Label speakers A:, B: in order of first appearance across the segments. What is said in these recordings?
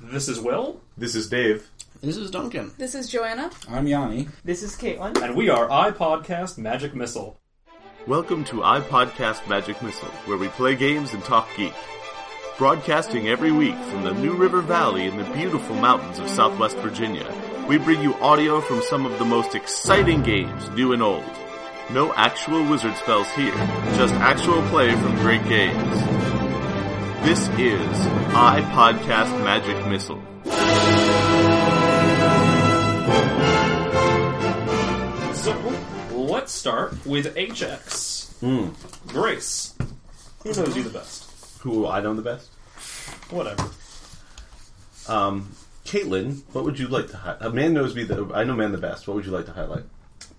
A: This is Will,
B: This is Dave.
C: This is Duncan.
D: This is Joanna.
E: I'm Yanni.
F: This is Caitlin.
A: and we are iPodcast Magic Missile.
B: Welcome to iPodcast Magic Missile, where we play games and talk geek. Broadcasting every week from the New River Valley in the beautiful mountains of Southwest Virginia, we bring you audio from some of the most exciting games, new and old. No actual wizard spells here, just actual play from great games. This is iPodcast Magic Missile.
A: So let's start with HX. Grace, who knows you the best?
B: Who I know the best?
A: Whatever.
B: Um, Caitlin, what would you like to highlight? man knows me the I know man the best. What would you like to highlight?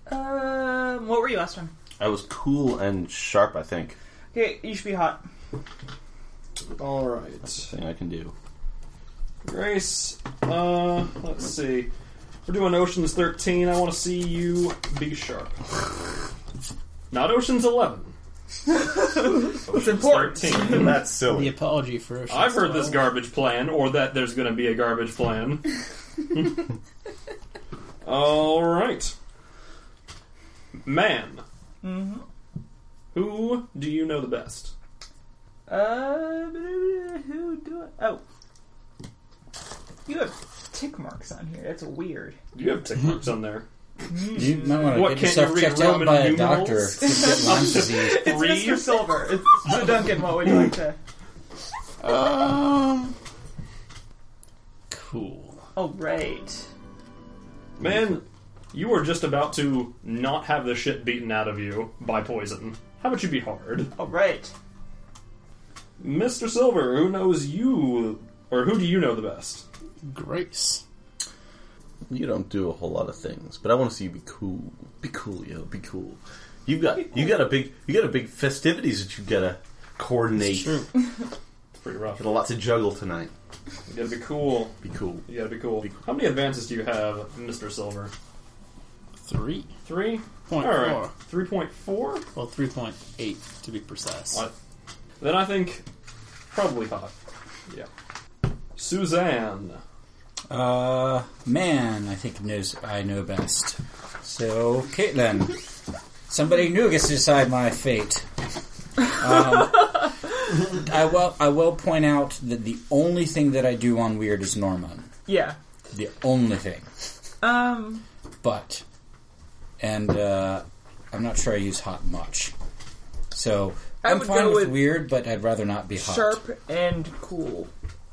F: Um, what were you last time?
B: I was cool and sharp. I think
F: Okay, you should be hot.
E: All right.
C: Thing I can do.
A: Grace, uh, let's see. We're doing Ocean's 13. I want to see you be sharp. Not Ocean's 11. Ocean's
F: important.
A: 13.
B: that's
C: The
B: silly.
C: apology for Ocean's
A: I've heard this
C: Twelve.
A: garbage plan, or that there's going to be a garbage plan. All right, man. Who do you know the best?
F: Uh, who do it? Oh, you have tick marks on here. That's weird.
A: You have tick marks on there.
E: You might want
A: What,
E: to
A: can't
E: get
A: you
E: yourself
A: read
E: checked out
A: Roman
E: by a
A: numerals?
E: doctor if you get Lyme disease.
F: It's
A: Three.
F: Mr. Silver. It's, so Duncan, what would you like to?
C: Um. Cool.
F: Oh, right.
A: Man, you are just about to not have the shit beaten out of you by poison. How about you be hard,
F: Oh, right.
A: Mister Silver? Who knows you, or who do you know the best?
C: Grace.
B: You don't do a whole lot of things, but I want to see you be cool. Be cool, yo. Be cool. You got you got a big you got a big festivities that you gotta coordinate.
C: True.
A: It's pretty rough.
B: Got a lot to juggle tonight.
A: You gotta be cool.
B: Be cool.
A: You gotta be cool. How many advances do you have, Mister Silver?
C: Three.
A: Three
C: Point
A: All right,
C: four.
A: three point four.
C: Well, three point eight to be precise.
A: What? Then I think probably hot. Yeah. Suzanne.
E: Uh, man, I think knows I know best. So, Caitlin, somebody new gets to decide my fate. Um, I will. I will point out that the only thing that I do on Weird is Norma.
F: Yeah.
E: The only thing.
F: Um.
E: but and uh, I'm not sure I use hot much. So
F: I
E: I'm
F: would
E: fine
F: go
E: with
F: with
E: weird, but I'd rather not be hot.
F: Sharp and cool.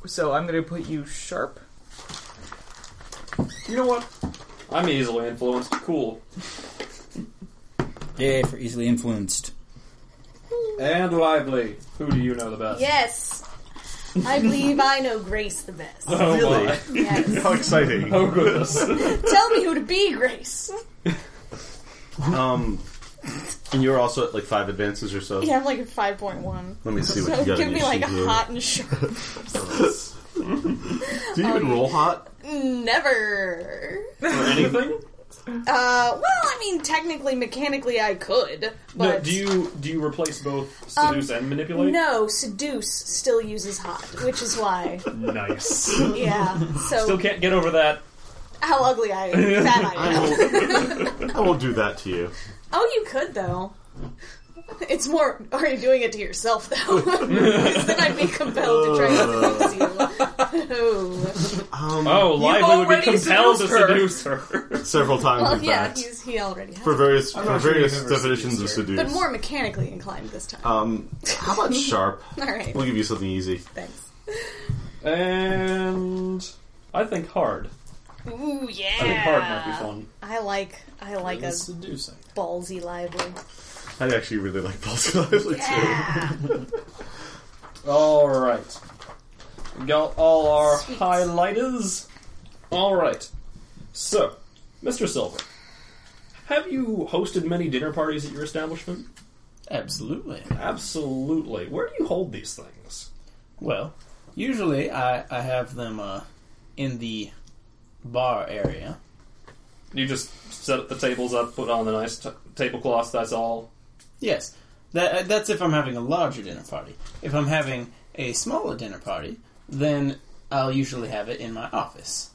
F: So I'm gonna put you sharp.
A: You know what? I'm easily influenced. Cool.
E: Yay for easily influenced.
A: And lively. Who do you know the best?
D: Yes. I believe I know Grace the best.
A: Oh,
B: Really?
A: my.
D: Yes.
B: How exciting!
D: Um,
A: Oh goodness.
D: Tell me who to be, Grace.
B: um, and you're also at like five advances or so.
D: Yeah, I'm like a 5.1.
B: Let me see what
D: So
B: you got.
D: give
B: in
D: me
B: your
D: like a
B: sheet here.
D: hot and sharp.
B: Do you even roll hot?
D: Never. Uh,
A: or anything?
D: well, I mean, technically, mechanically, I could, but
A: No, do you do you replace both seduce and manipulate?
D: no, seduce still uses hot, which is why,
A: Nice.
D: yeah. So
A: Still can't get over that.
D: how ugly I that I
B: I
D: am.
B: won't, I won't do that to you.
D: Oh, you could though. It's more, are you doing it to yourself though? 'Cause then I'd be compelled to try to seduce you. Oh.
B: Um,
A: Oh, lively would be
F: already
A: compelled to
F: seduced her.
A: seduce her.
B: several times
D: Well,
B: in
D: yeah,
B: fact.
D: he's, he already has.
B: For various for
E: not sure
B: various
E: you've ever
B: definitions of seduce.
D: But more mechanically inclined this time.
B: Um, how about sharp?
D: All right,
B: We'll give you something easy.
D: thanks.
A: and I think hard.
D: Ooh yeah.
A: I think hard might be fun.
D: I like I like a
C: seducing.
D: ballsy lively.
B: I actually really like Pulse Lively
D: Yeah.
A: All right. We got all our
D: Sweet.
A: highlighters. All right. So, Mr. Silver, have you hosted many dinner parties at your establishment?
C: Absolutely.
A: Absolutely. Where do you hold these things?
C: Well, usually I I have them uh in the bar area.
A: You just set up the tables up, put on the nice t- tablecloths. That's all.
C: Yes, that uh, that's if I'm having a larger dinner party. If I'm having a smaller dinner party, then I'll usually have it in my office.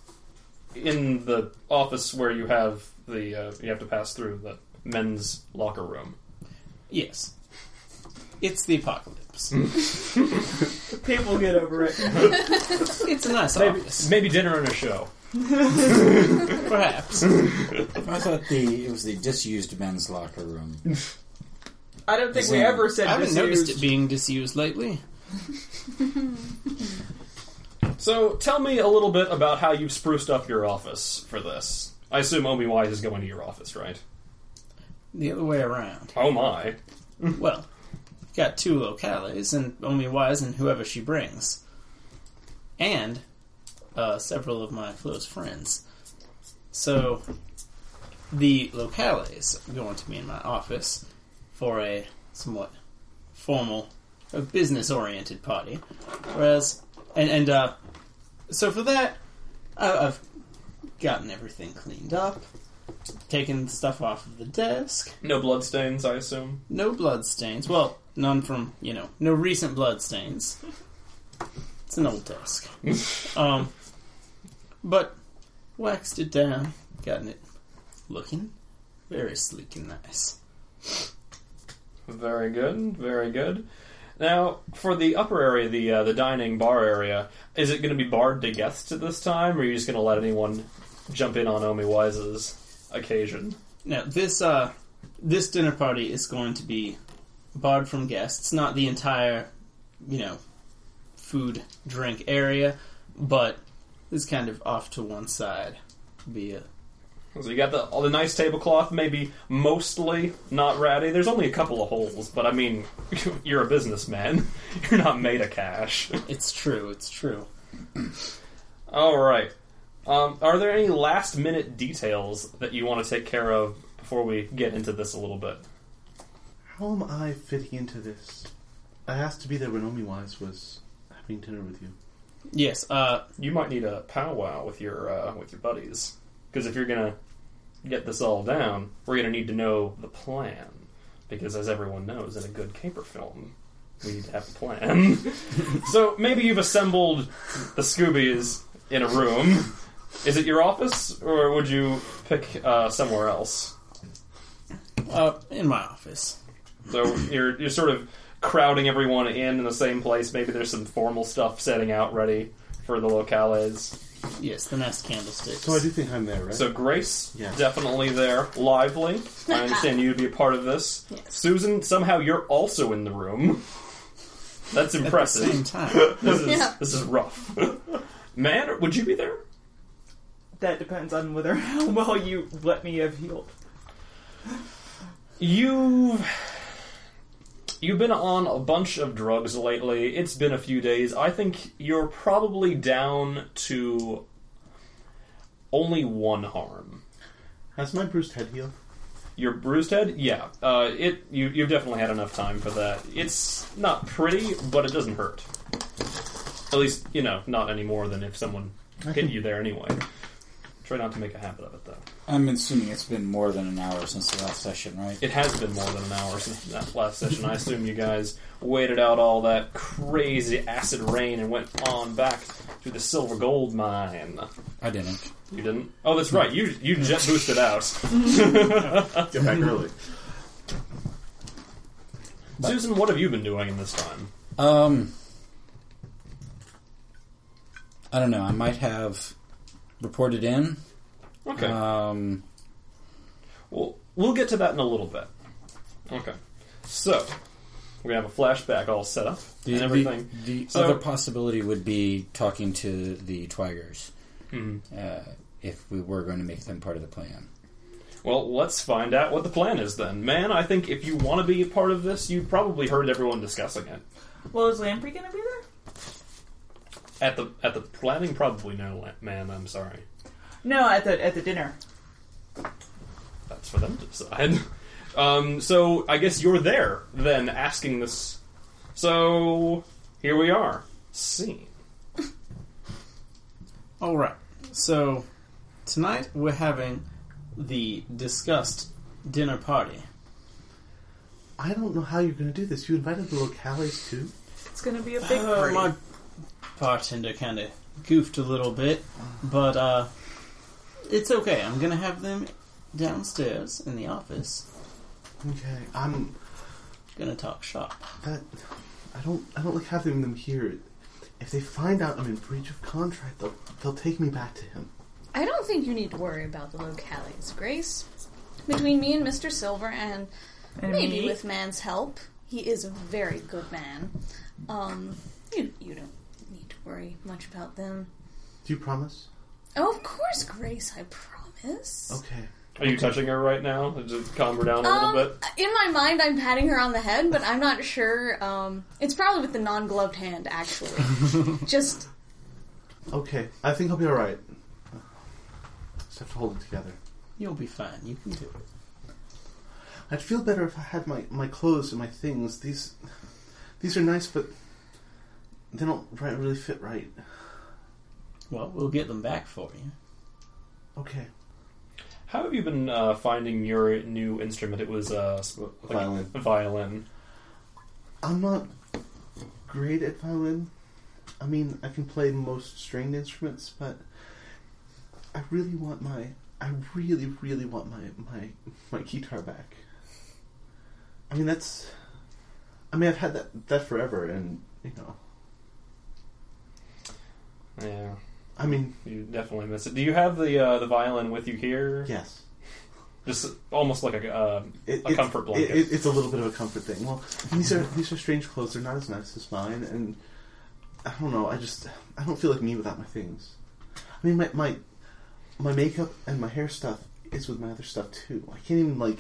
A: in the office where you have the uh, you have to pass through the men's locker room.
C: Yes. It's the apocalypse.
F: People get over it.
C: it's a nice
A: Maybe,
C: office.
A: maybe dinner and a show.
C: Perhaps.
E: I thought the it was the disused men's locker room.
F: I don't think we
E: Yeah.
F: ever said
C: I haven't noticed it
F: disused.
C: being disused lately.
A: So tell me a little bit about how you've spruced up your office for this. I assume Omi Wise is going to your office, right?
C: The other way around.
A: Oh my.
C: Well, got two locales, and Omi Wise and whoever she brings. And uh, several of my close friends. So, the locales are going to be in my office for a somewhat formal, a business oriented party. Whereas, and, and uh, so for that, I, I've gotten everything cleaned up, taken stuff off of the desk,
A: No bloodstains, I assume.
C: no blood stains. Well, none from you know, no recent blood stains. It's an old desk. um, but waxed it down, gotten it looking very sleek and nice.
A: Very good, very good. Now, for the upper area, the uh, the dining bar area, is it going to be barred to guests at this time, or are you just going to let anyone jump in on Omi Wise's occasion?
C: Now this uh, this dinner party is going to be barred from guests. Not the entire, you know, food drink area, but is kind of off to one side. Be a
A: So you got the all the nice tablecloth, maybe mostly not ratty. There's only a couple of holes, but I mean, you're a businessman. You're not made of cash.
C: it's true. It's true.
A: All right. Um, are there any last minute details that you want to take care of before we get into this a little bit?
G: How am I fitting into this? I asked to be there when Omi Wise was having dinner with you.
C: Yes. Uh,
A: You might need a powwow with your uh, with your buddies because if you're gonna get this all down, we're gonna need to know the plan because, as everyone knows, in a good caper film, we need to have a plan. so maybe you've assembled the Scoobies in a room. Is it your office, or would you pick uh, somewhere else?
C: uh, in my office.
A: So you're you're sort of crowding everyone in in the same place. Maybe there's some formal stuff setting out ready for the locales.
C: Yes, the nice candlesticks.
G: So I do think I'm there, right?
A: So Grace,
G: Yeah.
A: definitely there, lively. I understand you'd be a part of this. Susan, somehow you're also in the room. That's
C: Same
A: impressive.
C: time.
A: This is
D: Yeah.
A: this is rough. Man, would you be there?
F: That depends on whether how well you let me have healed.
A: You've you've been on a bunch of drugs lately. It's been a few days. I think you're probably down to only one harm.
G: Has my bruised head healed?
A: Your bruised head, yeah. Uh, it you you've definitely had enough time for that. It's not pretty, but it doesn't hurt. At least you know not any more than if someone hit you there anyway. Try not to make a habit of it though.
E: I'm assuming it's been more than an hour since the last session, right?
A: It has been more than an hour since that last session. I assume you guys waited out all that crazy acid rain and went on back to the silver gold mine.
E: I didn't.
A: You didn't? Oh, that's right. You you jet boosted out.
G: Get back early.
A: Susan, what have you been doing in this time?
E: Um, I don't know. I might have reported in.
A: Okay.
E: Um,
A: Well, we'll get to that in a little bit. Okay. So, we have a flashback all set up
E: the,
A: and everything.
E: The, the
A: So-
E: other possibility would be talking to the Twaggers
A: Mm-hmm.
E: uh, if we were going to make them part of the plan.
A: Well, let's find out what the plan is then. Man, I think if you want to be a part of this, you probably heard everyone discussing it.
F: Well, is Lamprey gonna be there?
A: At the at the planning, probably no, la- man. I'm sorry.
F: No, at the at the dinner.
A: That's for them to decide. Um, so I guess you're there then, asking this. So here we are. Scene.
C: All right. So tonight we're having the discussed dinner party.
G: I don't know how you're going to do this. You invited the locales too?
F: It's gonna be a big
C: Uh,
F: party.
C: my bartender kind of goofed a little bit, but uh, it's okay. I'm gonna have them downstairs in the office.
G: Okay, I'm.
C: Gonna talk shop.
G: That, I don't. I don't like having them here. If they find out I'm in breach of contract, they'll they'll take me back to him.
D: I don't think you need to worry about the locales, Grace. Between me and Mr. Silver, and
F: And
D: maybe
F: me?
D: with man's help, he is a very good man. Um, you, you don't need to worry much about them.
G: Do you promise?
D: Oh, of course, Grace, I promise.
G: Okay.
A: Are you touching her right now? Just calm her down a little
D: Um,
A: bit.
D: in my mind, I'm patting her on the head, but I'm not sure. Um, it's probably with the non-gloved hand, actually. Just
G: Okay. I think I'll be all right. Just have to hold it together.
C: You'll be fine. You can do it.
G: I'd feel better if I had my, my clothes and my things. These these are nice, but they don't ri- really fit right.
C: Well, we'll get them back for you.
G: Okay.
A: How have you been uh, finding your new instrument? It was uh, s- like
G: Violin.
A: a violin.
G: I'm not great at violin. I mean, I can play most stringed instruments, but I really want my I really really want my my my guitar back. I mean, that's I mean, I've had that that forever and, you know,
A: Yeah,
G: I mean,
A: you definitely miss it. Do you have the uh, the violin with you here?
G: yes.
A: Just almost like a uh,
G: It-
A: a comfort blanket.
G: It, it, it's a little bit of a comfort thing. Well, these are these are strange clothes. They're not as nice as mine, and I don't know. I just I don't feel like me without my things. I mean, my my my makeup and my hair stuff is with my other stuff too. I can't even like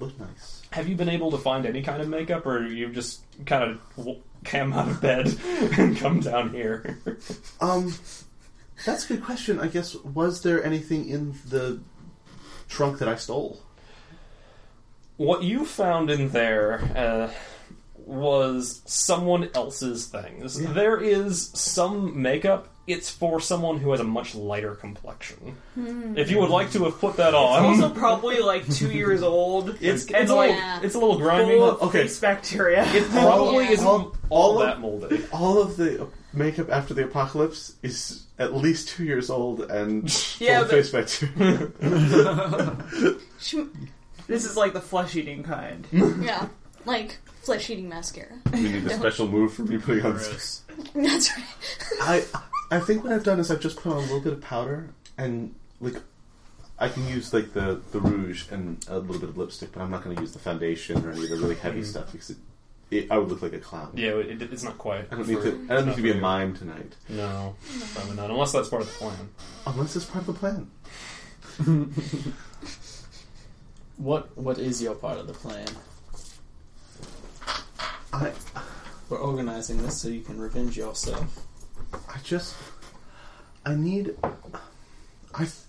G: look nice.
A: Have you been able to find any kind of makeup, or you've just kind of w- came out of bed and come down here?
G: Um, that's a good question. I guess was there anything in the trunk that I stole?
A: what you found in there uh, was someone else's things.
G: Yeah.
A: There is some makeup. It's for someone who has a much lighter complexion.
D: hmm,
A: If you would like to have put that on,
F: Also, probably like two years old.
G: It's-
F: and
A: it's a
F: like
A: little,
D: Yeah.
A: it's a little grimy.
F: full of
G: Okay.
F: face bacteria.
A: It probably
D: Yeah.
A: isn't all,
G: All- all of-
A: that moldy.
G: All of the makeup after the apocalypse is at least two years old and full
F: Yeah,
G: of
F: but-
G: face bacteria.
D: sh-
F: this is like the flesh eating kind.
C: Mm.
D: yeah, like flesh-eating mascara.
G: we need a special move for me putting on
C: Gross.
D: That's right.
G: I I think what I've done is I've just put on a little bit of powder and like I can use like the the rouge and a little bit of lipstick, but I'm not going to use the foundation or any of the really heavy stuff because it, it I would look like a clown.
A: Mm. Yeah, it, it's not quite.
G: I don't need
A: for-
G: to. I don't need to be a
A: for-
G: mime tonight,
A: No, probably not. Unless that's part of the plan.
G: unless it's part of the plan.
C: What What is your part of the plan?
G: I
C: We're organizing this so you can revenge yourself.
G: I just I need I th-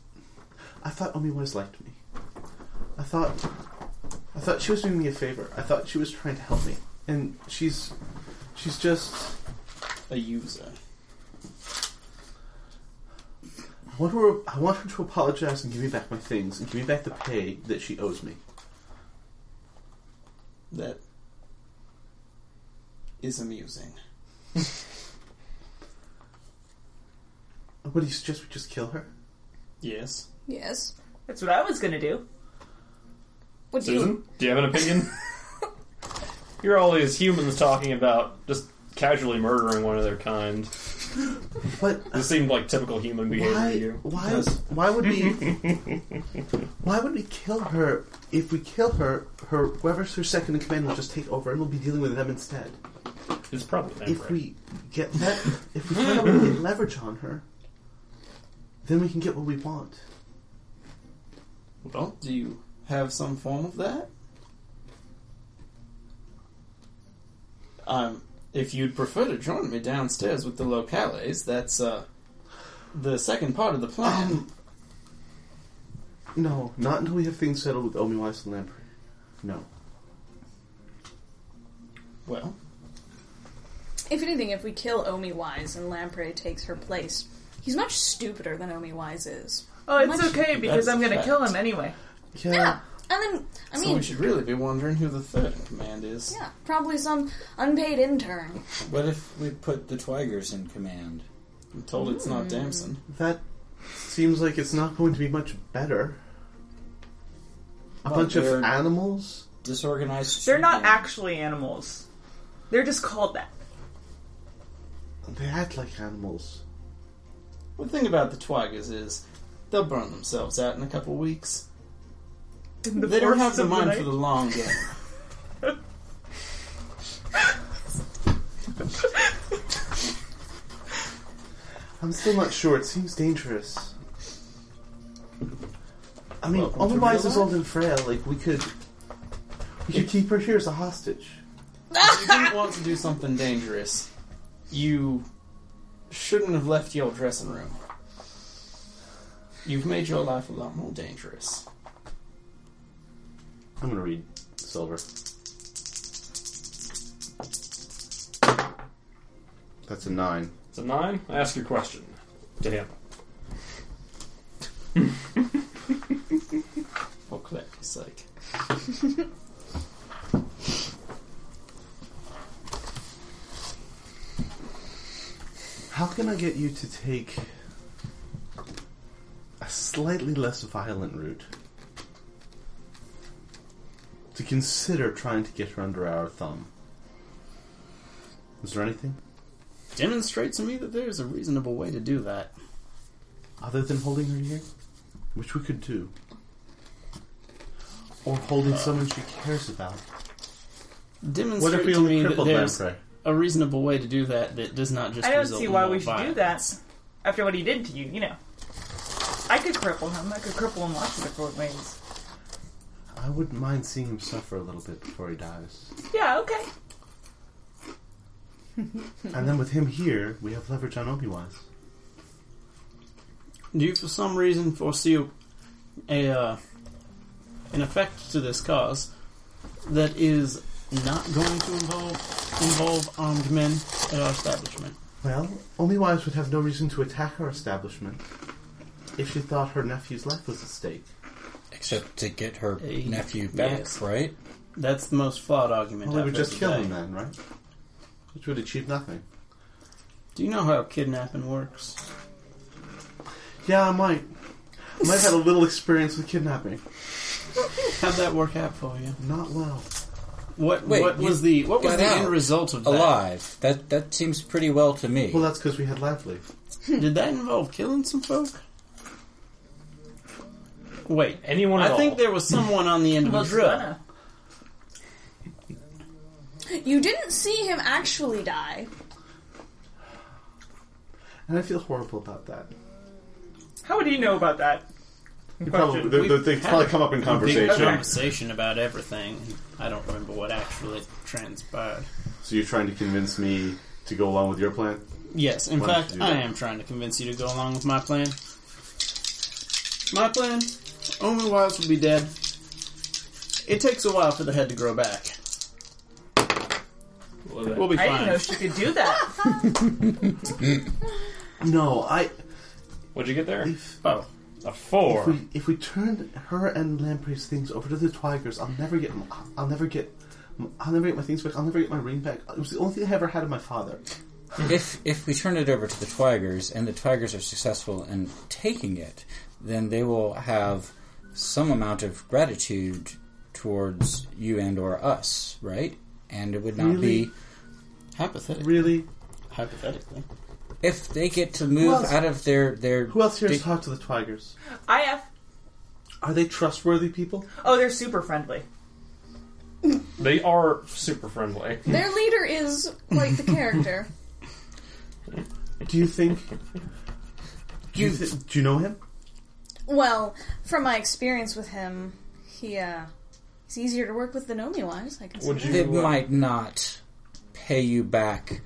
G: I thought Omi Wise liked me. I thought I thought she was doing me a favor. I thought she was trying to help me, and she's she's just.
C: A user.
G: I want, her, I want her to apologize and give me back my things and give me back the pay that she owes me.
C: That is amusing.
G: What do you suggest we just kill her?
C: Yes.
D: Yes.
F: That's what I was gonna do.
D: What do you?
A: Susan, do you have an opinion? You're always humans talking about just casually murdering one of their kind.
G: But
A: This seemed like typical human behavior
G: why?
A: to you.
G: Why?
C: Because-
G: Why would we? why would we kill her? If we kill her, her whoever's her second in command will just take over, and we'll be dealing with them instead.
A: It's probably
G: If we get le- if we find out we can get leverage on her, then we can get what we want.
C: Well, do you have some form of that? Um, if you'd prefer to join me downstairs with the locales, that's uh, the second part of the plan.
D: Um,
G: No, not until we have things settled with Omi Weiss and Lamprey. No.
C: well,
D: If anything, if we kill Omi Wise and Lamprey takes her place, he's much stupider than Omi Wise is.
F: Oh, it's
D: Much-
F: okay because
C: That's
F: I'm gonna
C: fact.
F: kill him anyway.
D: Yeah. And then, I
C: so
D: mean,
C: we should really be wondering who the third in command is.
D: yeah, probably some unpaid intern.
E: What if we put the Twigers in command?
C: I'm told it's
D: Hmm.
C: not damson.
G: That seems like it's not going to be much better. A
E: Well,
G: bunch of
E: they're-
G: animals?
E: Disorganized.
F: They're not
E: street
F: actually animals. They're just called that.
G: They act like animals.
C: Well, the thing about the Twagas is they'll burn themselves out in a couple weeks.
F: In the
C: they don't have
F: forests
C: the
F: of
C: mind
F: night.
C: for the long game.
G: I'm still not sure. It seems dangerous. I mean,
C: Welcome to
G: otherwise
C: real life.
G: is old and frail. Like we could, we could keep her here as a hostage.
C: if you didn't want to do something dangerous, you shouldn't have left your dressing room. You've made your life a lot more dangerous.
B: I'm gonna read Silver. That's a nine.
A: It's a nine. I ask your question.
B: Damn.
C: For Claire's sake.
G: How can I get you to take a slightly less violent route? To consider trying to get her under our thumb. Is there anything
C: Demonstrate to me that there is a reasonable way to do that.
G: other than holding her here? Which we could do. Or holding someone she cares about. What if
C: Demonstrate
G: we
C: to
G: only
C: me that
G: crippled them,
C: there's
G: Frey?
C: a reasonable way to do that that does not just.
F: I don't
C: result
F: see
C: in
F: why
C: more
F: we should do
C: violence.
F: that after what he did to you, you know. I could cripple him. I could cripple him lots of different ways.
G: I wouldn't mind seeing him suffer a little bit before he dies.
F: Yeah, okay.
G: and then with him here, we have leverage on Obi-Wan.
C: Do you, for some reason, foresee a uh, an effect to this cause that is not going to involve involve armed men at our establishment?
G: Well, Omi Wise would have no reason to attack our establishment if she thought her nephew's life was at stake.
E: Except to get her
C: Hey,
E: nephew back,
C: yes.
E: right?
C: That's the most flawed argument.
G: Well, they
C: I've
G: would
C: heard
G: just kill
C: today.
G: him then, right? Which would achieve nothing.
C: Do you know how kidnapping works?
G: Yeah, I might. I might have had a little experience with kidnapping.
C: How'd that work out for you?
G: Not well.
C: What
E: Wait,
C: what
E: you
C: was the what was
E: got
C: the
E: out
C: end result of that?
E: Alive. That that seems pretty well to me.
G: Well, that's because we had lively.
C: Did that involve killing some folk? Wait,
A: Anyone at
C: I think
A: all?
C: there was someone on the end of the
F: Well,
C: drill.
F: Savannah.
D: You didn't see him actually die.
G: And I feel horrible about that.
F: How would he know about that?
G: You
F: probably-
G: they,
C: We've
G: they
C: had
G: probably come up in
C: Big
G: conversation.
C: conversation about everything. and I don't remember what actually transpired.
B: So you're trying to convince me to go along with your plan?
C: Yes, in
B: Why don't you
C: fact,
B: do
C: I
B: that?
C: am trying to convince you to go along with my plan. My plan: Omen Wise will be dead. It takes a while for the head to grow back. We'll be
F: I didn't know
C: fine.
F: she could do that.
G: No, I.
A: What'd you get there?
G: If,
C: Oh,
A: A
G: if
A: four.
G: we if we turn her and Lamprey's things over to the Twigers, I'll never get. m- I'll never get. I'll never get my things back. I'll never get my ring back. It was the only thing I ever had of my father.
E: if if we turn it over to the Twigers and the Twigers are successful in taking it, then they will have some amount of gratitude towards you and or us, right? And it would not
G: Really?
E: be
C: hypothetically,
G: Really,
C: hypothetically,
E: if they get to move
G: else-
E: out of their their
G: Who else here has
E: Did-
G: talked to the Twigers?
F: I have.
G: Are they trustworthy people?
F: Oh, they're super friendly.
A: They are super friendly.
D: Their leader is quite the character.
G: Do you think? Do you, thi- do you know him?
D: Well, from my experience with him, he uh he's easier to work with than Omi wise, I can see.
A: Would
D: that.
A: you?
E: they
A: uh,
E: might not pay you back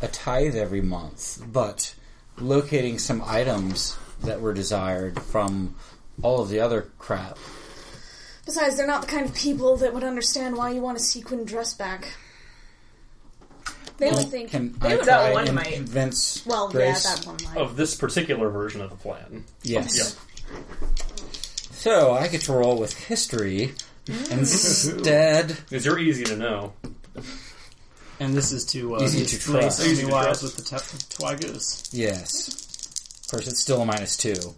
E: a tithe every month, but locating some items that were desired from all of the other crap
D: Besides, they're not the kind of people that would understand why you want a sequin dress back. They would think
E: Can
D: they
E: I
D: would
F: That
E: try
D: all-
F: one
E: and
F: might.
E: convince
D: Well,
E: Grace?
D: yeah, that one might.
A: Of this particular version of the plan.
E: Yes. So I get to roll with
D: Mm.
E: history instead.
A: Because you're easy to know.
C: And this is to uh,
E: Easy to
C: displace
E: trust.
C: any
A: Easy to
C: wires
A: trust.
C: with the t- Twigoos.
E: Yes. Of course, it's still a minus two.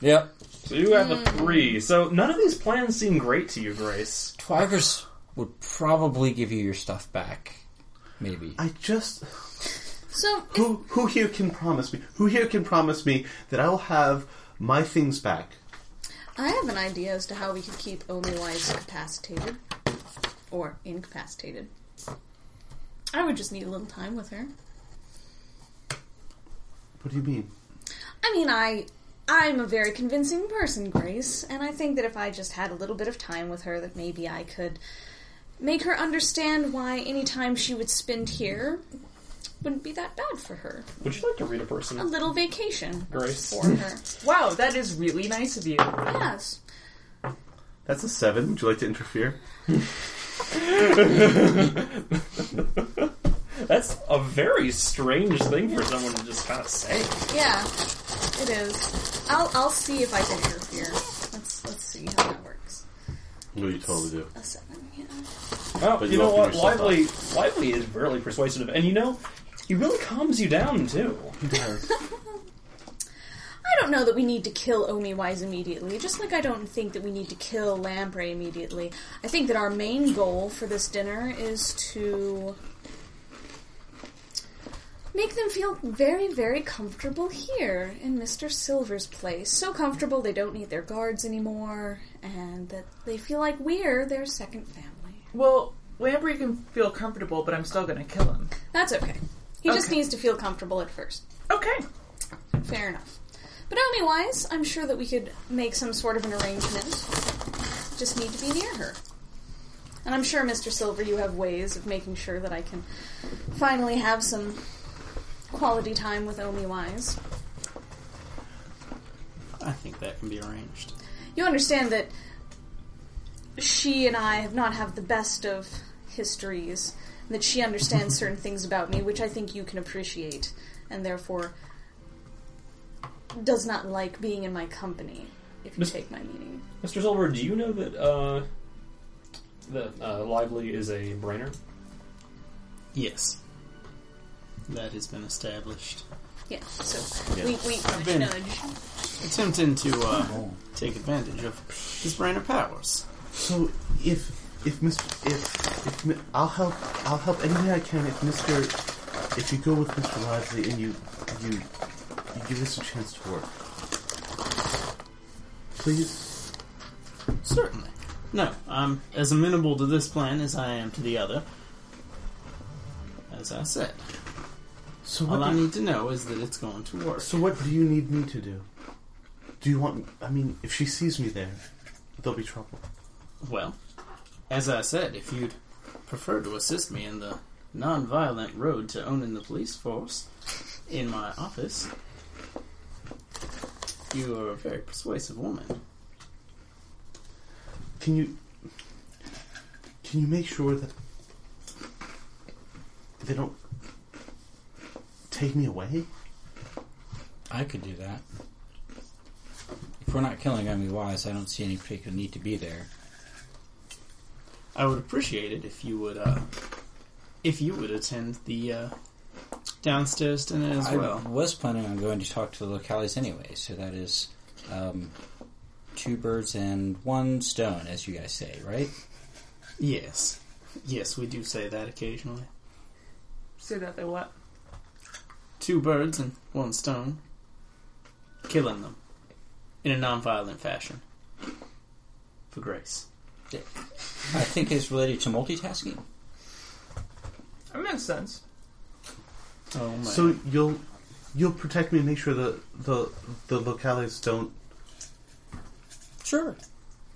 E: yep.
A: So you have a three. So none of these plans seem great to you, Grace.
E: Twaggers would probably give you your stuff back. Maybe.
G: I just
D: So, if,
G: who who here can promise me? Who here can promise me that I will have my things back?
D: I have an idea as to how we could keep Omiwise capacitated. Or incapacitated. I would just need a little time with her.
G: What do you mean?
D: I mean, I I'm a very convincing person, Grace, and I think that if I just had a little bit of time with her, that maybe I could make her understand why any time she would spend here wouldn't be that bad for her.
A: Would you like to read a
D: A
A: person,
D: little vacation
A: Grace?
D: for her.
F: Wow, that is really nice of you.
D: yes.
G: That's a seven. Would you like to interfere?
A: That's a very strange thing for someone to just kind of say.
D: Yeah. It is. I'll I'll see if I can interfere. Let's let's see how that works.
B: No, you totally do.
D: A seven, yeah.
A: Oh,
B: But
A: you
B: you
A: know
B: open
A: what?
B: yourself
A: Lively, Lively is really persuasive, and you know, he really calms you down too.
D: I don't know that we need to kill Omi Wise immediately, just like I don't think that we need to kill Lamprey immediately. I think that our main goal for this dinner is to make them feel very, very comfortable here in Mr. Silver's place. So comfortable they don't need their guards anymore, and that they feel like we're their second family.
F: Well, Lamprey can feel comfortable, but I'm still gonna kill him.
D: That's okay. He just
F: Okay.
D: needs to feel comfortable at first.
F: Okay.
D: Fair enough. But Omi wise, I'm sure that we could make some sort of an arrangement. Just need to be near her. And I'm sure, Mr. Silver, you have ways of making sure that I can finally have some quality time with Omi Wise.
C: I think that can be arranged.
D: You understand that she and I have not have the best of histories, and that she understands certain things about me, which I think you can appreciate, and therefore does not like being in my company, if you
A: Mis-
D: take my meaning.
A: Mr. Silver, do you know that uh, that uh, Lively is a brainer?
C: Yes. That has been established.
D: Yeah, so we, we nudge,
C: been-
D: nudge.
C: Attempting to uh, take advantage of his brain of powers.
G: So if if Mr. if if Mi- I'll help I'll help any way I can if Mr. If you go with Mr. Lively and you you you give us a chance to work, please.
C: Certainly. No, I'm as amenable to this plan as I am to the other. As I said,
G: So
C: all
G: what?
C: I
G: do-
C: need to know is that it's going to work.
G: so what do you need me to do? Do you want? I mean, if she sees me there, there'll be trouble.
C: Well, as I said, if you'd prefer to assist me in the non-violent road to owning the police force in my office, you are a very persuasive woman.
G: Can you can you make sure that they don't take me away?
E: I could do that. If we're not killing Emmy Wise, I don't see any particular need to be there.
C: I would appreciate it if you would, uh, if you would attend the uh, downstairs dinner as
E: I
C: well.
E: was planning on going to talk to the locales anyway, so that is um, two birds and one stone, as you guys say, right?
C: Yes, yes, we do say that occasionally.
F: Say that they what?
C: Two birds and one stone, killing them in a non-violent fashion for grace.
E: I think it's related to multitasking.
F: That makes sense.
C: Oh my!
G: So you'll you'll protect me and make sure the the the locales don't.
E: Sure.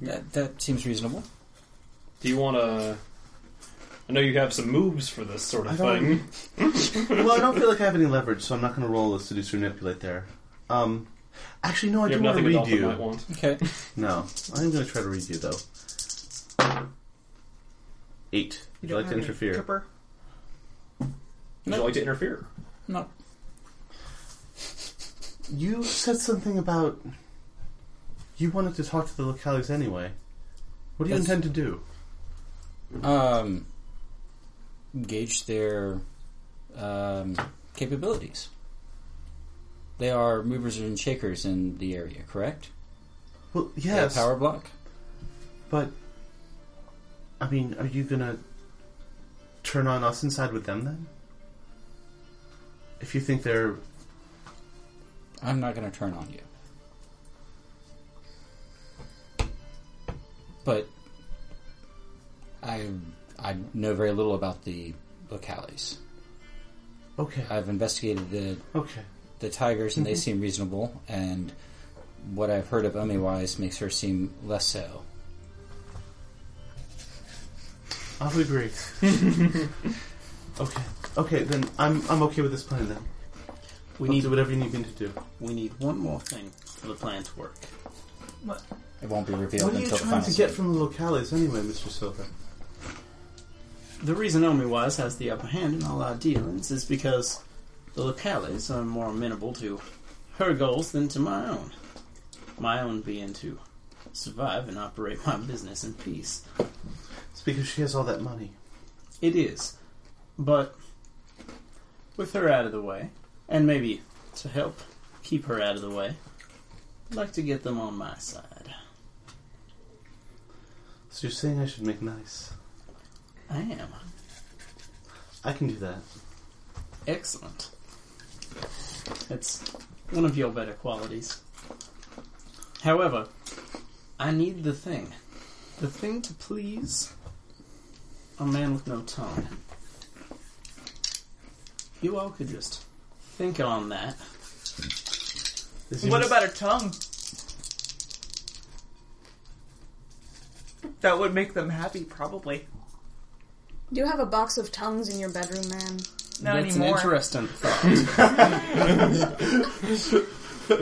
E: That, that seems reasonable.
A: Do you want to? I know you have some moves for this sort of
G: I don't-
A: thing.
G: well, I don't feel like I have any leverage, so I'm not going to roll a seduce or manipulate there. Um, actually, no, I
A: You have
G: do want to
A: nothing a
G: read
A: dolphin might
G: you.
A: want.
E: Okay.
G: No, I am going to try to read you though. Eight. Would you
F: don't
G: like to
F: have any
G: interfere?
F: Kipper?
A: Would you like to interfere?
E: No.
G: You said something about you wanted to talk to the locales anyway. What do you
E: That's-
G: intend to do?
E: um, gauge their um, capabilities. They are movers and shakers in the area, correct?
G: Well,
E: They have
G: yes,
E: Power block.
G: but I mean, are you gonna turn on us and side with them then? If you think they're
E: I'm not going to turn on you. But I I know very little about the locales.
G: okay,
E: I've investigated the
G: okay,
E: the tigers and they
G: Mm-hmm.
E: seem reasonable and what I've heard of Omiwise makes her seem less so.
G: I'll agree. okay, okay, then I'm I'm okay with this plan then.
C: We
G: I'll
C: need
G: do whatever you need me to do.
C: we need one more thing for the plan to work.
E: It won't be revealed
G: What are you
E: until the
G: trying
E: final
G: to get
E: scene.
G: from the locales anyway, Mr. Silver?
C: The reason Omiwise has the upper hand in all our dealings is because the locales are more amenable to her goals than to my own. My own being to survive and operate my business in peace.
G: It's because she has all that money.
C: It is. But with her out of the way, and maybe to help keep her out of the way, I'd like to get them on my side.
G: So you're saying I should make nice?
C: I am.
G: I can do that.
C: Excellent. It's one of your better qualities. However, I need the thing. The thing to please a man with no tongue. You all could just think on that.
G: Is
F: What
G: your-
F: about her tongue? That would make them happy, probably.
D: Do you have a box of tongues in your bedroom, man?
F: Not
C: That's
F: anymore.
C: an interesting thought.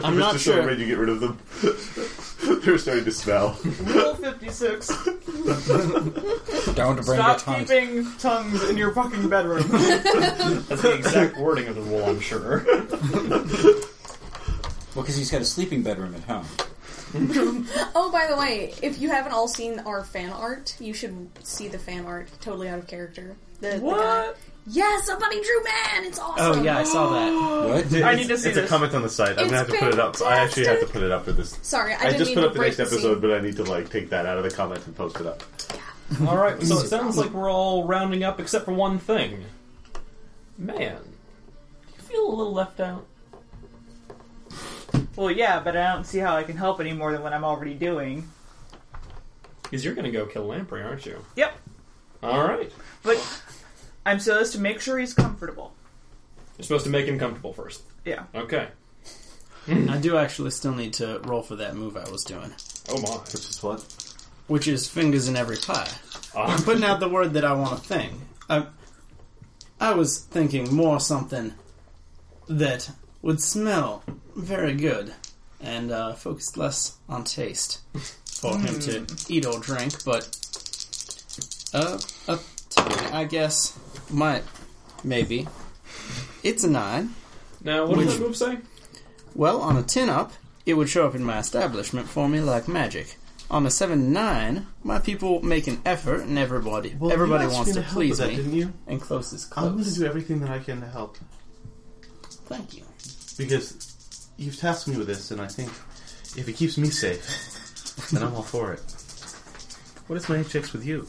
C: I'm not
B: Mr. Silver
C: sure.
B: made you get rid of them. they were starting to smell.
F: Rule 56.
E: Don't bring your
F: Stop
E: tongues.
F: keeping tongues in your fucking bedroom.
A: That's the exact wording of the rule, I'm sure.
E: Well, because he's got a sleeping bedroom at home.
D: Oh, by the way, if you haven't all seen our fan art, you should see the fan art. Totally out of character. The, the guy-
F: what?
D: Yeah, somebody drew man. It's awesome.
C: Oh yeah, I saw that.
E: What?
F: I need to see
B: It's a
F: this.
B: comment on the site. I'm
D: It's
B: gonna have to put it up. I actually have to
D: fantastic.
B: put it up for this.
D: Sorry, I,
B: I,
D: didn't
B: just
D: mean
B: put
D: to
B: up the
D: break
B: next episode, but I need to like take that out of the comments and post it up.
A: Alright, so it sounds like we're all rounding up except for one thing. Man. Do you feel a little left out?
F: Well, yeah, but I don't see how I can help any more than what I'm already doing.
A: Because you're gonna go kill Lamprey, aren't you?
F: Yep.
A: Alright.
F: But I'm supposed to make sure he's comfortable.
A: You're supposed to make him comfortable first.
F: Yeah.
A: Okay.
C: I do actually still need to roll for that move I was doing,
A: Oh my.
G: Which is what?
C: which is fingers in every pie. I'm
A: Ah,
C: putting out the word that I want a thing. I, I was thinking more something that would smell very good and uh, focused less on taste for him to eat or drink, but uh, a tongue, I guess, might, maybe. It's a nine.
A: now, what does
C: Which-
A: that move say?
C: Well, on a 10 up, it would show up in my establishment for me like magic. On a 7 9, my people make an effort and everybody
G: Well,
C: everybody
G: you asked
C: wants
G: me
C: to
G: to help
C: please
G: with that,
C: me.
G: didn't you?
C: And close is
G: I'm going to
C: close.
G: do everything that I can to help
C: Thank you.
G: because you've tasked me with this, and I think if it keeps me safe, then I'm all for it. What is my checks with you?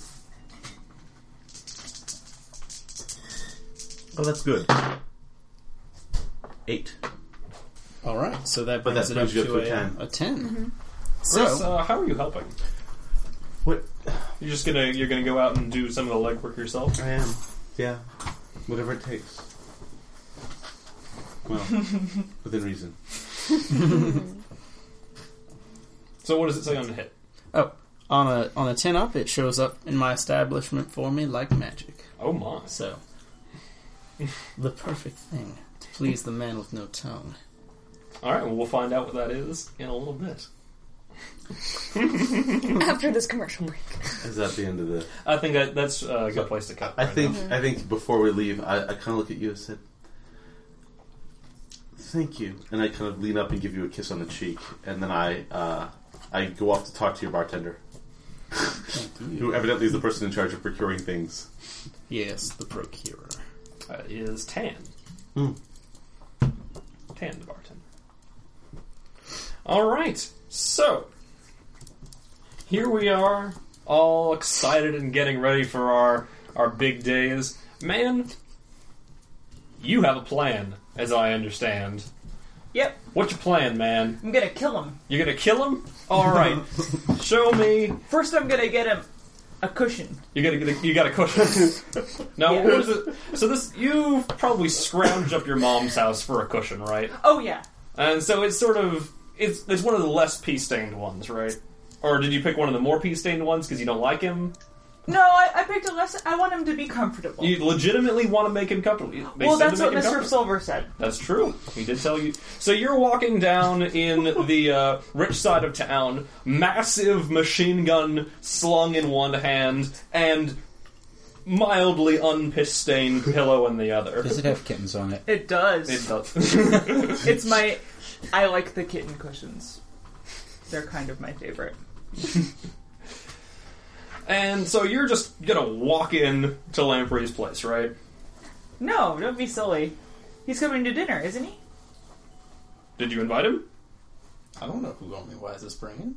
G: Oh, that's good. Eight.
C: All right, so that
G: But
C: brings
G: that
C: it up
G: brings you
C: to,
G: up to Mm-hmm.
C: a,
G: 10.
C: a 10
A: Chris,
C: So
A: uh, how are you helping?
G: What?
A: You're just gonna you're gonna go out and do some of the legwork yourself.
G: I am. Yeah. Whatever it takes. Well, within reason.
A: So what does it say on the hit?
C: on a on a ten up, it shows up in my establishment for me like magic.
A: Oh my.
C: So the perfect thing to please the man with no tongue.
A: All right, well, we'll find out what that is in a little bit.
D: After this commercial break.
G: Is that the end of the?
A: I think that that's uh, a good place to cut.
G: I
A: right
G: think.
A: now.
G: I think before we leave, I, I kind of look at you and said, "Thank you," and I kind of lean up and give you a kiss on the cheek, and then I, uh, I go off to talk to your bartender.
C: Thank
B: who evidently is the person in charge of procuring things.
C: Yes, the procurer.
A: Uh, is Tan.
B: Hmm.
A: Tan the bartender. All right, so here we are, all excited and getting ready for our our big days. Man, you have a plan, as I understand.
F: Yep,
A: What's your plan, man?
F: I'm gonna kill him.
A: You're gonna kill him? All right, show me.
F: First, I'm gonna get him a cushion.
A: You gotta get a, you gotta cushion. now,
F: Yeah.
A: what was it? so this you probably scrounged up your mom's house for a cushion, right?
F: Oh yeah,
A: And so it's sort of it's it's one of the less pea stained ones, right? Or did you pick one of the more pea stained ones because you don't like him?
F: no, I, I picked a less. I want him to be comfortable.
A: You legitimately want to make him comfortable. You- they
F: well,
A: said to
F: that's
A: make
F: what
A: him
F: Mr.
A: comfortable.
F: Silver said.
A: That's true. He did tell you. So you're walking down in the uh, rich side of town, massive machine gun slung in one hand, and mildly unpiss stained pillow in the other.
E: Does it have kittens on it?
F: It does.
A: It does.
F: It's my. I like the kitten cushions. They're kind of my favorite.
A: and so you're just gonna walk in to Lamprey's place, right?
F: No, don't be silly. He's coming to dinner, isn't he?
A: Did you invite him?
C: I don't know who only wise is bringing.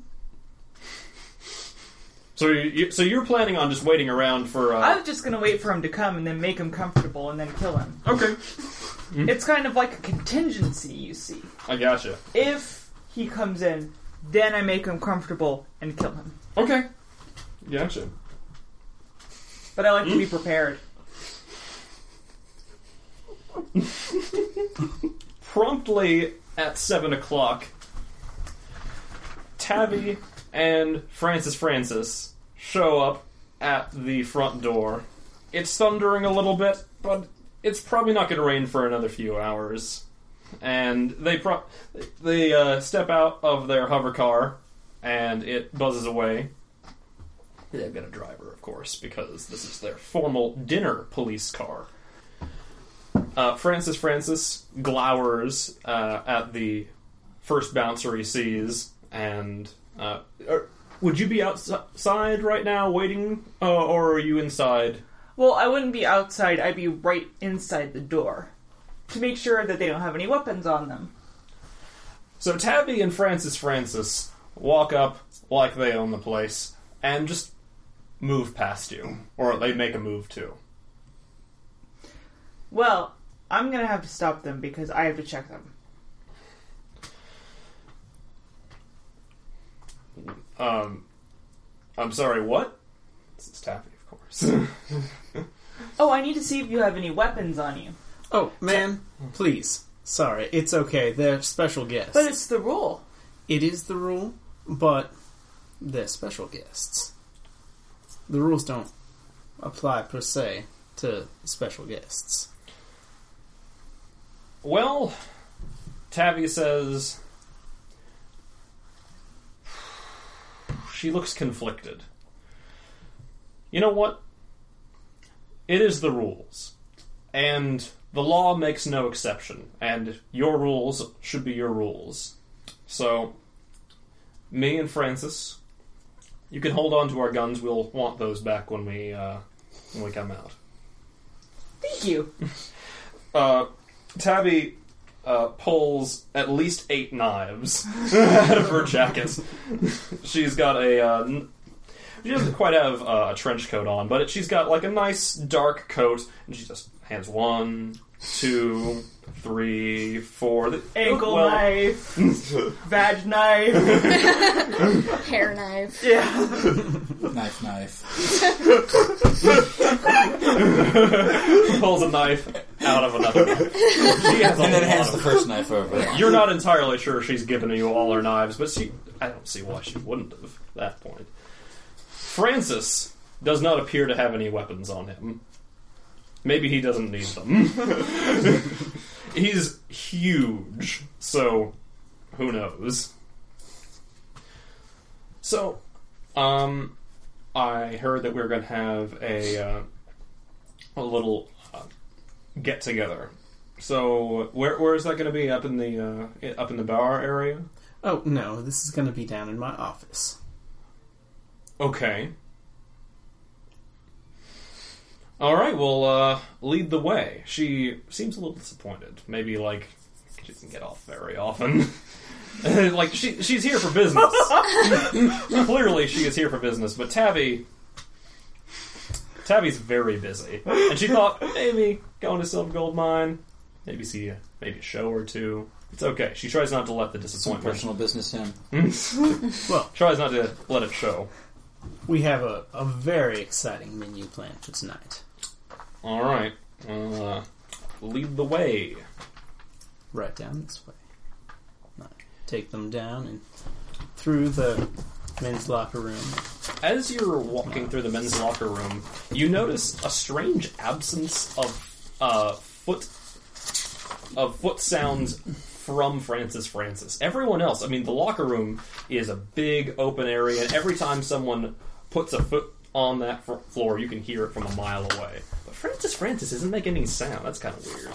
A: So, you- you, so you're planning on just waiting around for? Uh,
F: I'm just gonna wait for him to come and then make him comfortable and then kill him.
A: okay,
F: It's kind of like a contingency, you see.
A: I gotcha.
F: If he comes in, then I make him comfortable and kill him.
A: Okay, gotcha.
F: But I like to be prepared.
A: Promptly at seven o'clock, Tabby and Francis Francis show up at the front door. It's thundering a little bit, but it's probably not going to rain for another few hours. And they pro- they uh, step out of their hover car, and it buzzes away. They've got a driver, of course, because this is their formal dinner police car. Uh, Francis Francis glowers uh, at the first bouncer he sees, and uh, er, would you be outside right now waiting, uh, or are you inside?
F: Well, I wouldn't be outside, I'd be right inside the door. To make sure that they don't have any weapons on them.
A: So Tabby and Francis Francis walk up like they own the place and just move past you, or they make a move too.
F: Well, I'm gonna have to stop them because I have to check them.
A: Um, I'm sorry, what? This is Tabby, of course.
F: Oh, I need to see if you have any weapons on you.
C: Oh man, please. Sorry, it's okay. They're special guests.
F: But it's the rule.
C: It is the rule, but they're special guests. The rules don't apply per se to special guests.
A: Well, Tabby says she looks conflicted. You know what? It is the rules, and the law makes no exception, and your rules should be your rules. So, me and Francis, you can hold on to our guns. We'll want those back when we uh, when we come out.
F: Thank you.
A: Uh, Tabby uh, pulls at least eight knives out of her jacket. she's got a. Uh, n- she doesn't quite have uh, a trench coat on, but she's got like a nice dark coat, and she just hands one, two, three, four. th-
F: Ankle
A: well,
F: knife, vag knife.
D: Hair knife.
F: Yeah.
E: Knife, knife.
A: pulls a knife out of another knife. She has a
E: And
A: lot
E: then hands
A: of
E: the first knife over.
A: You're not entirely sure she's given you all her knives, but she. I don't see why she wouldn't have at that point. Francis does not appear to have any weapons on him. Maybe he doesn't need them. He's huge, so who knows? So, um, I heard that we are going to have a uh, a little uh, get together so where where is that going to be? Up in the uh, i- up in the bar area.
C: Oh no, this is going to be down in my office.
A: Okay. All right, well, uh, lead the way. She seems a little disappointed. Maybe like she doesn't get off very often. like she she's here for business. Clearly, she is here for business. But Tabby, Tabby's very busy, and she thought maybe going to Silver Gold Mine, maybe see a, maybe a show or two. It's okay. She tries not to let the
E: Some
A: disappointment.
E: personal business in.
A: Tries not to let it show.
C: We have a, a very exciting menu planned for tonight.
A: All right, uh, lead the way.
C: Right down this way. No, Take them down and through the men's locker room.
A: As you're walking through the men's locker room, you notice a strange absence of uh, foot of foot sounds from Francis Francis. Everyone else, I mean, the locker room is a big open area, and every time someone puts a foot on that fr- floor, you can hear it from a mile away. But Francis Francis doesn't make any sound. That's kind of weird.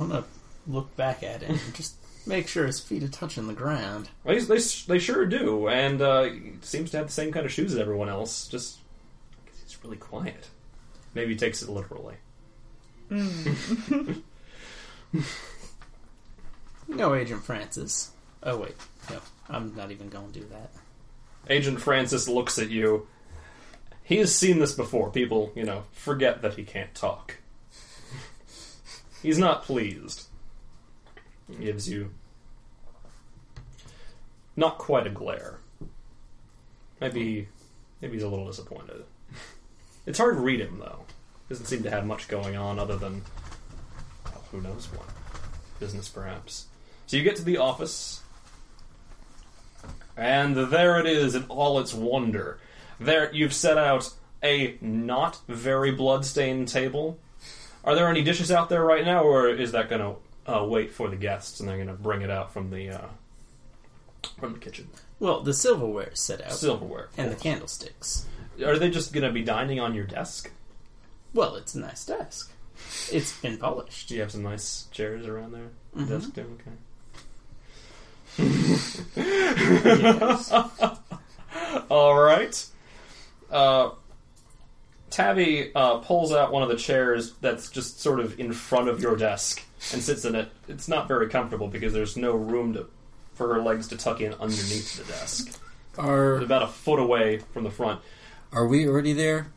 C: I'm gonna look back at it and just make sure his feet are touching the ground.
A: They they, they sure do, and uh, he seems to have the same kind of shoes as everyone else. Just he's really quiet. Maybe he takes it literally.
C: No, Agent Francis. Oh wait, no, I'm not even gonna do that.
A: Agent Francis looks at you. He has seen this before. People, you know, forget that he can't talk. He's not pleased. He gives you not quite a glare. Maybe maybe he's a little disappointed. It's hard to read him though. Doesn't seem to have much going on other than well, who knows what. Business perhaps. So you get to the office and there it is in all its wonder. There you've set out a not very bloodstained table. Are there any dishes out there right now, or is that going to uh, wait for the guests and they're going to bring it out from the uh, from the kitchen?
C: Well, the silverware is set out
A: Silverware. of
C: Oh. and the
A: course.
C: candlesticks.
A: Are they just going to be dining on your desk?
C: Well, it's a nice desk. It's been polished.
A: Do you have some nice chairs around there? Desk too? Okay.
C: Yes.
A: All right. Uh, Tabby uh, pulls out one of the chairs that's just sort of in front of your desk and sits in it. It's not very comfortable because there's no room to, for her legs to tuck in underneath the desk.
E: Are
A: About a foot away from the front.
E: are we already there?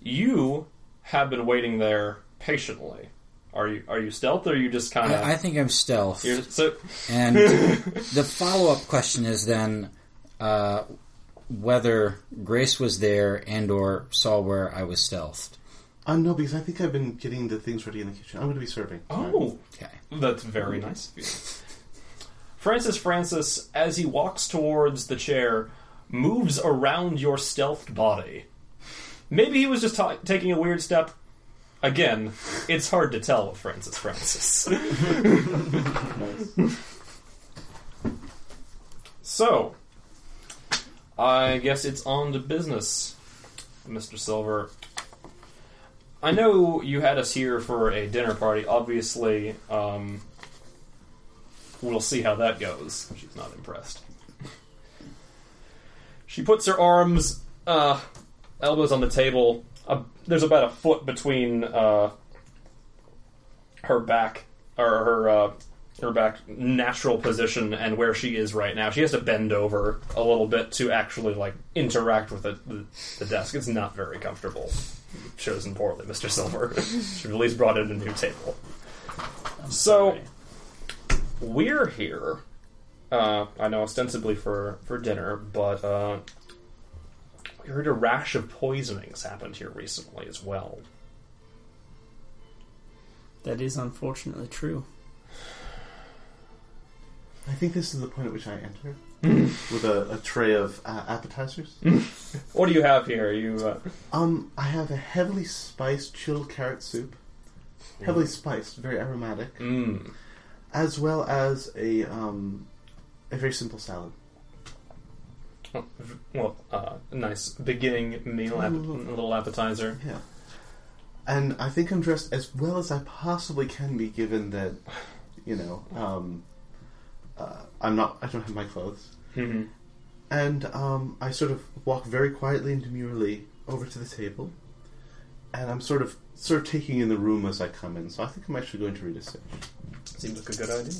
A: You have been waiting there patiently. Are you are you stealth or are you just kind of
G: Uh,
E: I, I think I'm stealth.
A: you're so
E: And the follow up question is then uh, whether Grace was there and or saw where I was stealthed.
G: Uh, no, because I think I've been getting the things ready in the kitchen. I'm going to be serving.
A: Oh,
E: Okay.
A: That's very nice of you. Francis Francis, as he walks towards the chair, moves around your stealthed body. Maybe he was just ta- taking a weird step. Again, it's hard to tell with Francis Francis. so, I guess it's on to business, Mr. Silver. I know you had us here for a dinner party. Obviously, um, we'll see how that goes. She's not impressed. She puts her arms, uh, elbows on the table. Uh, there's about a foot between uh, her back or her uh, her back natural position and where she is right now. She has to bend over a little bit to actually like interact with the, the, the desk. It's not very comfortable chosen poorly, Mr. Silver. Should have at least brought in a new table. So
C: sorry.
A: we're here. Uh, I know ostensibly for for dinner, but uh, we heard a rash of poisonings happened here recently as well.
C: That is unfortunately true.
G: I think this is the point at which I enter with a, a tray of uh, appetizers.
A: What do you have here? You uh,
G: Um, I have a heavily spiced chilled carrot soup. Heavily spiced, very aromatic,
A: mm,
G: as well as a um, a very simple salad.
A: well, uh, nice beginning meal, app- little appetizer.
G: Yeah. And I think I'm dressed as well as I possibly can be, given that, you know, um, uh, I'm not. I don't have my clothes.
A: Mhm.
G: And um, I sort of walk very quietly and demurely over to the table, and I'm sort of sort of taking in the room as I come in. So I think I'm actually going to read a sage.
H: Seems like a good idea.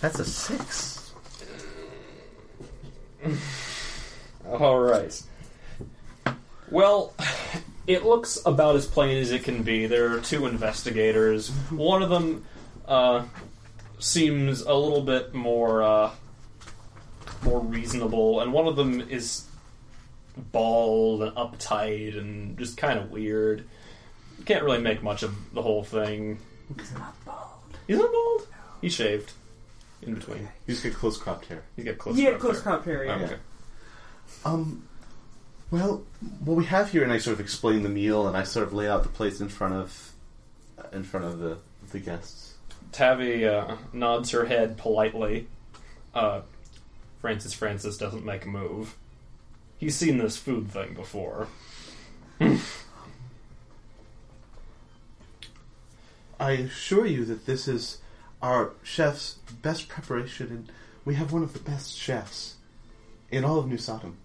H: That's a six.
A: All right. Well, it looks about as plain as it can be. There are two investigators. One of them uh, seems a little bit more uh, more reasonable, and one of them is bald and uptight and just kind of weird. Can't really make much of the whole thing. He's not bald. He's not bald. He's shaved in between.
G: You just get close cropped hair.
A: He's got close.
F: yeah,
A: cropped
F: close
A: hair.
F: crop period.
A: Oh,
F: yeah.
A: okay.
G: Um, well, what we have here, and I sort of explain the meal, and I sort of lay out the plates in front of in front of the the guests.
A: Tavi uh, nods her head politely. Uh, Francis Francis doesn't make a move. He's seen this food thing before.
G: I assure you that this is our chef's best preparation, and we have one of the best chefs in all of New Sodom.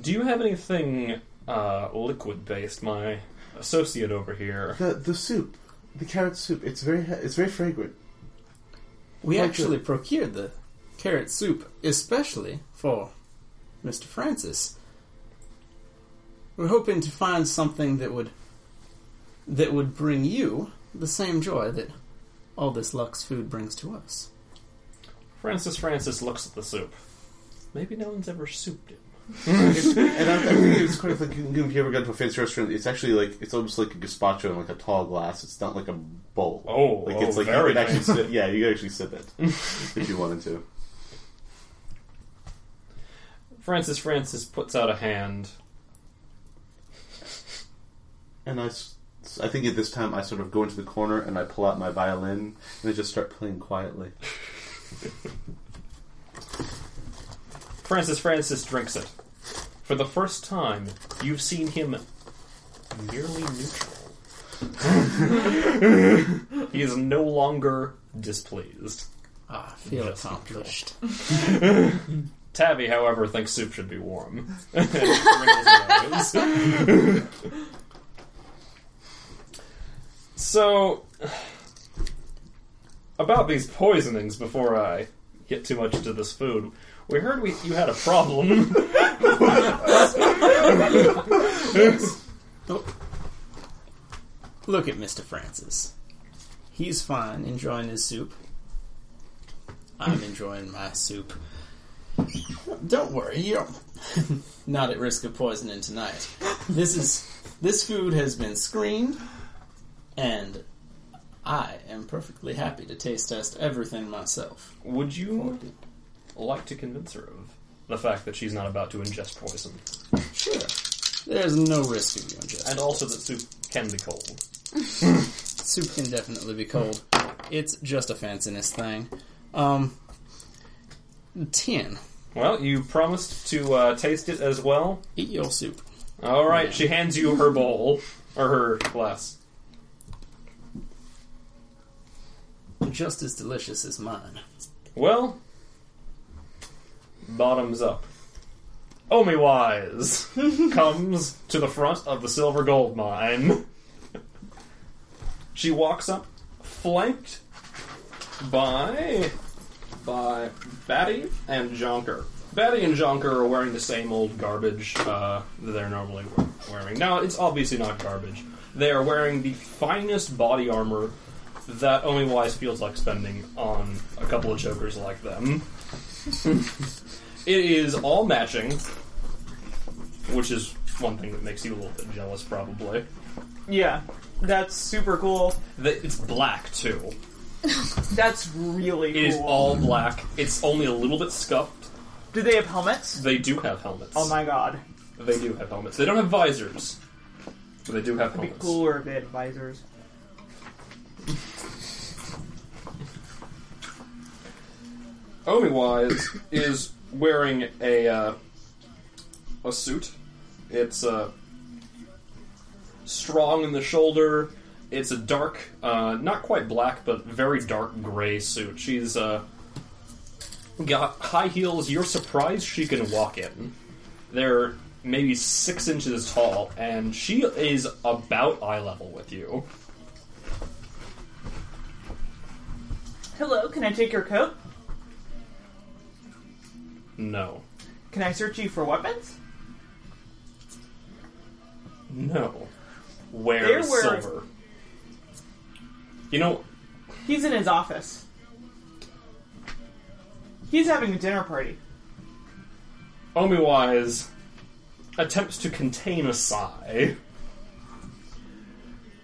A: Do you have anything uh, liquid based? My associate over here.
G: The the soup, the carrot soup, it's very it's very fragrant.
C: We
G: Quite good.
C: actually procured the carrot soup especially for Mr. Francis. We're hoping to find something that would that would bring you the same joy that all this Lux food brings to us.
A: Francis Francis looks at the soup. Maybe no one's ever souped him.
G: and I'm, I'm thinking it's quite like if you ever go to a fancy restaurant, it's actually like it's almost like a gazpacho in like a tall glass. It's not like a bowl.
A: Oh,
G: like
A: oh,
G: it's like
A: very
G: you could actually
A: nice.
G: sit. Yeah, you could actually sip it if you wanted to.
A: Francis Francis puts out a hand.
G: And I, s- I think at this time I sort of go into the corner and I pull out my violin and I just start playing quietly.
A: Francis Francis drinks it. For the first time, you've seen him merely neutral. he is no longer displeased.
C: Ah, I feel
A: Just
C: accomplished.
A: Tabby, however, thinks soup should be warm. Wrinkles her nose. so, about these poisonings, before I get too much into this food, we heard we, you had a problem.
C: Look at Mr. Francis. He's fine, enjoying his soup. I'm enjoying my soup. Don't worry, you're not at risk of poisoning tonight. This is this food has been screened, and I am perfectly happy to taste test everything myself.
A: Would you like to convince her of the fact that she's not about to ingest poison,
C: Sure, there's no risk of you ingesting.
A: and also that soup can be cold?
C: Soup can definitely be cold. It's just a fanciness thing. Um, ten.
A: Well, you promised to uh, taste it as well.
C: Eat your soup.
A: All right, she hands you her bowl or her glass.
C: Just as delicious as mine.
A: Well, bottoms up. Omiwise comes to the front of the silver gold mine. She walks up, flanked by by Batty and Jonker. Batty and Jonker are wearing the same old garbage uh, that they're normally we- wearing. Now, it's obviously not garbage. They are wearing the finest body armor that only Wise feels like spending on a couple of jokers like them. it is all matching, which is one thing that makes you a little bit jealous, probably.
F: Yeah, that's super cool.
A: The- It's black, too.
F: That's really
A: It is
F: cool.
A: all black. It's only a little bit scuffed.
F: Do they have helmets?
A: They do have helmets.
F: Oh my god.
A: They do have helmets. They don't have visors, but they do have
F: It'd be
A: helmets.
F: cooler if they had visors.
A: Omiwise is wearing a uh, a suit. It's uh, strong in the shoulder. It's a dark, uh, not quite black, but very dark gray suit. She's uh, got high heels. You're surprised she can walk in. They're maybe six inches tall, and she is about eye level with you.
F: Hello, can I take your coat?
A: No.
F: Can I search you for weapons?
A: No. Where
F: They're
A: is
F: wearing-
A: silver? You know,
F: He's in his office. He's having a dinner party.
A: Omiwise attempts to contain a sigh.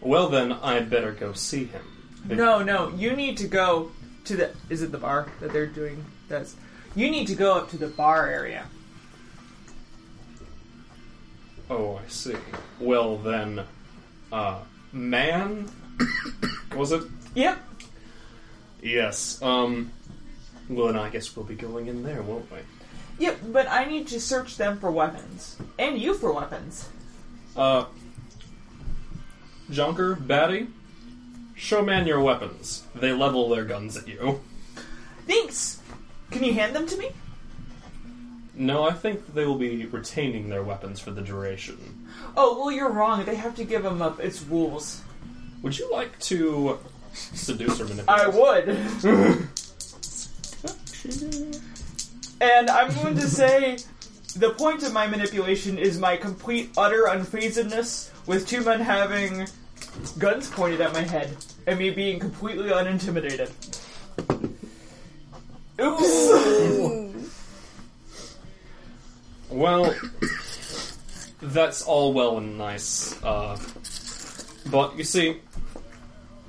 A: Well, then, I'd better go see him.
F: No, no, you need to go to the. Is it the bar that they're doing this? You need to go up to the bar area.
A: Oh, I see. Well, then, uh, man? Was it?
F: Yep.
A: Yes. Um, well, then I guess we'll be going in there, won't we?
F: Yep, but I need to search them for weapons. And you for weapons.
A: Uh, Jonker, Batty, show man your weapons. They level their guns at you.
F: Thanks! Can you hand them to me?
A: No, I think they will be retaining their weapons for the duration.
F: Oh, well, you're wrong. They have to give them up. It's rules.
A: Would you like to seduce or manipulate?
F: I would. and I'm going to say the point of my manipulation is my complete, utter unfazedness with two men having guns pointed at my head and me being completely unintimidated. Oops!
A: Well, that's all well and nice, uh, but you see,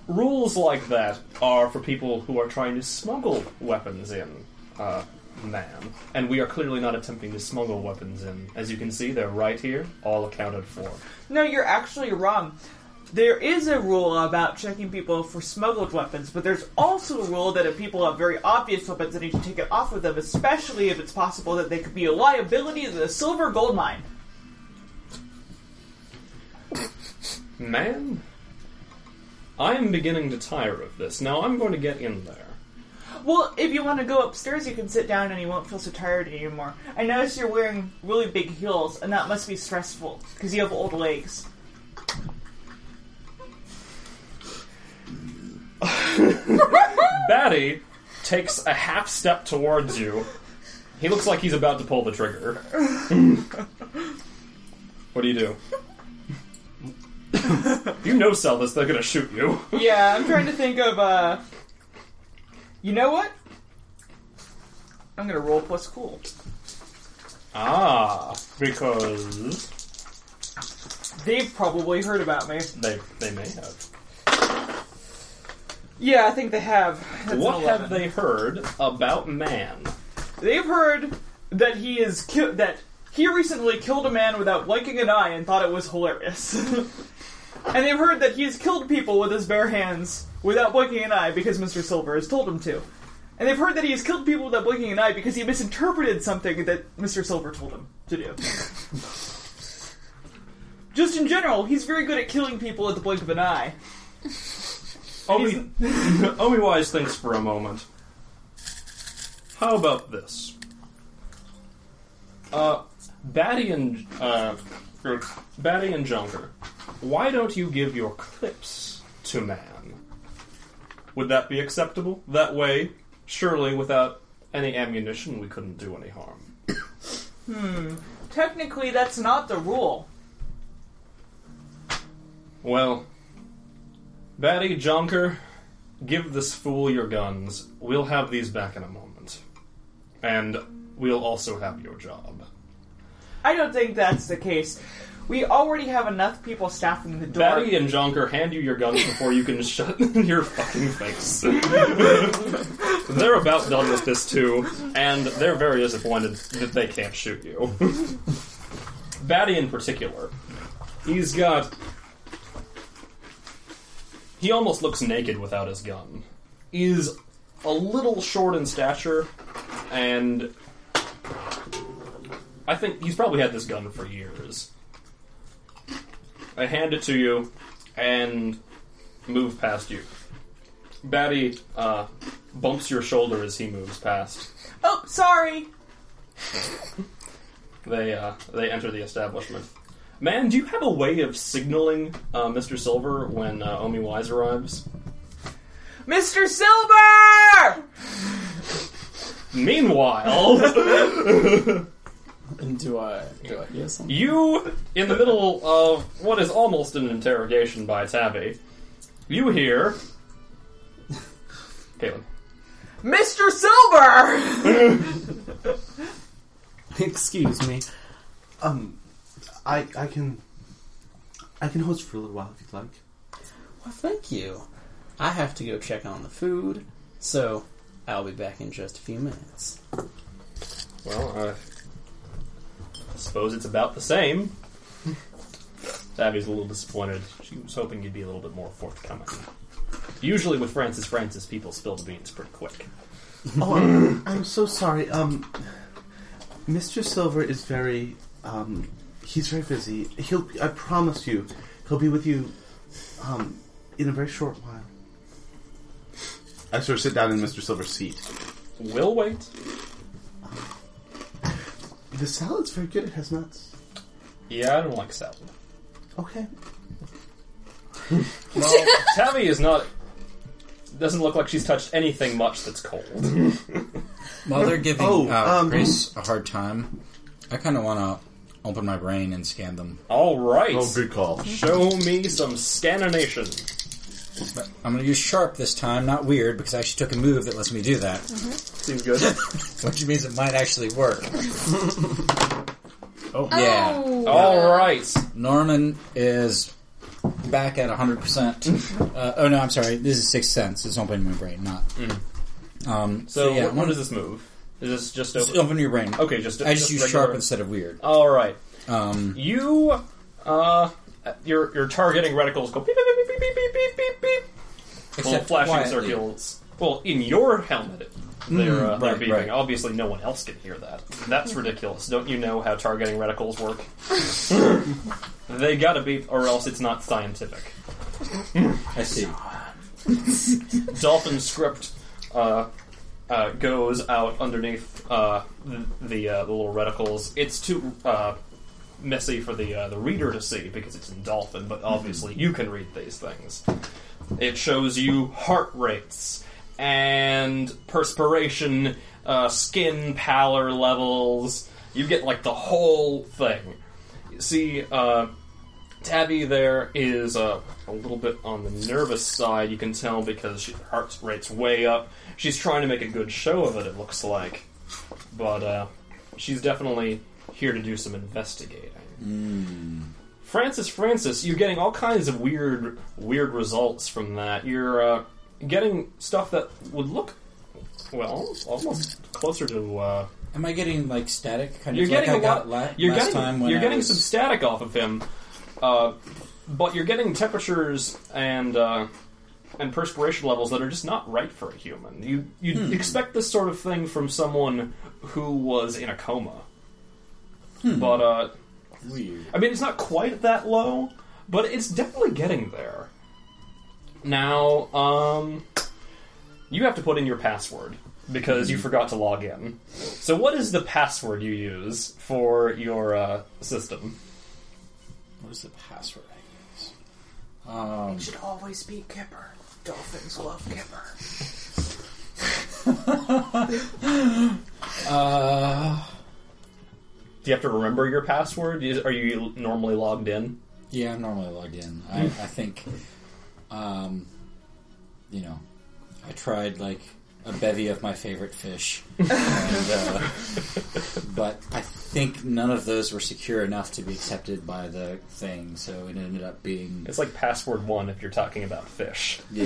A: rules like that are for people who are trying to smuggle weapons in, uh, man. And we are clearly not attempting to smuggle weapons in. As you can see, they're right here, all accounted for.
F: no, you're actually wrong. There is a rule about checking people for smuggled weapons, but there's also a rule that if people have very obvious weapons, they need to take it off of them, especially if it's possible that they could be a liability to the silver gold mine.
A: Man, I am beginning to tire of this. Now I'm going to get in there.
F: Well, if you want to go upstairs, you can sit down and you won't feel so tired anymore. I notice you're wearing really big heels, and that must be stressful because you have old legs.
A: Batty takes a half step towards you. He looks like he's about to pull the trigger. what do you do? you know, Selvis, they're gonna shoot you.
F: Yeah, I'm trying to think of, uh. You know what? I'm gonna roll plus cool.
A: ah, because
F: They've probably heard about me.
A: they they may have.
F: Yeah, I think they have. That's an
A: what have
F: 11.
A: they heard about man?
F: They've heard that he is ki- that he recently killed a man without blinking an eye and thought it was hilarious. and they've heard that he's killed people with his bare hands without blinking an eye because Mr. Silver has told him to. And they've heard that he has killed people without blinking an eye because he misinterpreted something that Mr. Silver told him to do. Just in general, he's very good at killing people at the blink of an eye.
A: Omi, Omi Wise thinks for a moment. How about this? Uh, Batty and uh, er, Batty and Junker, why don't you give your clips to Man? Would that be acceptable? That way, surely, without any ammunition, we couldn't do any harm.
F: Technically, that's not the rule.
A: Well, Batty, Jonker, give this fool your guns. We'll have these back in a moment. And we'll also have your job.
F: I don't think that's the case. We already have enough people staffing the door.
A: Batty and Jonker hand you your guns before you can shut your fucking face. they're about done with this too, and they're very disappointed that they can't shoot you. Batty in particular. He's got. He almost looks naked without his gun. Is a little short in stature, and. I think he's probably had this gun for years. I hand it to you and move past you. Batty uh, bumps your shoulder as he moves past.
F: Oh, sorry.
A: they uh, they enter the establishment. Man, do you have a way of signaling uh, Mr. Silver when uh, Omi Wise arrives?
F: Mr. Silver!
A: Meanwhile,
C: And do I do I hear something?
A: You, in the middle of what is almost an interrogation by Tabby, you hear. Caitlin.
F: Mr. Silver!
C: Excuse me.
G: Um, I I can I can host for a little while if you'd like.
C: Well, thank you. I have to go check on the food, so I'll be back in just a few minutes.
E: uh,
A: Well, I suppose it's about the same. Tabby's a little disappointed. She was hoping you'd be a little bit more forthcoming. Usually with Francis Francis, people spill the beans pretty quick.
G: Oh, I'm, I'm so sorry. Um, Mr. Silver is very um, he's very busy. He'll I promise you, he'll be with you um in a very short while. I sort of sit down in Mr. Silver's seat.
A: We'll wait.
G: The salad's very good. It has nuts.
A: Yeah, I don't like salad.
G: Okay.
A: Well, Tabby is not. Doesn't look like she's touched anything much that's cold.
E: While they're giving
G: Oh,
E: uh,
G: um,
E: Grace a hard time, I kind of want to open my brain and scan them.
A: All right.
H: Oh, good call.
A: Show me some scanination.
E: But I'm going to use sharp this time, not weird, because I actually took a move that lets me do that,
A: Seems good.
E: which means it might actually work.
C: Oh.
E: yeah.
D: Oh,
A: All right.
E: Norman is back at
A: Mm-hmm.
E: 100%. uh, oh, no, I'm sorry. This is Sixth Sense. It's opening my brain, not. Um,
A: Mm-hmm. So,
E: yeah,
A: what,
E: one-
A: what does this move? Is this just
E: Just
A: open?
E: open your brain.
A: Okay, just
E: I just,
A: just
E: use
A: regular- Oh.
E: sharp instead of weird.
A: All right.
E: Um,
A: You, uh, your your targeting reticles go beep beep beep beep beep beep beep beep. Well,
E: except
A: flashing
E: quietly.
A: circles. Well, in your helmet, they're, uh, they're
E: Mm-hmm. right,
A: beeping.
E: right.
A: Obviously, no one else can hear that. That's ridiculous. Don't you know how targeting reticles work? they gotta beep, or else it's not scientific.
E: I see.
A: dolphin script uh, uh, goes out underneath uh, the the, uh, the little reticles. It's too uh, messy for the uh, the reader to see because it's in dolphin,
E: Mm-hmm.
A: but obviously you can read these things. It shows you heart rates and perspiration, uh, skin pallor levels. You get like the whole thing. You see. Uh, Tabby there is uh, a little bit on the nervous side, you can tell, because she, her heart rate's way up. She's trying to make a good show of it, it looks like. But uh, she's definitely here to do some investigating. Francis, Francis, you're getting all kinds of weird, weird results from that. You're uh, getting stuff that would look, well, almost closer to uh,
E: Am I getting like static? Kind
A: you're
E: of
A: getting
E: like
A: a
E: I
A: lot.
E: got la-
A: you're
E: last
A: getting
E: time when
A: you're
E: I
A: getting
E: was-
A: some static off of him, uh, but you're getting temperatures and uh, and perspiration levels that are just not right for a human. You you
E: Hmm.
A: would expect this sort of thing from someone who was in a coma, but uh,
E: Hmm. Weird.
A: I mean it's not quite that low, but it's definitely getting there. Now, um, you have to put in your password because
E: Hmm.
A: you forgot to log in. So, what is the password you use for your uh, system?
E: What is the password? I use?
F: You should always be Kipper. Dolphins love Kipper.
A: Do you have to remember your password? Is- Are you normally logged in?
E: Yeah, I'm normally logged in. I, I think, um, you know, I tried like a bevy of my favorite fish, and, uh, but I think none of those were secure enough to be accepted by the thing, so it ended up being
A: It's like password one if you're talking about fish.
E: yeah,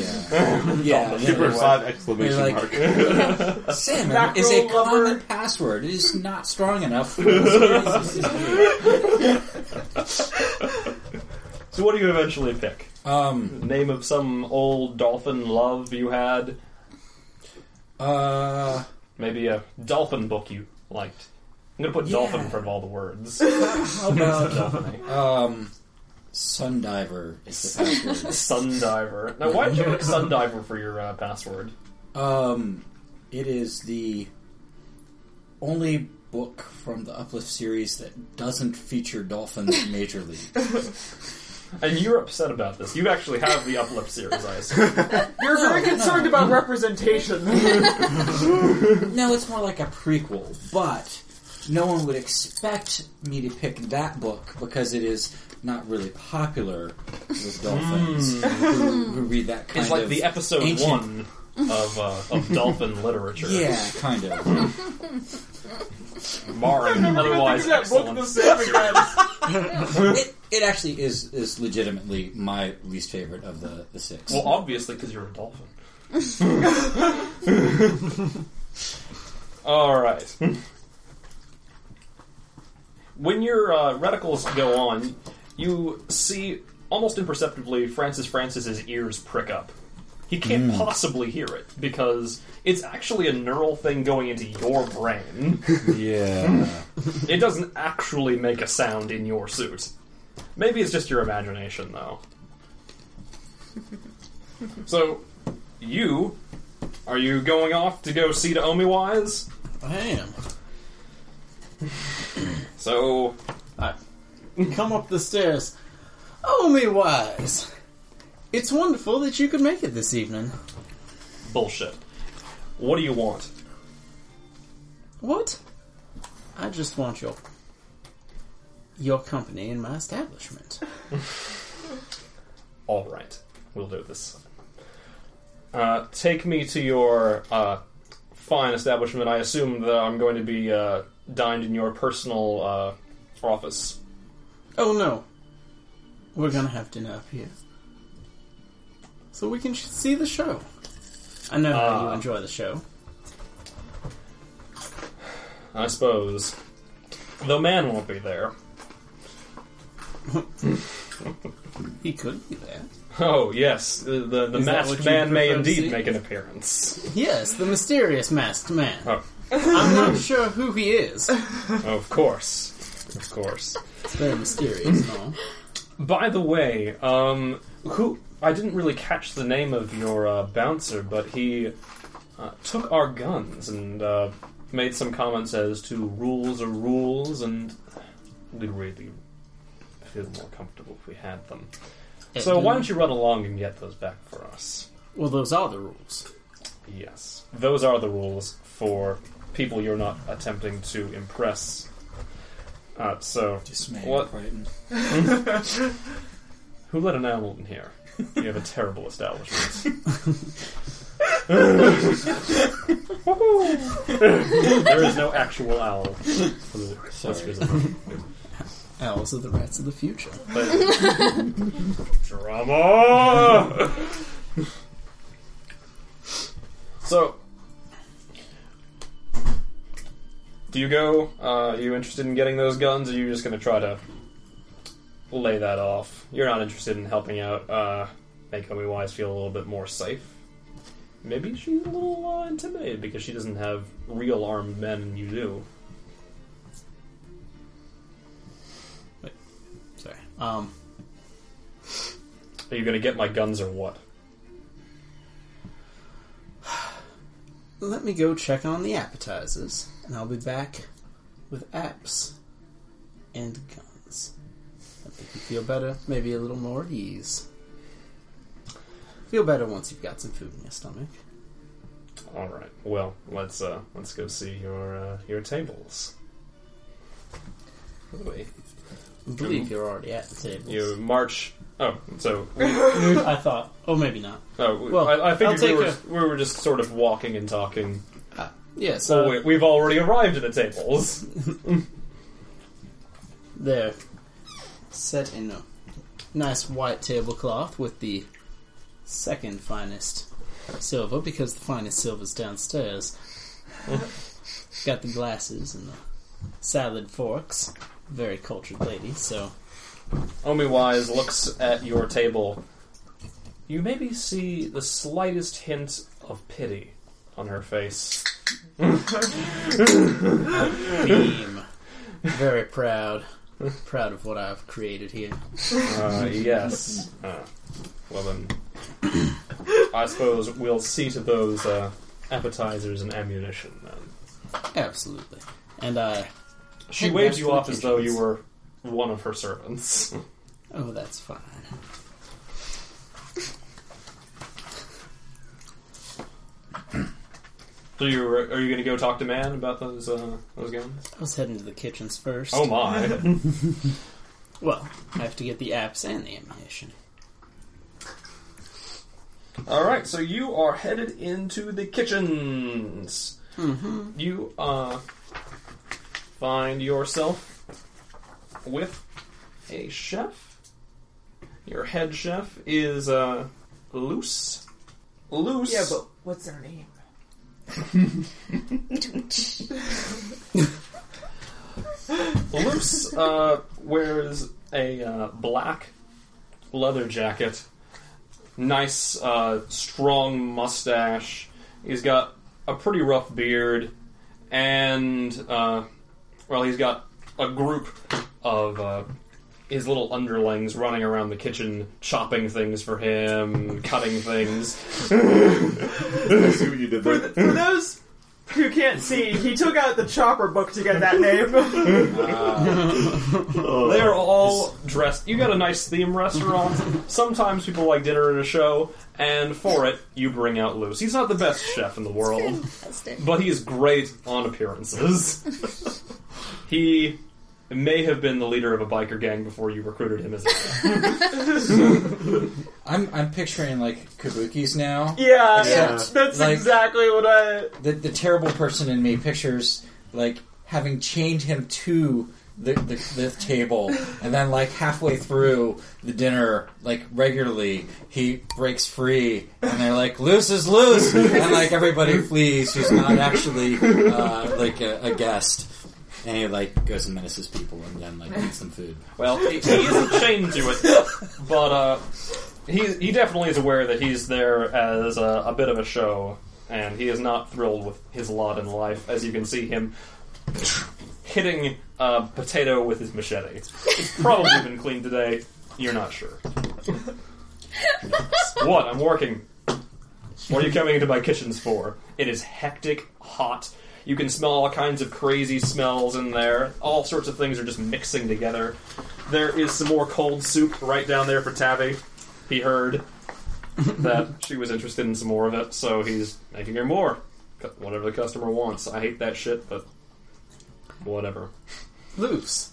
E: yeah. and
G: Super
E: then
G: five
E: They're
G: exclamation
E: like,
G: mark.
E: salmon is a
F: Mackerel lover.
E: common password. It is not strong enough. for this.
A: So, what do you eventually pick?
E: um,
A: Name of some old dolphin love you had?
E: uh,
A: Maybe a dolphin book you liked? I'm gonna put dolphin in front of all the words.
E: how about
A: Dolphiny.
E: um, Sundiver is the password.
A: Sundiver. Now, why did you pick Sundiver for your uh, password?
E: Um, it is the only book from the Uplift series that doesn't feature dolphins majorly.
A: And you're upset about this. You actually have the uplift series, I assume.
F: You're very concerned about representation.
E: no, it's more like a prequel, but no one would expect me to pick that book because it is not really popular with dolphins who, who read that kind
A: Hmm. It's like
E: of
A: the episode
E: ancient-
A: one of uh, of dolphin literature.
E: Yeah, kind of.
A: Marin,
F: We're gonna
A: otherwise
F: think of that book
A: excellent.
F: the same again.
E: it, it actually is is legitimately my least favorite of the the six.
A: Well, obviously, because you're a dolphin. All right. When your uh, reticles go on, you see almost imperceptibly Francis Francis's ears prick up. He can't possibly hear it because it's actually a neural thing going into your brain.
E: yeah.
A: it doesn't actually make a sound in your suit. Maybe it's just your imagination, though. so, you are you going off to go see to Omiwise?
C: I am.
A: So,
C: I come up the stairs. Oh, me wise. It's wonderful that you could make it this evening.
A: bullshit. What do you want?
C: What? I just want your your company in my establishment.
A: All right, we'll do this. Uh, take me to your uh, fine establishment. I assume that I'm going to be uh, dined in your personal uh, office.
C: Oh no, we're gonna have dinner up here, so we can sh- see the show. I know how you
A: Ah.
C: enjoy the show.
A: I suppose. The man won't be there.
C: He could be there.
A: Oh yes, the the, the
C: Is that
A: masked
C: what you
A: man may
C: prefer to
A: indeed
C: see?
A: make an appearance.
C: Yes, the mysterious masked man.
A: Oh.
C: I'm not sure who he is.
A: of course, of course.
C: It's very mysterious, no?
A: By the way, um, who I didn't really catch the name of your uh, bouncer, but he uh, took our guns and uh, made some comments as to rules are rules, and we really feel more comfortable if we had them. So why don't you run along and get those back for us?
C: um, Well, those are the rules.
A: Yes. Those are the rules for people you're not attempting to impress. Uh, so,
E: Dismay.
A: What?
E: Crichton.
A: who let an animal in here? You have a terrible establishment. Woohoo! there is no actual owl. For the listeners of the-
C: Owls are the rats of the future.
A: but- Drama! so, do you go? Uh, you interested in getting those guns, or you just going to try to lay that off? You're not interested in helping out, uh, make Omi Wise feel a little bit more safe. Maybe she's a little uh, intimidated because she doesn't have real armed men, and you do.
C: Sorry. Um,
A: Are you going to get my guns or what?
C: let me go check on the appetizers, and I'll be back with apps and guns. That make you feel better, maybe a little more at ease. Feel better once you've got some food in your stomach.
A: All right. Well, let's uh, let's go see your uh, your tables. Wait,
C: I believe you're already at the table.
A: You march. Oh, so
C: I thought, oh, maybe not.
A: oh, we-
C: Well,
A: I, I figured
C: I'll
A: we
C: take
A: were,
C: a-
A: we were just sort of walking and talking.
C: Yeah, so
A: So we, we've already arrived at the tables.
C: they're set in a nice white tablecloth with the second finest silver because the finest silver's downstairs. Got the glasses and the salad forks. Very cultured lady, so
A: Omi Wise looks at your table. You maybe see the slightest hint of pity on her face.
C: beam. Very proud. Proud of what I've created here.
A: Uh, yes. Uh, well then, I suppose we'll see to those uh, appetizers and ammunition then.
C: Absolutely. and I.
A: She
C: Hey,
A: waved
C: that's
A: you off as though you
C: vacations.
A: were one of her servants.
C: Oh, that's fine.
A: So you were, are you going to go talk to Man about those uh, those guns?
C: I was heading to the kitchens first.
A: Oh my!
C: Well, I have to get the apps and the ammunition.
A: All right, so you are headed into the kitchens. Mm-hmm. You uh, find yourself with a chef. Your head chef is uh, loose. Loose.
F: Yeah, but what's their name?
A: Luce uh, wears a uh, black leather jacket, nice, uh, strong mustache. He's got a pretty rough beard, and uh, well, he's got a group of uh, his little underlings running around the kitchen, chopping things for him, cutting things.
B: I see what you did
F: For,
B: there.
F: th- for those who can't see, he took out the chopper book to get that name.
A: They are all dressed. You got a nice theme restaurant. Sometimes people like dinner and a show, and for it, you bring out Luce. He's not the best chef in the world,
D: Fantastic.
A: but he is great on appearances. he may have been the leader of a biker gang before you recruited him as a
E: I'm I'm picturing like kabukis now.
F: yeah,
E: Yeah.
F: that's
E: Like-
F: exactly what I.
E: The the terrible person in me pictures like having chained him to the, the, the table, and then like halfway through the dinner, like regularly, he breaks free, and they're like, "Loose is loose," and like everybody flees. Who's not actually uh, like a, a guest. And he like goes and menaces people, and then like eats some food.
A: well. He, he isn't chained to it, but uh, he he definitely is aware that he's there as a, a bit of a show, and he is not thrilled with his lot in life, as you can see him hitting a potato with his machete. It's probably been cleaned today. You're not sure. what? I'm working. What are you coming into my kitchens for? It is hectic, hot. You can smell all kinds of crazy smells in there. All sorts of things are just mixing together. There is some more cold soup right down there for Tabby. He heard that she was interested in some more of it, so he's making her more. Cu- Whatever the customer wants. I hate that shit, but whatever.
C: Loose.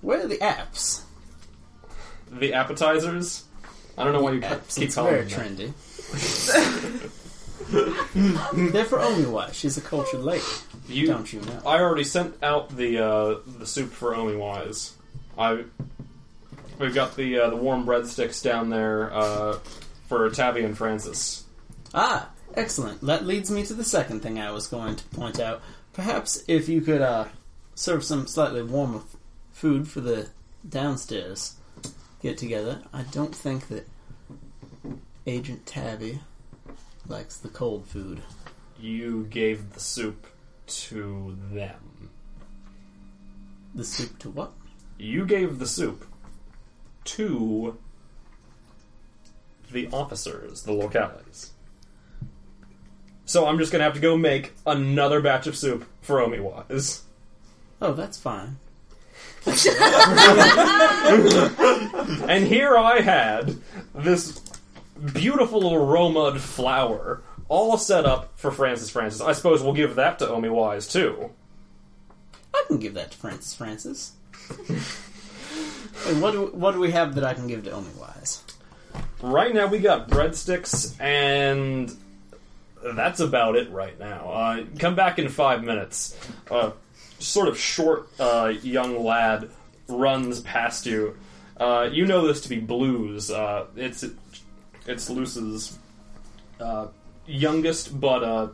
C: Where are the apps?
A: The appetizers. I don't know why you ca-
C: apps.
A: keep
C: It's
A: calling
C: very
A: them that.
C: trendy. They're for Omiwa. She's a cultured lady.
A: You,
C: Don't you know?
A: I already sent out the uh, the soup for Only Wise. I we've got the uh, the warm breadsticks down there uh, for Tabby and Francis.
C: Ah, excellent. That leads me to the second thing I was going to point out. Perhaps if you could uh, serve some slightly warmer f- food for the downstairs get together. I don't think that Agent Tabby likes the cold food.
A: You gave the soup to them.
C: The soup to what?
A: You gave the soup to the officers, the locales. So I'm just gonna have to go make another batch of soup for Omiwaz.
C: Oh, that's fine.
A: And here I had this beautiful aromaed flower all set up for Francis Francis. I suppose we'll give that to Omi Wise too.
C: I can give that to Francis Francis. Wait, what do, what do we have that I can give to Omi Wise?
A: Right now we got breadsticks and that's about it right now. Uh, come back in five minutes. Uh, sort of short uh, young lad runs past you. Uh, you know this to be Blues. Uh, it's it's Luce's uh, youngest, but uh,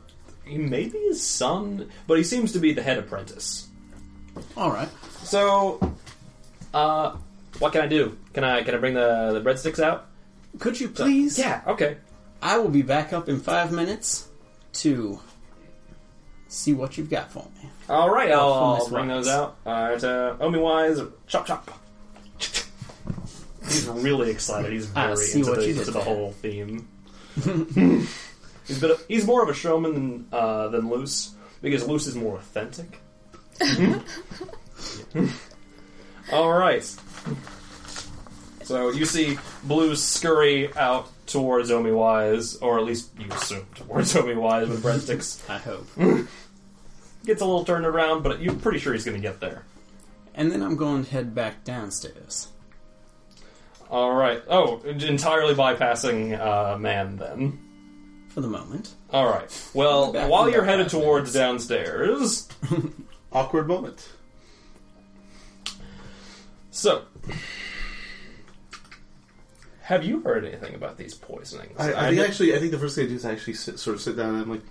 A: he may be his son, but he seems to be the head apprentice.
C: All right.
A: So, uh, what can I do? Can I can I bring the the breadsticks out?
C: Could you please?
A: Yeah. Okay.
C: I will be back up in five minutes to see what you've got for me.
A: All right, I'll,
C: Oh,
A: I'll
C: nice
A: bring
C: rocks.
A: those out. All right, uh, Omi Wise, chop chop. He's really excited. He's
C: I
A: very
C: see
A: into,
C: what
A: the,
C: you did
A: into the
C: there.
A: whole theme. he's, been a, he's more of a showman than, uh, than Luce because Luce is more authentic. All right. So you see Blue scurry out towards Omiwise, or at least you assume towards Omiwise with breadsticks.
C: I hope.
A: Gets a little turned around, but you're pretty sure he's going to get there.
C: And then I'm going to head back downstairs.
A: All right. Oh, entirely bypassing uh, man then.
C: For the moment.
A: All right. Well,
C: Back
A: while
C: in
A: you're
C: about
A: headed
C: five
A: towards downstairs,
G: Awkward moment.
A: so have you heard anything about these poisonings?
G: I, I think actually, I think the first thing I do is I actually sit, sort of sit down and I'm like,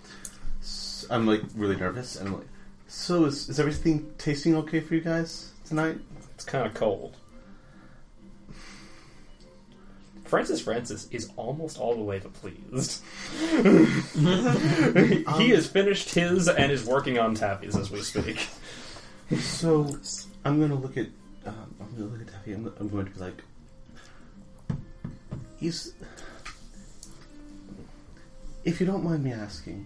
G: s- I'm like really nervous and I'm like, so is, is everything tasting okay for you guys tonight?
A: it's kind of cold. Francis Francis is almost all the way to pleased. he
G: Um,
A: has finished his and is working on Taffy's as we speak.
G: So I'm gonna look at, um, I'm gonna look at Taffy. I'm, I'm going to be like, is, if you don't mind me asking,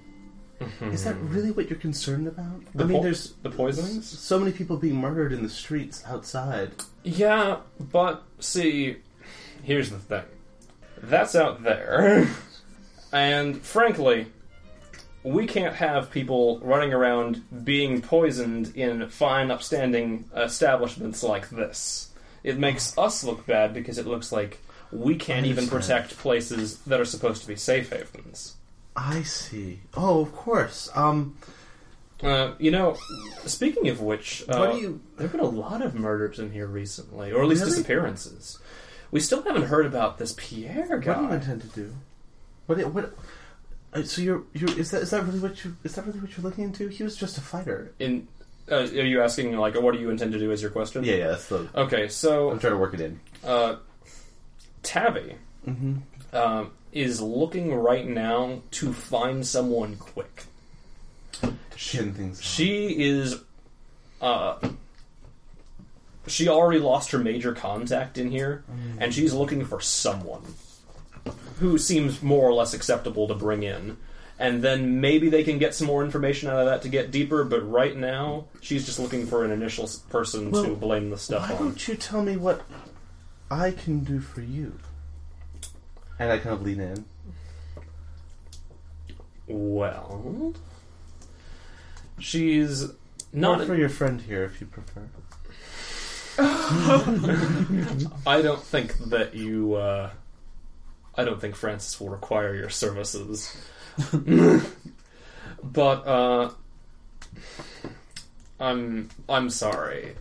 G: is that really what you're concerned about? I
A: The
G: mean,
A: po-
G: there's
A: the poisonings?
G: s- So many people being murdered in the streets outside.
A: Yeah, but see, here's the thing. That's out there. And frankly, we can't have people running around being poisoned in fine, upstanding establishments like this. It makes us look bad because it looks like we can't even
G: Understand.
A: protect places that are supposed to be safe havens.
G: I see. Oh, of course. Um.
A: Uh, you know, speaking of which, uh,
G: What do you-
A: there have been a lot of murders in here recently, or at least
G: Really?
A: disappearances. We still haven't heard about this Pierre
G: What do you
A: guy.
G: intend to do? What? What? uh, So you're you are is that is that really what you is that really what you're looking into? He was just a fighter.
A: In uh, are you asking like what do you intend to do? Is your question?
G: Yeah, yeah. That's the.
A: Okay, so
G: I'm trying to work it in.
A: uh, Tavi
G: Mm-hmm.
A: um, is looking right now to find someone quick.
G: Shin things.
A: She is. Uh, she already lost her major contact in here,
G: Mm.
A: and she's looking for someone who seems more or less acceptable to bring in. And then maybe they can get some more information out of that to get deeper, but right now, she's just looking for an initial s- person to
G: Well,
A: blame the stuff
G: Why
A: on.
G: don't you tell me what I can do for you? And I kind of lean in.
A: Well. She's
G: Not
A: not.
G: for your friend here, if you prefer.
A: I don't think that you. Uh, I don't think Francis will require your services. but uh, I'm I'm sorry.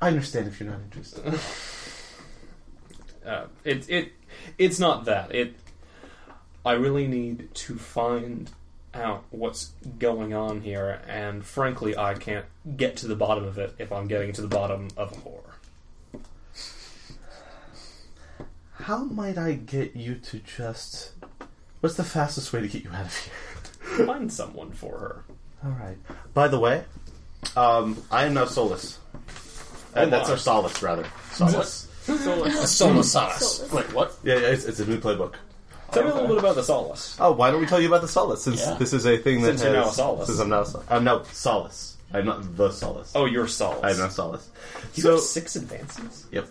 G: I understand if you're not interested.
A: Uh, it it it's not that. It I really need to find out what's going on here, and frankly, I can't get to the bottom of it if I'm getting to the bottom of a whore.
G: How might I get you to just? What's the fastest way to get you out of here?
A: Find someone for her.
G: All right. By the way, um, I am now Solus.
A: Oh,
G: And that's
A: my.
G: our solace, rather. Solace.
D: Solus.
A: Wait, what?
G: yeah, yeah, it's, it's a new playbook.
A: Tell me a little bit about the solace.
G: Oh, why don't we tell you about the solace? Since
C: Yeah.
G: this is a thing that
A: Since
G: has,
A: you're now a solace.
G: Since I'm now solace. I'm now solace. I'm not the solace.
A: Oh, your solace.
G: I'm now solace.
A: You
G: so
A: have six advances?
G: yep.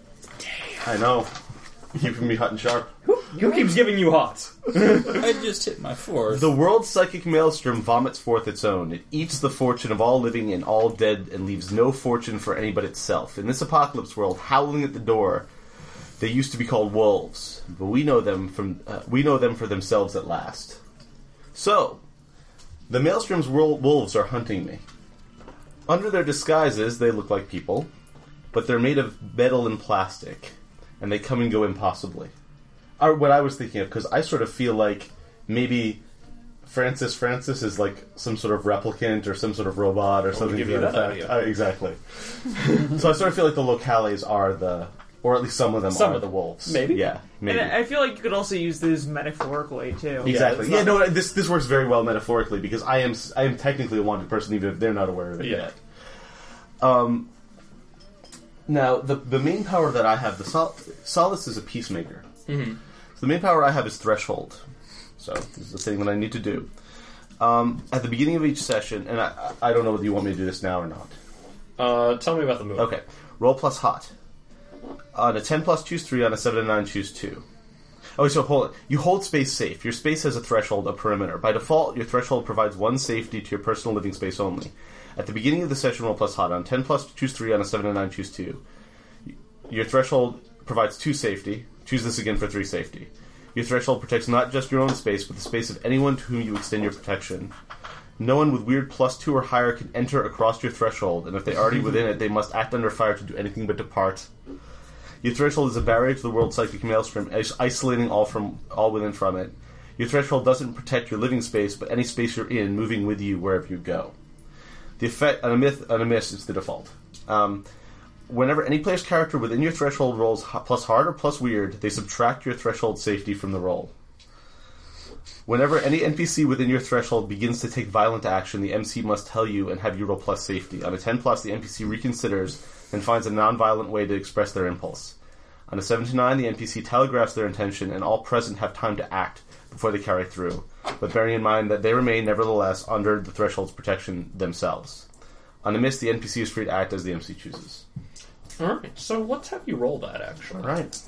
G: I know. Keeping me hot and sharp.
A: Who keeps giving you hot?
E: I just hit my fourth.
G: The world's psychic maelstrom vomits forth its own. It eats the fortune of all living and all dead and leaves no fortune for any but itself. In this apocalypse world, howling at the door, they used to be called wolves, but we know them from uh, we know them for themselves at last. So, the maelstrom's wol- wolves are hunting me. Under their disguises, they look like people, but they're made of metal and plastic, and they come and go impossibly are what I was thinking of because I sort of feel like maybe Francis Francis is like some sort of replicant or some sort of robot or something.
A: give
G: to
A: you
G: that
A: that
G: effect.
A: idea.
G: Uh, exactly. so I sort of feel like the locales are the, or at least some of them
A: Some
G: are
A: of
G: the
A: them.
G: wolves.
A: Maybe.
G: Yeah. Maybe.
F: And I I feel like you could also use these metaphorically too.
G: Exactly.
A: Yeah,
G: Yeah,
A: it's
G: no. This this works very well metaphorically because I am s- I am technically a wanted person even if they're not aware of it
A: Yeah.
G: yet. Um.
B: Um,
G: Now the the main power that I have the sol- solace is a peacemaker. Mm-hmm. So the main power I have is threshold. So this is the thing that I need to do.
B: Um, at the beginning of each session, and I, I don't know whether you want me to do this now or not.
A: Uh, tell me about the movie.
B: Okay. Roll plus hot. On a 10 plus, choose 3. On a 7 and 9, choose 2. Oh, so hold it. You hold space safe. Your space has a threshold, a perimeter. By default, your threshold provides one safety to your personal living space only. At the beginning of the session, roll plus hot. On 10 plus, choose 3. On a 7 and 9, choose 2. Your threshold provides 2 safety. Choose this again for 3 safety. Your threshold protects not just your own space, but the space of anyone to whom you extend your protection. No one with weird plus two or higher can enter across your threshold, and if they're already within it, they must act under fire to do anything but depart. Your threshold is a barrier to the world's psychic maelstrom, is- isolating all from all within from it. Your threshold doesn't protect your living space, but any space you're in, moving with you wherever you go. The effect on a myth on a miss is the default. Um, whenever any player's character within your threshold rolls h- plus hard or plus weird, they subtract your threshold safety from the roll. Whenever any NPC within your threshold begins to take violent action, the MC must tell you and have you roll plus safety. On a 10 plus, the NPC reconsiders and finds a non-violent way to express their impulse. On a 7 to 9, the NPC telegraphs their intention, and all present have time to act before they carry through, but bearing in mind that they remain, nevertheless, under the threshold's protection themselves. On a miss, the NPC is free to act as the MC chooses.
A: Alright, so let's have you roll that, actually.
B: Right.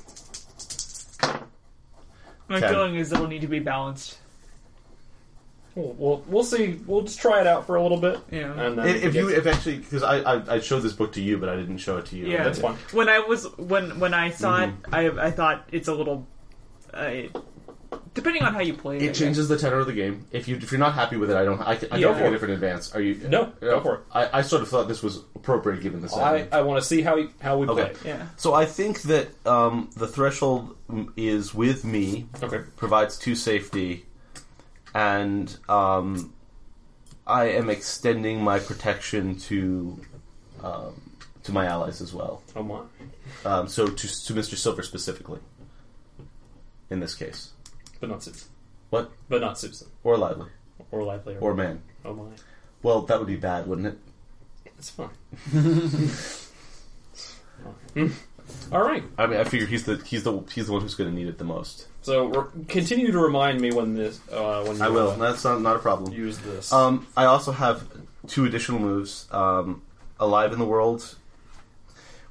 F: My
B: Ten.
F: feeling is it'll need to be balanced.
A: We'll, we'll, we'll see. We'll just try it out for a little bit.
F: Yeah.
A: And then we
B: If, if
A: get-
B: you, if actually, because I, I, I showed this book to you, but I didn't show it to you.
F: Yeah.
A: That's fine.
F: When I was when when I saw it, I I thought it's a little, uh, depending on how you play it. I
B: It
F: guess.
B: changes the tenor of the game. If you if you're not happy with it, I don't. I, can, I
F: Yeah.
B: don't get it in advance. Are you?
A: No, go for it.
B: I, I sort of thought this was appropriate given the setting.
A: I, I want to see how, you, how we
B: okay.
A: play.
F: Yeah.
B: So I think that um, the threshold mm, is with me.
A: Okay.
B: Provides two safety, and um, I am extending my protection to um, to my allies as well.
A: Oh my.
B: Um, so to to Mr. Silver specifically. In this case,
A: But not Susan.
B: what
A: But not Susan.
B: or lively
A: Or Lively. Or,
B: or man.
A: oh my.
B: Well, that would be bad, wouldn't it?
A: It's fine. Alright.
B: I mean, I figure he's the he's the he's the one who's going to need it the most.
A: So re- continue to remind me when this uh, when you
B: I will.
A: uh,
B: That's not not a problem.
A: use this.
B: Um, I also have two additional moves. Um, alive in the world.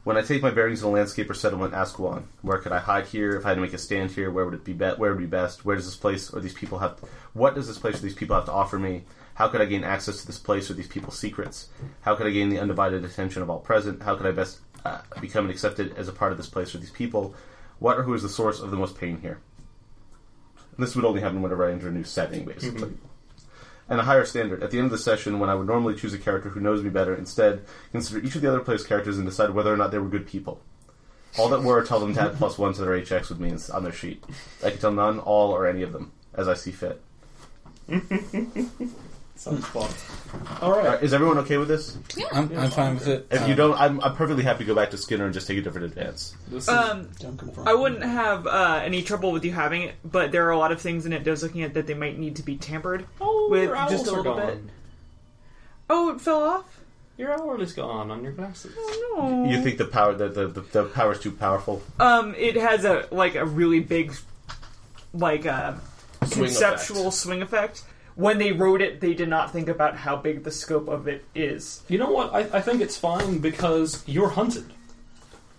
B: When I take my bearings in a landscape or settlement, ask one: Where could I hide here? If I had to make a stand here, where would it be? Be- where would be best? Where does this place or these people have? What does this place or these people have to offer me? How could I gain access to this place or these people's secrets? How could I gain the undivided attention of all present? How could I best uh, become accepted as a part of this place or these people? What or who is the source of the most pain here? This would only happen whenever I enter a new setting, basically. And a higher standard. At the end of the session, when I would normally choose a character who knows me better, instead consider each of the other players' characters and decide whether or not they were good people. All that were, tell them to add plus one to their HX with means on their sheet. I can tell none, all, or any of them, as I see fit.
A: Sounds fun.
B: Alright, Uh, is everyone okay with this?
E: I'm, I'm fine with it.
B: If you
E: Um,
C: Uh,
B: don't, I'm, I'm perfectly happy to go back to Skinner and just take a different advance.
A: This is,
F: Um,
E: don't confirm.
F: I wouldn't have uh, any trouble with you having it, but there are a lot of things in it that I was looking at that they might need to be tampered.
A: oh,
F: with
A: your owls
F: just a
A: are
F: little
A: gone.
F: bit. Oh, it fell off.
A: Your owl is gone on your glasses.
F: No.
B: You think the power, the, the, the, the power's too powerful?
F: Um, it has a like a really big, like uh,
B: Swing
F: conceptual
B: effect.
F: swing effect. When they wrote it, they did not think about how big the scope of it is.
A: You know what? I, I think it's fine because you're hunted.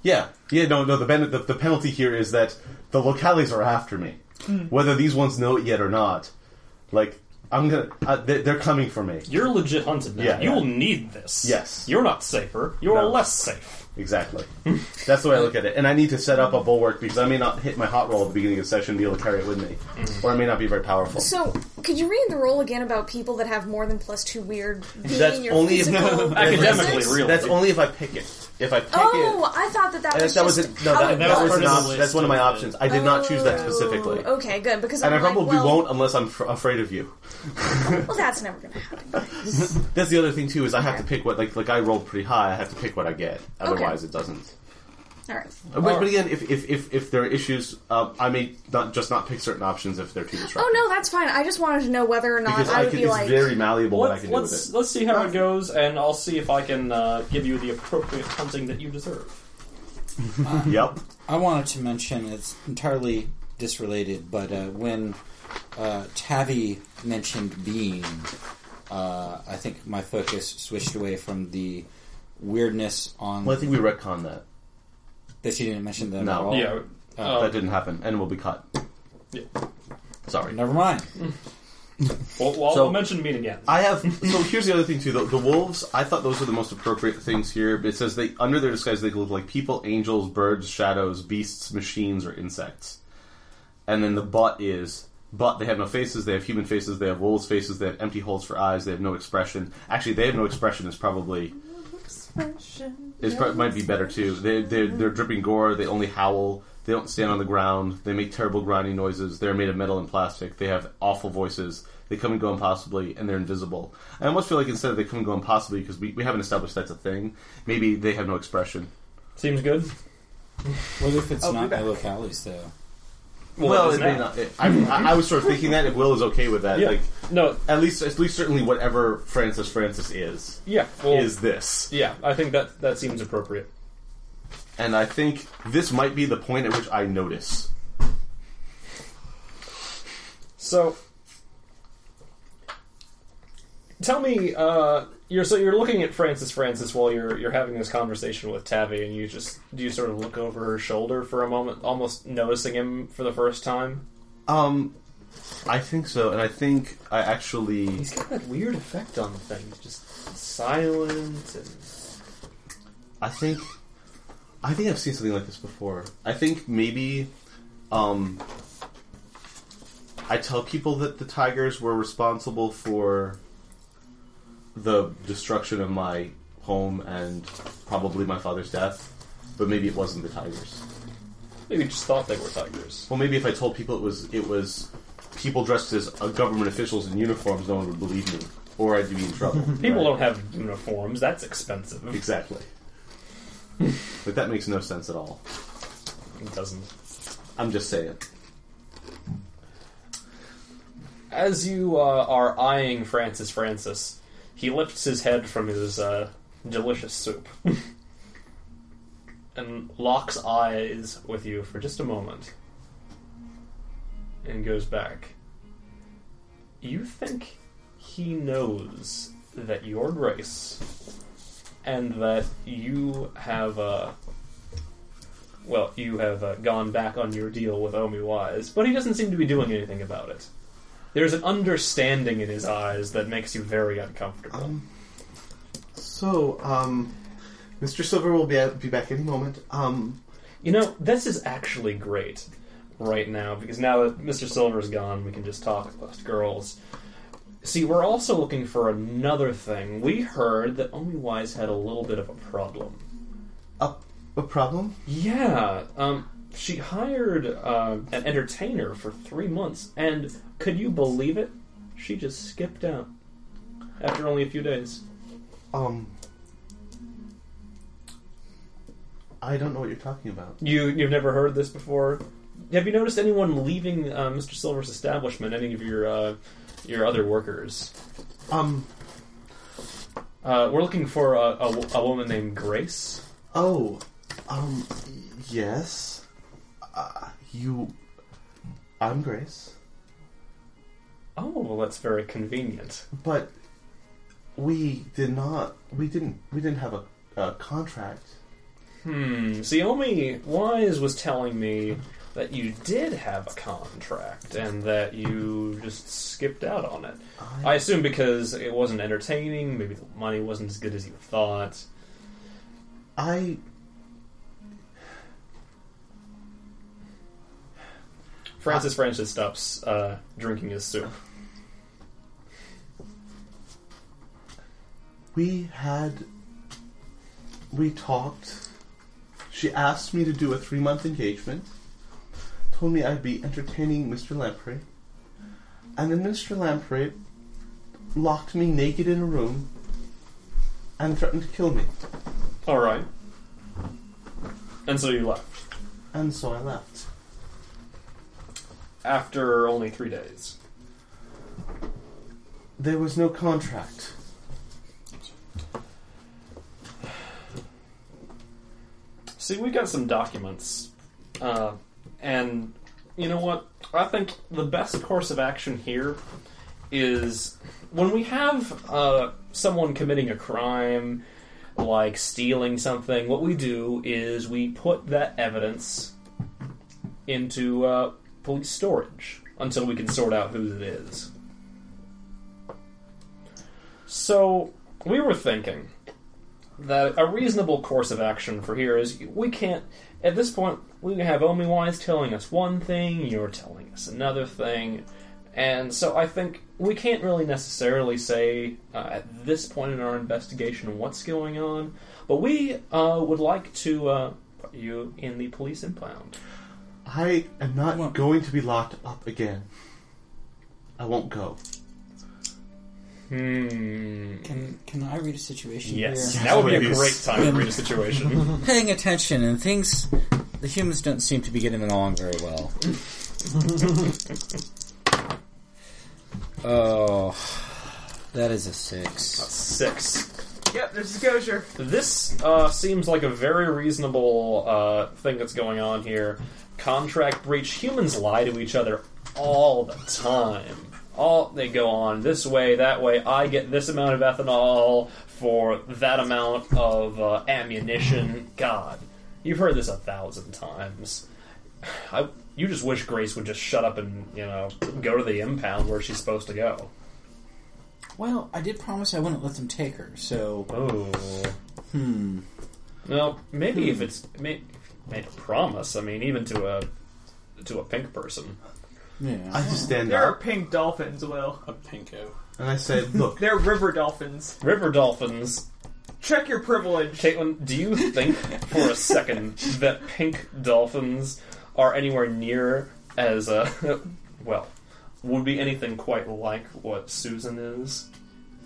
B: Yeah, yeah, no, no. The, ben- the the penalty here is that the locales are after me, whether these ones know it yet or not. Like I'm gonna, uh, they, they're coming for me.
A: You're legit hunted now.
B: Yeah,
A: you
B: yeah.
A: will need this.
B: Yes.
A: You're not safer. You're
B: No.
A: less safe.
B: Exactly. That's the way I
D: Mm.
B: look at it. And I need to set up a bulwark because I may not hit my hot roll at the beginning of the session and be able to carry it with me, or I may not be very powerful.
D: Mm. So, could you read the role again about people that have more than plus two weird being
B: That's
D: your
B: only if-
D: physical
A: Academically,
D: presence?
A: really.
B: That's only if I pick it. If I pick
D: Oh,
B: it.
D: I thought that that
B: and
D: was
B: that
D: just
B: was a, no,
D: how
B: that,
D: it
B: that was
D: was.
B: an op- that's one of my options. I did not choose that
D: Oh,
B: specifically,
D: Okay, good because
B: and I
D: I'm
B: probably
D: like, well,
B: won't unless I'm fr- afraid of you.
D: Well, that's never gonna happen.
B: That's the other thing too is I have to pick what like like I rolled pretty high. I have to pick what I get. Otherwise,
D: Okay.
B: it doesn't.
D: All right.
B: But, but again, if, if if if there are issues, um, I may not just not pick certain options if they're too disruptive.
D: Oh no, that's fine. I just wanted to know whether or not
B: because
D: I
B: I
D: would
B: can,
D: be
B: it's
D: like.
B: very malleable what I
A: Let's,
B: can do with
A: let's,
B: it.
A: let's see how it goes, and I'll see if I can uh, give you the appropriate hunting that you deserve.
B: Yep.
E: I wanted to mention it's entirely disrelated, but uh, when uh, Tavi mentioned being, uh, I think my focus switched away from the weirdness on
B: Well, I think we retcon that.
E: that she didn't mention them
B: No.
E: at all.
A: Yeah.
E: Oh.
A: uh,
B: that didn't happen, and we'll be caught.
A: Yeah.
B: Sorry.
E: Never mind.
A: Well, well,
B: So-
A: I'll mention mean again.
B: I have. So here's the other thing too. The, the wolves. I thought those were the most appropriate things here. It says they under their disguise they look like people, angels, birds, shadows, beasts, machines, or insects. And then the but is but they have no faces. They have human faces. They have wolves' faces. They have empty holes for eyes. They have no expression. Actually, they have no expression is probably is pro- might be better too. They they're, they're dripping gore. They only howl. They don't stand on the ground. They make terrible grinding noises. They're made of metal and plastic. They have awful voices. They come and go impossibly, and they're invisible. I almost feel like instead of they come and go impossibly because we, we haven't established that's a thing. Maybe they have no expression.
A: Seems good.
E: What if it's
I: I'll be
E: not my
I: back.
E: locales though?
A: Well, it is
B: it may
A: now.
B: not- it- I, mean, I, I was sort of thinking that if Will is okay with that,
A: Yeah.
B: like
A: No.
B: at least at least certainly whatever Francis Francis is
A: Yeah. Well,
B: is this.
A: yeah. I think that that seems appropriate.
B: And I think this might be the point at which I notice.
A: So, tell me, uh, you're so you're looking at Francis Francis while you're you're having this conversation with Tavi, and you just do you sort of look over her shoulder for a moment, almost noticing him for the first time.
B: Um, I think so, and I think I actually
A: He's got that weird effect on things, just silent and
B: I think I think I've seen something like this before. I think maybe um, I tell people that the tigers were responsible for the destruction of my home and probably my father's death, but maybe it wasn't the tigers.
A: maybe just thought they were tigers.
B: Well, maybe if I told people it was it was people dressed as uh, government officials in uniforms, no one would believe me, or I'd be in trouble.
A: People
B: right?
A: don't have uniforms. That's expensive.
B: exactly. but that makes no sense at all.
A: It doesn't.
B: I'm just saying.
A: As you uh, are eyeing Francis Francis, he lifts his head from his uh, delicious soup and locks eyes with you for just a moment and goes back. You think he knows that you're Grace and that you have, uh, well, you have uh, gone back on your deal with Omi Wise, but he doesn't seem to be doing anything about it. There's an understanding in his eyes that makes you very uncomfortable.
G: Um, So, um, Mr. Silver will be, be back any moment. Um,
A: you know, this is actually great right now because now that Mr. Silver's gone, we can just talk about girls. See, we're also looking for another thing. We heard that Omi Wise had a little bit of a problem.
G: a, a problem?
A: Yeah, um, she hired uh, an entertainer for three months, and could you believe it? She just skipped out after only a few days.
G: Um, I don't know what you're talking about.
A: You you've never heard this before. Have you noticed anyone leaving uh, Mr. Silver's establishment? Any of your uh, your other workers?
G: Um,
A: Uh, we're looking for a, a, wo- a woman named Grace.
G: oh, um, yes. Uh, you. I'm Grace,
A: Oh, well, that's very convenient.
G: but we did not. We didn't. We didn't have a, a contract.
A: Hmm. See, Omi Wise was telling me that you did have a contract and that you just skipped out on it. I assume because it wasn't entertaining, maybe the money wasn't as good as you thought.
G: I.
A: Francis Francis stops uh, drinking his soup.
G: We had. We talked. She asked me to do a three month engagement, told me I'd be entertaining Mr. Lamprey, and then Mr. Lamprey locked me naked in a room and threatened to kill me,
A: All right. And so you left
G: and so I left.
A: after only three days.
G: There was no contract.
A: See, we got some documents, uh, and you know what? I think the best course of action here is when we have uh, someone committing a crime, like stealing something. What we do is we put that evidence into uh, police storage until we can sort out who it is. So we were thinking that a reasonable course of action for here is we can't at this point we have Omiwise telling us one thing, you're telling us another thing, and so I think we can't really necessarily say uh, at this point in our investigation what's going on, but we uh, would like to uh, put you in the police impound.
G: I am not
E: Well-
G: going to be locked up again. I won't go.
A: Hmm.
E: Can can I read a situation
A: Yes,
E: here?
A: that would be a
H: Please.
A: great time to read a situation.
E: Paying attention and things. The humans don't seem to be getting along very well. oh, that is a six.
A: Six.
F: Yep, there's Scotia.
A: This uh, seems like a very reasonable uh, thing that's going on here. Contract breach. Humans lie to each other all the time. All they go on this way, that way. I get this amount of ethanol for that amount of uh, ammunition. God, you've heard this a thousand times. I, you just wish Grace would just shut up and you know go to the impound where she's supposed to go.
E: Well, I did promise I wouldn't let them take her, so
A: Oh.
E: hmm.
A: Well, maybe if it's made, made a promise. I mean, even to a to a pink person.
E: Yeah.
G: I just stand
F: There are
G: up
F: pink dolphins, Will.
C: A pinko.
G: and I say, "Look,
F: They're river dolphins.
A: River dolphins.
F: Check your privilege.
A: Caitlin, do you think for a second that pink dolphins are anywhere near as uh, well? Would be anything quite like what Susan is?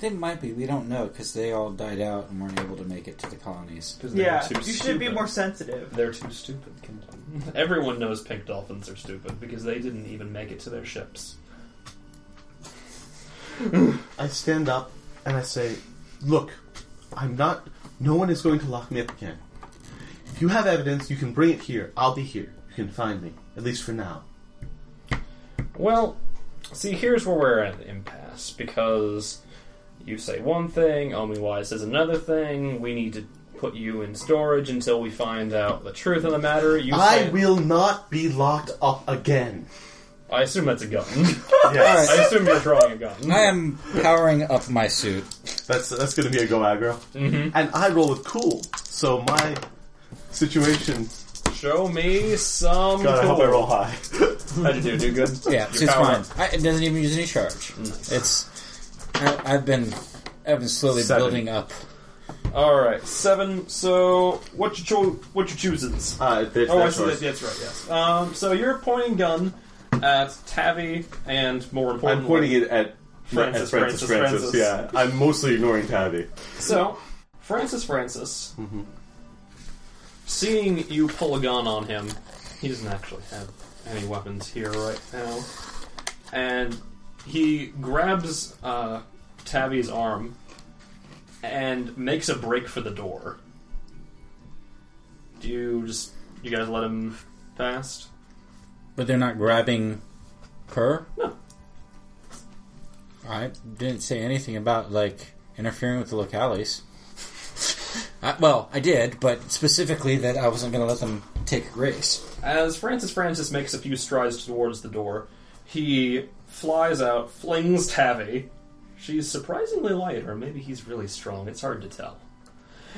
E: They might be. We don't know because they all died out and weren't able to make it to the colonies.
A: 'Cause they're
F: Yeah,
A: too
F: you should be
A: stupid.
F: more sensitive.
A: They're too stupid. Continue. Everyone knows pink dolphins are stupid because they didn't even make it to their ships.
G: I stand up and I say, look, I'm not. No one is going to lock me up again. If you have evidence, you can bring it here. I'll be here. You can find me, at least for now.
A: Well, see, here's where we're at an impasse because you say one thing, Omi Wise says another thing. We need to put you in storage until we find out the truth of the matter. You
G: I
A: say,
G: will not be locked up again.
A: I assume that's a gun.
E: All
A: I
E: right.
A: assume you're drawing a gun.
E: I am powering up my suit.
G: That's that's going to be a go aggro. Mm-hmm. And I roll with cool, so my situation.
A: Show me some.
G: God, I hope I
A: cool.
G: roll high.
A: How'd you do? Do good?
E: Yeah,
A: Your
E: suit's
A: power
E: fine.
A: up.
E: I, it doesn't even use any charge. It's I, I've been I've been slowly
H: Seven.
E: building up.
A: All right, seven. So what you cho- what you chooses?
H: Uh, it's
A: Oh, I
H: that's
A: see.
H: yours.
A: That, that's right. Yes. Um, so you're pointing gun at Tavi, and more importantly,
H: I'm pointing it at
A: Francis,
H: at Francis,
A: Francis,
H: Francis,
A: Francis.
H: Yeah, I'm mostly ignoring Tabby.
A: So, Francis Francis, seeing you pull a gun on him, he doesn't actually have any weapons here right now, and he grabs uh, Tabby's arm and makes a break for the door. Do you just you guys let him past?
E: But they're not grabbing her?
A: No.
E: I didn't say anything about, like, interfering with the locales. I, well, I did, but specifically that I wasn't going to let them take Grace.
A: As Francis Francis makes a few strides towards the door, he flies out, flings Tavi. She's surprisingly light, or maybe he's really strong. It's hard to tell.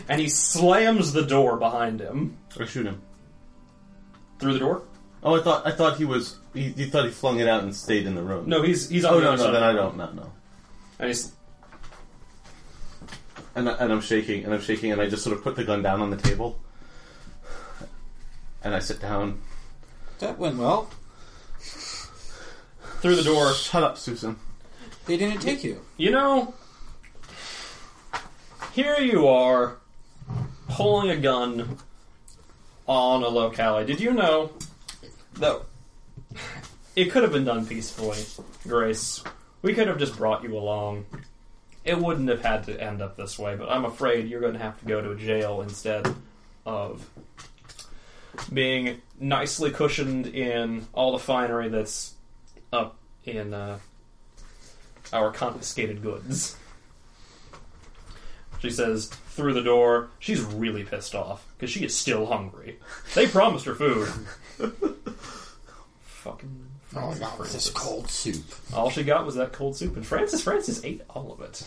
A: And he slams the door behind him.
G: Or shoot him.
A: Through the door?
G: Oh, I thought I thought he was. He, he thought he flung it out and stayed in the room.
A: No, he's he's on
G: Oh
A: the
G: no
A: other
G: no
A: side.
G: then I don't no no.
A: And he's
H: And, I- and I'm shaking, and I'm shaking, and I just sort of put the gun down on the table, and I sit down.
E: That went well.
A: through the door.
G: Shut up, Susan.
E: They didn't take you.
A: You know, here you are pulling a gun on a locale. Did you know that it could have been done peacefully, Grace? We could have just brought you along. It wouldn't have had to end up this way, but I'm afraid you're going to have to go to jail instead of being nicely cushioned in all the finery that's up in uh, our confiscated goods. She says through the door, she's really pissed off because she is still hungry. They promised her food. Fucking.
E: Oh, not with this cold soup.
A: All she got was that cold soup, and Francis Francis ate all of it.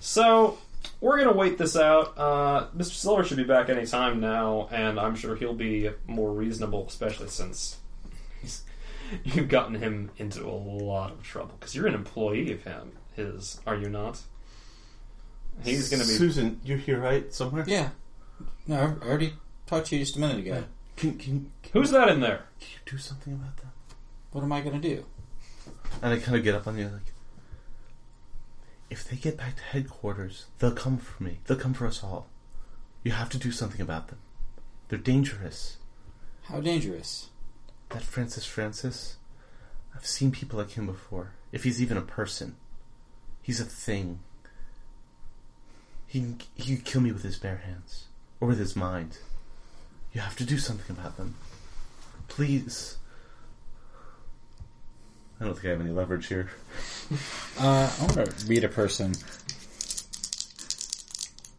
A: So we're gonna wait this out. Uh, Mr. Silver should be back any time now, and I'm sure he'll be more reasonable, especially since he's, you've gotten him into a lot of trouble because you're an employee of him. His, are you not? He's gonna be.
G: Susan, you're here, right? Somewhere.
E: Yeah. No, I already talked to you just a minute ago.
G: Can, can, can
A: Who's that in there?
G: you do something about that?
E: What am I going to do?
G: And I kind of get up on you like, if they get back to headquarters, they'll come for me. They'll come for us all. You have to do something about them. They're dangerous.
E: How dangerous?
G: That Francis Francis, I've seen people like him before. If he's even a person, he's a thing. He can- he could kill me with his bare hands or with his mind. You have to do something about them, please.
H: I don't think I have any leverage here.
E: Uh, I'm going to read a person.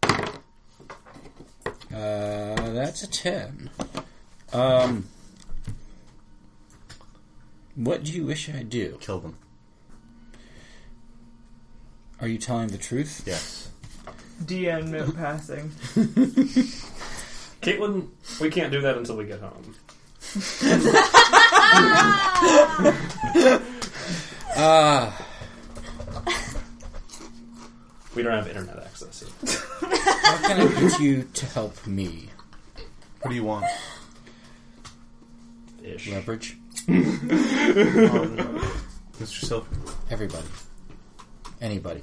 E: Uh, that's a 10. Um, what do you wish I do?
H: Kill them.
E: Are you telling the truth?
H: Yes.
F: DN mid passing.
A: Caitlin, we can't do that until we get home.
E: Ah,
A: We don't have internet access yet.
E: what can I get you to help me?
G: What do you want?
A: Ish.
E: Leverage
G: Mr. Silver.
E: everybody, anybody.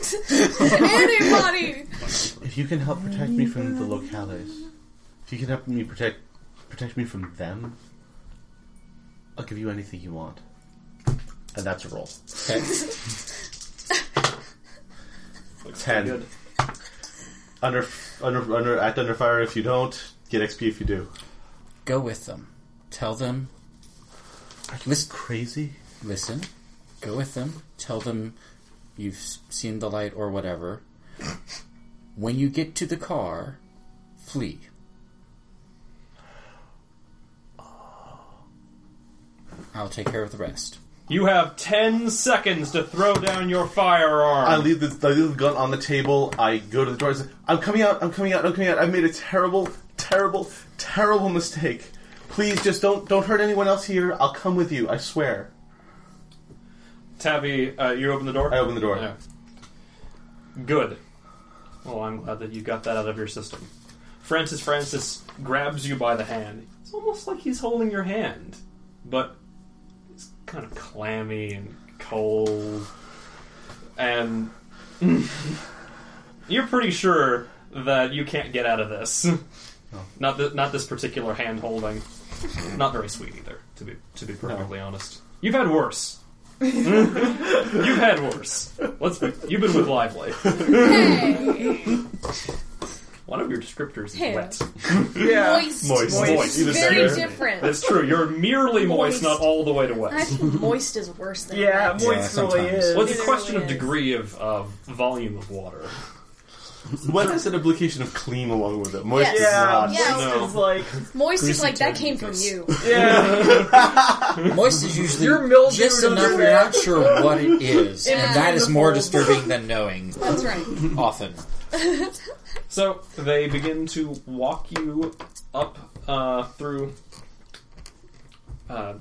D: Anybody!
G: If you can help protect me from the locales, if you can help me protect protect me from them, I'll give you anything you want. And that's a roll.
E: Okay.
A: Looks
H: Ten.
A: good.
H: Under, under, under, act under fire if you don't. Get XP if you do.
E: Go with them. Tell them.
G: Are you
E: Listen.
G: crazy?
E: Listen. Go with them. Tell them you've s- seen the light or whatever. When you get to the car, flee. I'll take care of the rest.
A: You have ten seconds to throw down your firearm.
H: I leave the I leave the gun on the table. I go to the door. I say, I'm coming out. I'm coming out. I'm coming out. I've made a terrible, terrible, terrible mistake. Please, just don't don't hurt anyone else here. I'll come with you. I swear.
A: Tabby, uh, you open the door?
H: I open the door.
A: Yeah. Good. Well, I'm glad that you got that out of your system. Francis Francis grabs you by the hand. It's almost like he's holding your hand, but it's kind of clammy and cold. And you're pretty sure that you can't get out of this. Not th- not this particular hand holding. Not very sweet either, to be to be perfectly honest. You've had worse. You've had worse. Let's be, you've been with Lively.
D: Hey!
A: One of your descriptors is
D: Yeah.
A: wet.
F: Yeah.
D: Moist.
H: Moist.
A: Moist. Either
D: Very
H: side.
D: different.
A: That's true. You're merely moist,
D: Moist.
A: not all the way to
D: I
A: wet.
D: think moist is worse than
F: Yeah,
D: wet.
F: moist really
E: sometimes.
F: is.
A: Well,
D: It
A: it's a
D: really
A: question of
D: is.
A: degree of, of volume of water.
H: What is an implication of clean along with it? Moist
D: Yes.
H: is
F: yeah,
H: not.
D: Yeah.
F: moist
A: No.
F: is like
D: Moist is
E: Greasy
D: like that
E: turd
D: came from
E: mucus.
D: you.
F: yeah.
E: Moist is usually
F: Your mildew
E: just
F: under
E: enough you're
F: there.
E: not sure what it is.
D: Yeah.
E: and that is more disturbing than knowing
D: That's right.
E: often.
A: So they begin to walk you up uh, through uh,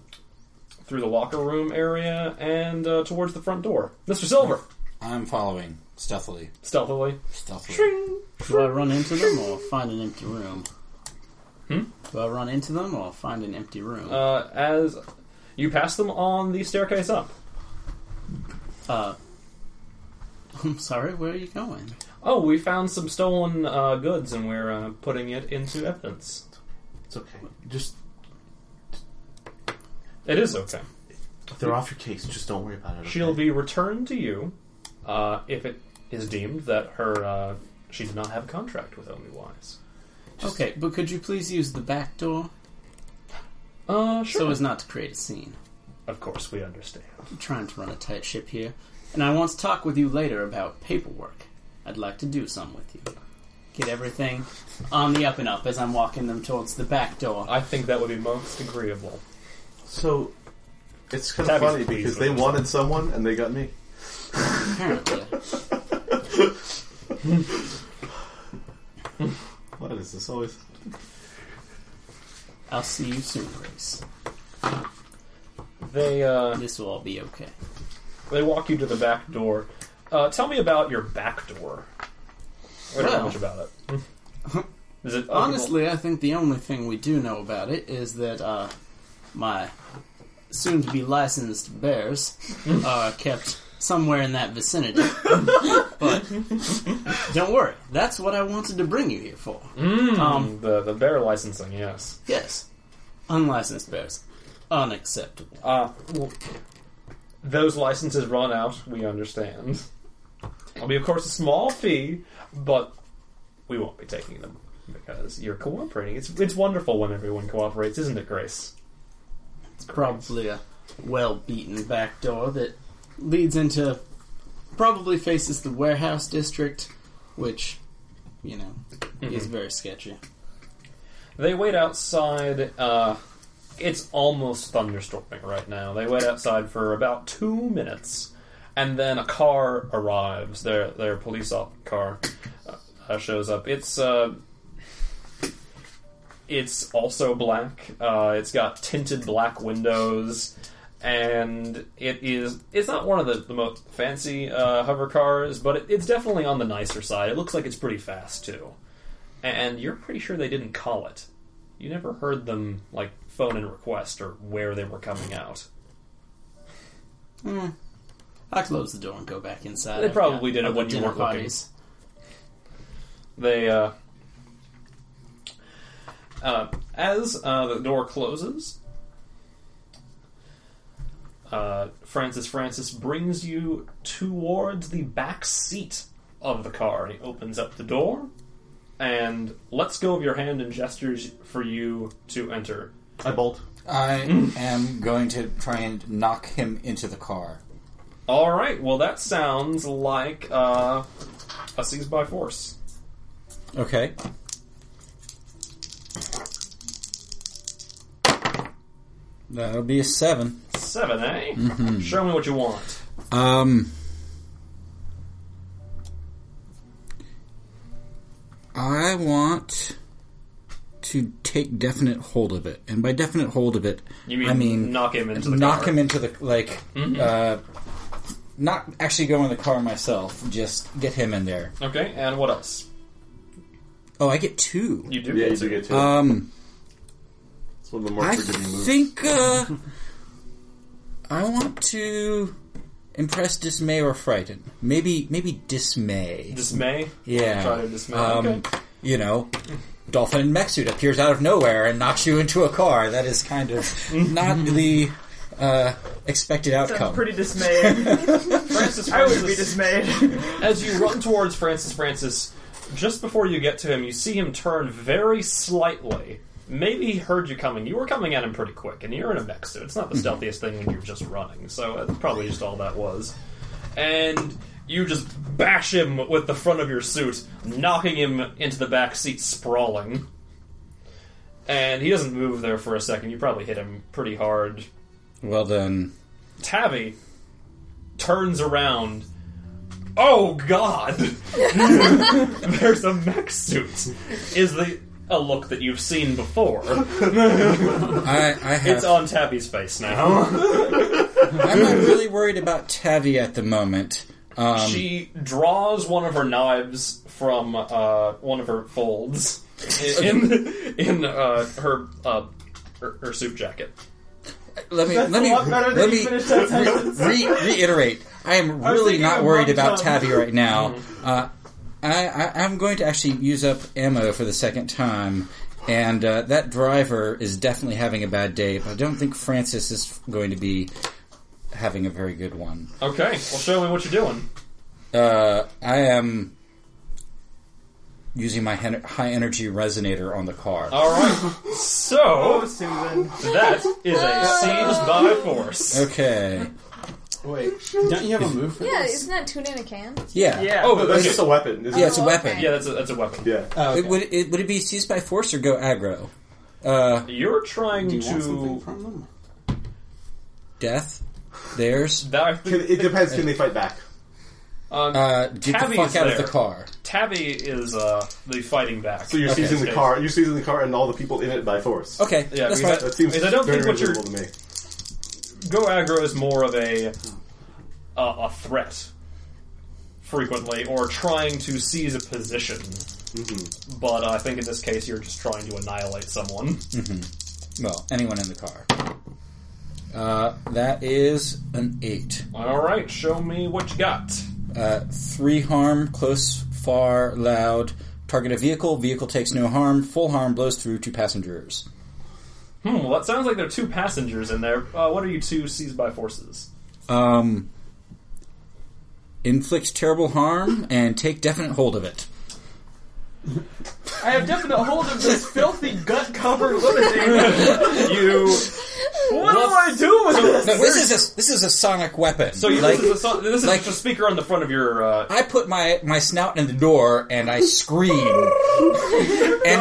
A: through the locker room area and uh, towards the front door. Mr. Silver,
E: I'm following stealthily.
A: stealthily.
E: Stealthily.
C: Do I run into them or find an empty room? Hmm? Do I run into them or find an empty room? Uh,
A: Uh, as you pass them on the staircase up.
C: I'm sorry, where are you going?
A: Oh, we found some stolen uh, goods and we're uh, putting it into evidence.
G: It's okay. Just
A: It is okay.
G: they're off your case. Just don't worry about it. okay?
A: She'll be returned to you uh, if it is deemed that her uh, she did not have a contract with Omi Wise.
C: Okay, but could you please use the back door
A: Uh,
C: so
A: sure.
C: as not to create a scene?
A: of course, we understand.
C: I'm trying to run a tight ship here, and I want to talk with you later about paperwork. I'd like to do some with you. Get everything on the up and up as I'm walking them towards the back door.
A: I think that would be most agreeable.
H: So it's kind of
A: Tabby's
H: funny
A: pleased
H: because
A: with
H: they
A: herself.
H: wanted someone and they got me.
C: Apparently.
H: What is this always?
C: I'll see you soon, Grace.
A: They uh,
C: This will all be okay.
A: they walk you to the back door. Uh, tell me about your back door. I don't know
C: Well.
A: much about it. Hmm? Is it
C: Honestly, I think the only thing we do know about it is that uh, my soon to be licensed bears are kept somewhere in that vicinity. but don't worry, that's what I wanted to bring you here for. Um,
A: Mm, the the bear licensing? Yes.
C: yes, unlicensed bears. Unacceptable.
A: Uh, well, those licenses run out. We understand. It'll be, of course, a small fee, but we won't be taking them because you're cooperating. It's it's wonderful when everyone cooperates, isn't it, Grace?
C: It's probably a well beaten back door that leads into probably faces the warehouse district, which, you know, is very sketchy.
A: They wait outside. Uh, it's almost thunderstorming right now. They wait outside for about two minutes, and then a car arrives. Their their police op car uh, shows up. It's uh, it's also black. Uh, it's got tinted black windows. And it is—it's not one of the, the most fancy uh, hover cars, but it, it's definitely on the nicer side. It looks like it's pretty fast too and you're pretty sure they didn't call it. You never heard them like phone in request or where they were coming out.
C: I close the door and go back inside.
A: They
C: I've
A: probably
C: got
A: did it
C: other
A: when you
C: dinner
A: weren't looking. They uh, uh, as uh, the door closes, uh, Francis Francis brings you towards the back seat of the car. He opens up the door and lets go of your hand and gestures for you to enter.
H: I bolt.
E: I am going to try and knock him into the car.
A: All right. Well, that sounds like uh, a seize by force.
E: Okay. That'll be a seven.
A: Seven, eh?
E: Mm-hmm.
A: Show me what you want.
E: Um. I want to take definite hold of it, and by definite hold of it,
A: You mean,
E: I mean
A: knock him into the
E: knock
A: car. Mm-hmm.
E: him into the like. Uh, not actually go in the car myself, just get him in there.
A: Okay. And what else?
E: Oh, I get two.
A: You do.
H: Yeah,
A: get
H: you
A: to.
H: do get two.
E: Um.
H: it's one of the more
E: I
H: forgiving moves.
E: think uh, I want to impress, dismay, or frighten. Maybe, maybe dismay.
A: dismay.
E: yeah,
A: Try to dismay.
E: Um,
A: okay.
E: You know, dolphin in mech suit appears out of nowhere and knocks you into a car. That is kind of not the uh, expected
F: Sounds
E: outcome.
F: pretty dismaying.
A: Francis
F: I would be
A: Francis,
F: dismayed.
A: as you run towards Francis Francis, just before you get to him, you see him turn very slightly. Maybe he heard you coming. You were coming at him pretty quick, and you're in a mech suit. It's not the stealthiest thing when you're just running, so that's probably just all that was. And you just bash him with the front of your suit, knocking him into the back seat, sprawling. And he doesn't move there for a second. You probably hit him pretty hard.
E: well then,
A: Tabby turns around. Oh God! There's a mech suit. Is the a look that you've seen before?
E: I, I have.
A: It's on Tabby's face now.
E: I'm not really worried about Tavi at the moment. Um,
A: she draws one of her knives from uh, one of her folds in in, in uh, her, uh, her her suit jacket.
E: let me
F: That's
E: let
F: a
E: me
F: lot better than
E: let
F: you
E: me
F: finished that sentence.
E: re- reiterate. I am
F: was
E: really
F: thinking
E: not
F: of
E: worried
F: one
E: about
F: tongue. Mm-hmm.
E: Tabby right now. Uh, I, I, I'm going to actually use up ammo for the second time, and uh, that driver is definitely having a bad day. But I don't think Francis is going to be having a very good one.
A: Okay, well, show me what you're doing.
E: Uh, I am using my hen- high energy resonator on the car.
A: Alright,
F: Oh,
A: so
F: Susan.
A: that is a seize by force.
E: Okay.
J: Wait, don't you have a move for
D: Yeah,
J: this?
D: isn't that tuna in a can?
E: Yeah.
F: Yeah.
A: Oh,
H: But
A: okay.
H: that's just a Uh, weapon. Isn't
E: Yeah, it's a
D: Oh,
E: weapon.
D: okay.
A: yeah, that's a, that's a
H: It?
A: weapon.
H: Yeah.
J: Oh, okay.
E: It would it would it be seized by force or go aggro? Uh,
A: You're trying
J: Do you want something
A: to.
J: from
C: Oh.
J: them?
E: death. Theirs.
A: That, I
H: Can,
A: think,
H: it depends. Can they fight back?
A: um,
E: Uh, get
A: Tabby
E: the fuck
A: is
E: out of
A: there.
E: the car.
A: Tabby is uh, the fighting back.
H: So you're
E: Okay.
H: seizing the car. You're seizing the car and all the people in it by force.
E: Okay,
A: Yeah,
E: that's
A: because
E: fine.
H: That seems
A: Because I don't
H: very
A: think what you're-
H: reasonable to me.
A: Go aggro is more of a uh, a threat frequently, or trying to seize a position.
J: Mm-hmm.
A: But I think in this case, you're just trying to annihilate someone.
E: Well, anyone in the car. Uh, that is an eight.
A: All right, show me what you got.
E: Uh, three harm, close, far, loud. Target a vehicle. Vehicle takes no harm. Full harm blows through two passengers.
A: Hmm, well, that sounds like there are two passengers in there. Uh, what are you two seized by forces?
E: Um, inflict terrible harm and take definite hold of it.
F: I have definite hold of this filthy gut cover lunatic.
A: You.
F: What do I do with this?
E: No, this is a, this is a sonic weapon.
A: So you,
E: like
A: this is, a, so- this is
E: like-
A: just a speaker on the front of your. Uh,
E: I put my, my snout in the door and I scream, and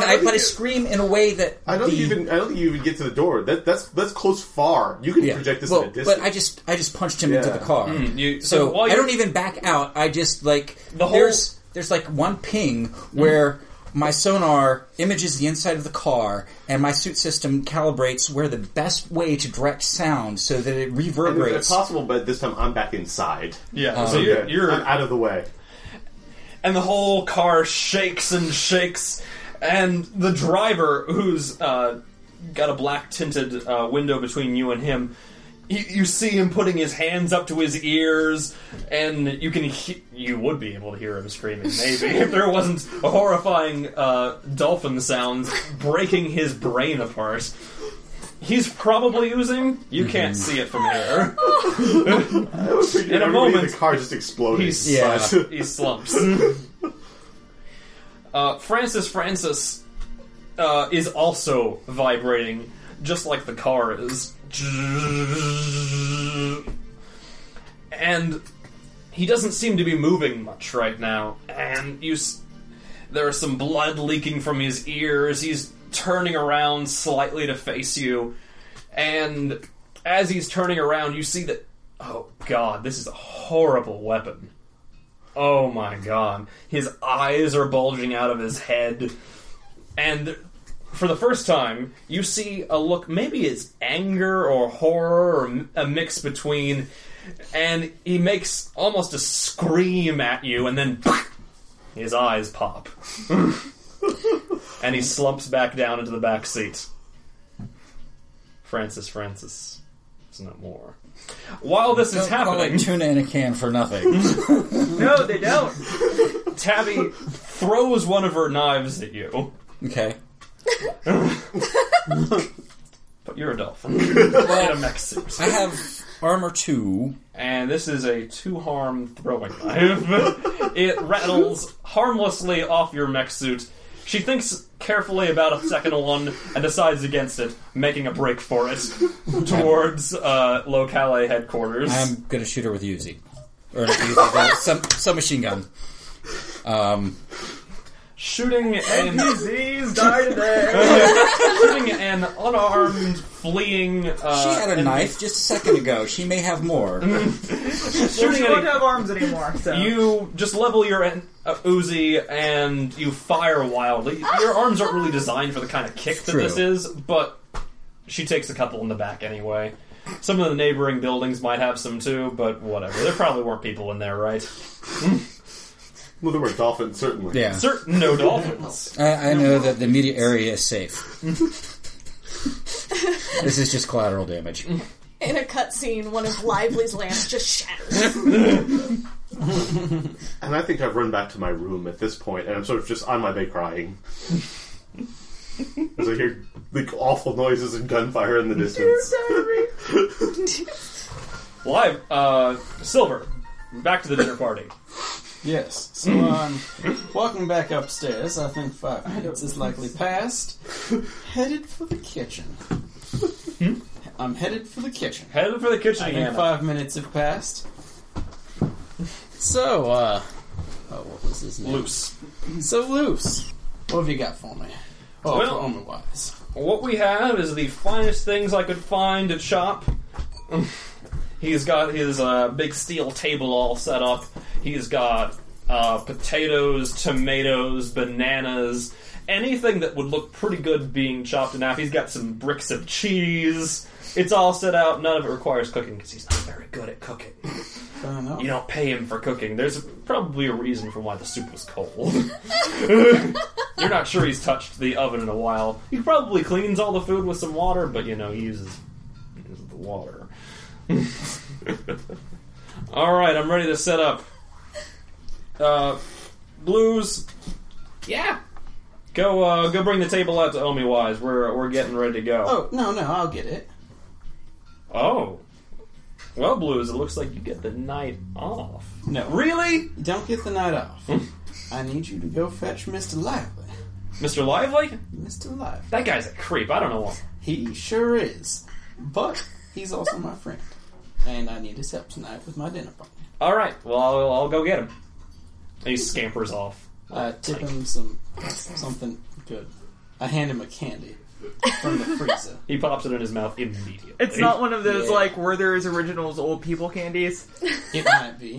E: I but I scream in a way that
H: I don't
E: the,
H: think you even. I don't think you even get to the door. That, that's that's close far. You can
E: Yeah.
H: project this
E: well,
H: at a distance.
E: but I just I just punched him into
H: Yeah.
E: the car.
A: Hmm, you,
E: So,
A: while
E: I
A: you're-
E: don't even back out. I just like
A: The whole-
E: there's there's like one ping where my sonar images the inside of the car and my suit system calibrates where the best way to direct sound so that it
H: And if
E: reverberates.
H: possible, but this time I'm back inside.
A: Yeah, so you're,
H: Okay.
A: you're
H: I'm out of the way.
A: and the whole car shakes and shakes, and the driver, who's uh, got a black tinted uh, window between you and him, you, you see him putting his hands up to his ears, and you can he- you would be able to hear him screaming maybe if there wasn't a horrifying uh, dolphin sounds breaking his brain apart. He's probably oozing. You can't see it from here.
H: I would figure
A: In a
H: everybody
A: moment,
H: the car just exploding.
A: He's
E: Yeah.
A: slumps. he slumps. uh, Francis Francis uh, is also vibrating, just like the car is. And he doesn't seem to be moving much right now. And you, s- there is some blood leaking from his ears. He's turning around slightly to face you, and as he's turning around, you see that. Oh god, this is a horrible weapon. Oh my god. His eyes are bulging out of his head. And for the first time, you see a look, maybe it's anger or horror or m- a mix between. And he makes almost a scream at you, and then his eyes pop. and he slumps back down into the back seat. Francis, Francis. It's not more. While this is
E: Don't call
A: happening,
E: it tuna in a can for nothing.
F: No, they don't.
A: Tabby throws one of her knives at you,
E: okay.
A: but you're a dolphin in a mech suit,
E: I have armor two.
A: and this is a two-harm throwing knife. it rattles harmlessly off your mech suit. She thinks carefully about a second one and decides against it, making a break for it towards uh, Locale headquarters.
E: I'm gonna shoot her with Uzi. Or not Uzi, but some some machine gun. Um
A: Shooting and
F: Disease die today.
A: shooting an unarmed fleeing. Uh,
E: she had a
A: and
E: knife just a second ago. She may have more.
F: Well,
A: Shooting
F: she
A: at a-
F: won't have arms anymore, so.
A: You just level your en- uh, Uzi and you fire wildly. Your arms aren't really designed for the kind of kick that
E: True.
A: this is, but she takes a couple in the back anyway. Some of the neighboring buildings might have some too, but whatever. There probably weren't people in there, right?
H: well, there were dolphins, certainly.
E: Yeah.
A: Certain no dolphins.
E: I, I know that the immediate area is safe. this is just collateral damage.
D: In a cutscene, one of Lively's lamps just shatters.
H: And I think I've run back to my room at this point, and I'm sort of just on my bed crying. As I hear like awful noises and gunfire in the distance.
A: Live, uh, Silver, back to the dinner party.
C: Yes. So um, walking back upstairs, I think five minutes is likely past. Headed for the kitchen. I'm headed for the kitchen.
A: Hmm? Headed for the kitchen
C: I
A: again.
C: think five minutes have passed. So, uh, oh, what was his name?
A: Loose.
C: So loose. What have you got for me? Oh,
A: Well-
C: for Omen Wise.
A: What we have is the finest things I could find at shop. He's got his uh, big steel table all set up. He's got uh, potatoes, tomatoes, bananas, anything that would look pretty good being chopped in half. He's got some bricks of cheese. It's all set out. None of it requires cooking because he's not very good at cooking.
C: Fair enough.
A: You don't pay him for cooking. There's probably a reason for why the soup was cold. You're not sure he's touched the oven in a while. He probably cleans all the food with some water, but you know, he uses, uses the water. Alright, I'm ready to set up. Uh, blues. Yeah. Go uh, go bring the table out to Omi Wise. We're we're getting ready to go.
C: Oh no, no, I'll get it.
A: Oh. Well, Blues, it looks like you get the night off.
C: No,
A: Really?
C: you don't get the night off.
K: Hmm?
C: I need you to go fetch Mister Lively.
A: Mr. Lively?
C: Mister Lively.
A: That guy's a creep. I don't know what.
C: He sure is. But he's also my friend. And I need his help tonight with my dinner party.
A: All right. Well, I'll, I'll go get him. And he scampers off.
C: I tip him some something good. I hand him a candy from the freezer.
A: He pops it in his mouth immediately.
F: It's not one of those
C: Yeah.
F: like Werther's Originals old people candies,
C: It might be.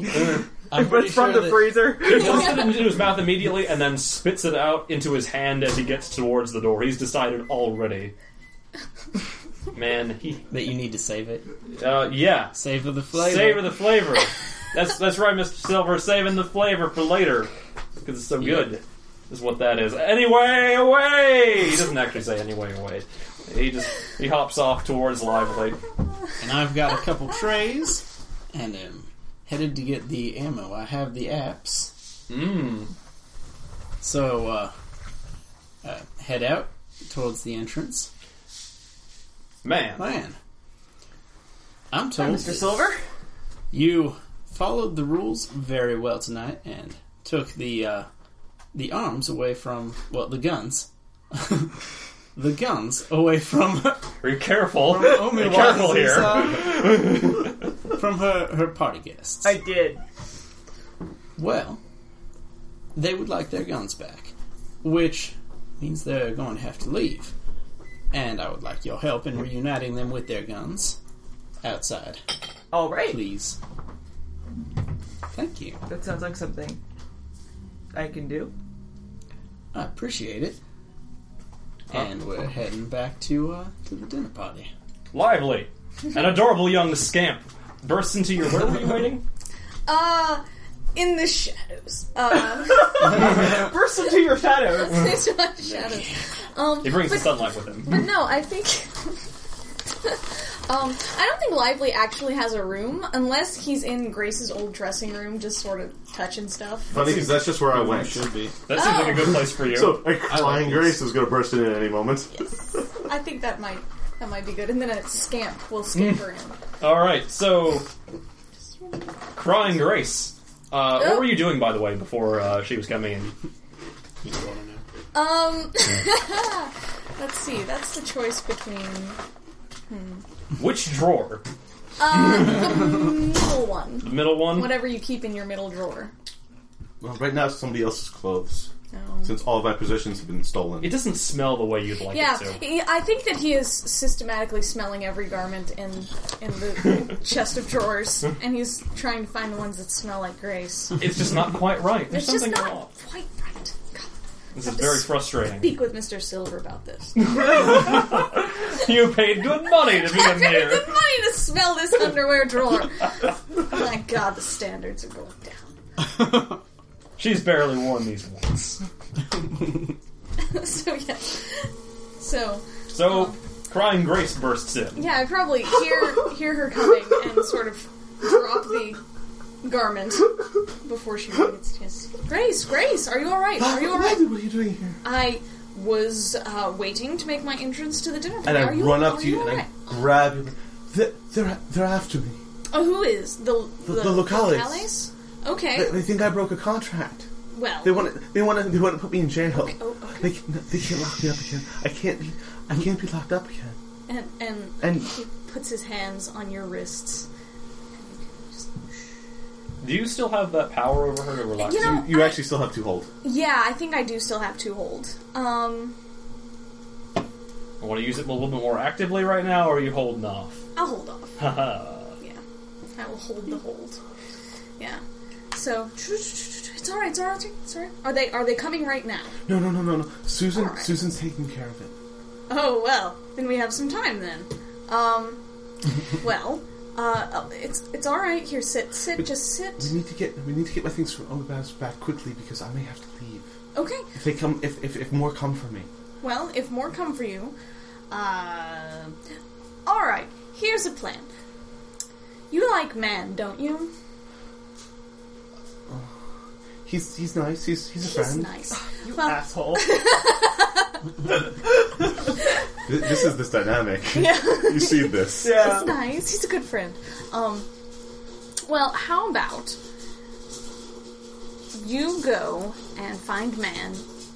C: I'm
F: but
C: pretty
F: it's from
C: sure
F: the
C: that-
A: He
F: freezer.
A: pops it into his mouth immediately and then spits it out into his hand as he gets towards the door. He's decided already. Man, he.
K: That you need to save it.
A: Uh, yeah.
K: Savor the flavor.
A: Savor the flavor. That's that's right, Mr. Silver. Saving the flavor for later because it's so good. Is what that is. Anyway, away. He doesn't actually say anyway away. He just he hops off towards Lively.
C: And I've got a couple trays and am headed to get the ammo. I have the apps.
A: Mmm.
C: So, uh, uh, head out towards the entrance.
A: Man.
C: Man, I'm
F: Hi,
C: told
F: Mr.
C: that
F: Silver.
C: you followed the rules very well tonight and took the uh, the arms away from well the guns, the guns away from
A: Be careful.
C: Omi
A: Be careful
C: Wise's,
A: here.
C: uh, from her her party guests.
F: I did.
C: Well, they would like their guns back, which means they're going to have to leave. And I would like your help in reuniting them with their guns outside,
F: All right.
C: please. Thank you.
F: That sounds like something I can do.
C: I appreciate it. And we're heading back to uh, to the dinner party.
A: Lively. An adorable young scamp bursts into your. Where were you waiting?
D: Uh, in the shadows. Uh,
F: Burst into your shadows.
D: it's not shadows. Um,
A: He brings the
D: but,
A: sunlight with him.
D: but no, I think. um, I don't think Lively actually has a room unless he's in Grace's old dressing room, just sort of touching stuff.
B: Funny because that's just where I went.
C: Should be.
A: That seems like a good place for you.
B: So a crying
C: this.
B: grace is going to burst in at any moment.
D: I think that might that might be good. And then a scamp will scamper in.
A: All right. So, crying Grace. Uh, what were you doing, by the way, before uh, she was coming in?
D: Um, let's see. That's the choice between
A: Which drawer?
D: uh, the middle one,
A: The middle one.
D: whatever you keep in your middle drawer.
B: Well, right now, it's somebody else's clothes.
D: No.
B: Since all of my possessions have been stolen.
A: It doesn't smell the way you'd like
D: Yeah,
A: it to.
D: he- I think that he is systematically smelling every garment in in the chest of drawers, and he's trying to find the ones that smell like Grace.
A: It's just not quite right. There's
D: It's just
A: something
D: not
A: wrong.
D: quite right. God,
A: This is very frustrating.
D: speak with Mister Silver about this.
A: You paid good money to be in
D: Pay
A: here.
D: good money to smell this underwear drawer. Oh My God, the standards are going down.
A: She's barely worn these once.
D: so yeah, so.
A: So, crying Grace bursts in.
D: Yeah, I probably hear hear her coming and sort of drop the garment before she really gets to his. Grace, Grace, are you all right? Are you all right?
G: What are you doing here?
D: I was uh, waiting to make my entrance to the dinner.
G: And
D: party.
G: I
D: Are you-
G: run
D: are
G: up to you
D: all
G: and I
D: right?
G: grab you. They're, they're, they're after me.
D: Oh, who is the
G: The, the locales.
D: locales? Okay.
G: They, they think I broke a contract.
D: well,
G: They want to. They want to. They want to put me in jail.
D: oh, okay.
G: They, can, they can't lock me up again. I can't. Be, I can't be locked up again.
D: and, and
G: And
D: he puts his hands on your wrists. And you can just-
A: Do you still have that power over her to relax?
D: You know,
H: You
D: I-
H: actually still have to hold.
D: yeah, I think I do still have two hold. Um,
A: I want to use it a little bit more actively right now, or are you holding off?
D: I'll hold off.
A: Haha.
D: Yeah, I will hold the hold. Yeah. So it's all right. It's all right. It's all right. Are they are they coming right now?
G: no, no, no, no, no. Susan.
D: All right.
G: Susan's taking care of it.
D: Oh well, then we have some time then. Um, well, uh, it's it's all right. Here, sit, sit, just
G: We
D: sit.
G: need to get. We need to get my things from Olivas back quickly because I may have to leave.
D: Okay.
G: If they come, if if, if more come for me.
D: Well, if more come for you, uh, all right. Here's a plan. You like man, don't you?
G: He's he's nice. He's he's a
D: He's
G: friend.
D: nice.
F: You
D: Well-
F: asshole.
H: Th- This is this dynamic.
D: Yeah.
H: you see this.
F: yeah.
D: He's nice. He's a good friend. Um, well, how about you go and find Man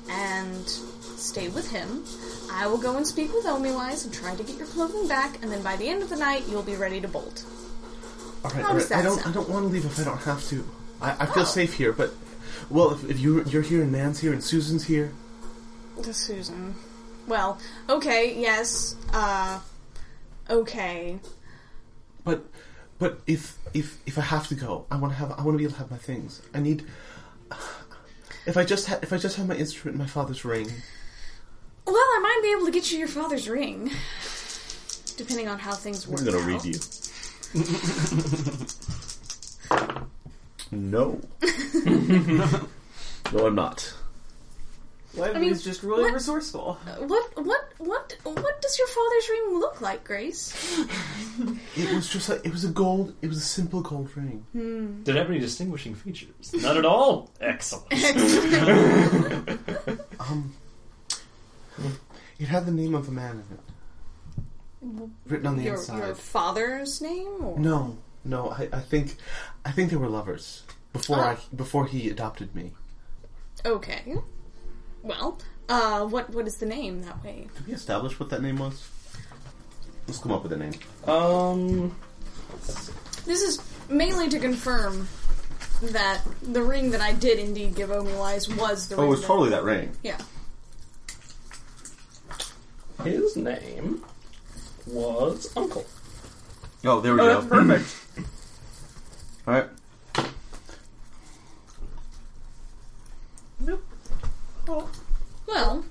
D: and stay with him. I will go and speak with Omiwise and try to get your clothing back, and then by the end of the night, you'll be ready to bolt.
G: All right,
D: How
G: all
D: does
G: right. I
D: that
G: don't.
D: sound?
G: I don't want to leave if I don't have to. I, I feel
D: Oh.
G: safe here, but well, if, if you you're here and Man's here and Susan's here,
D: To Susan. Well, okay, yes, uh, okay.
G: but but if if if I have to go, I want to have. I want to be able to have my things. I need. If I just ha- if I just have my instrument and my father's ring,
D: Well, I might be able to get you your father's ring, depending on how things work.
H: I'm gonna
D: out.
H: read you. no. no, I'm not.
F: Levy's
D: mean,
F: just really
D: what-
F: resourceful.
D: What what what what does your father's ring look like, Grace?
G: it was just like it was a gold. It was a simple gold ring.
A: Did it have any distinguishing features? None at all. Excellent.
G: Um, it had the name of a man in it, written on the
D: your
G: inside.
D: your father's name? Or?
G: No, no. I, I think, I think they were lovers
D: Oh.
G: before I before he adopted me.
D: Okay. Well, uh, what what is the name that way?
H: Did we establish what that name was? Let's come up with a name.
A: um,
D: This is mainly to confirm that the ring that I did indeed give Omi Wise was the ring.
H: Oh, it was
D: that-
H: totally that ring.
D: Yeah.
A: his name was Uncle.
H: Oh, there we
F: Oh,
H: go.
E: Uh,
F: that's perfect.
H: All right.
D: Well,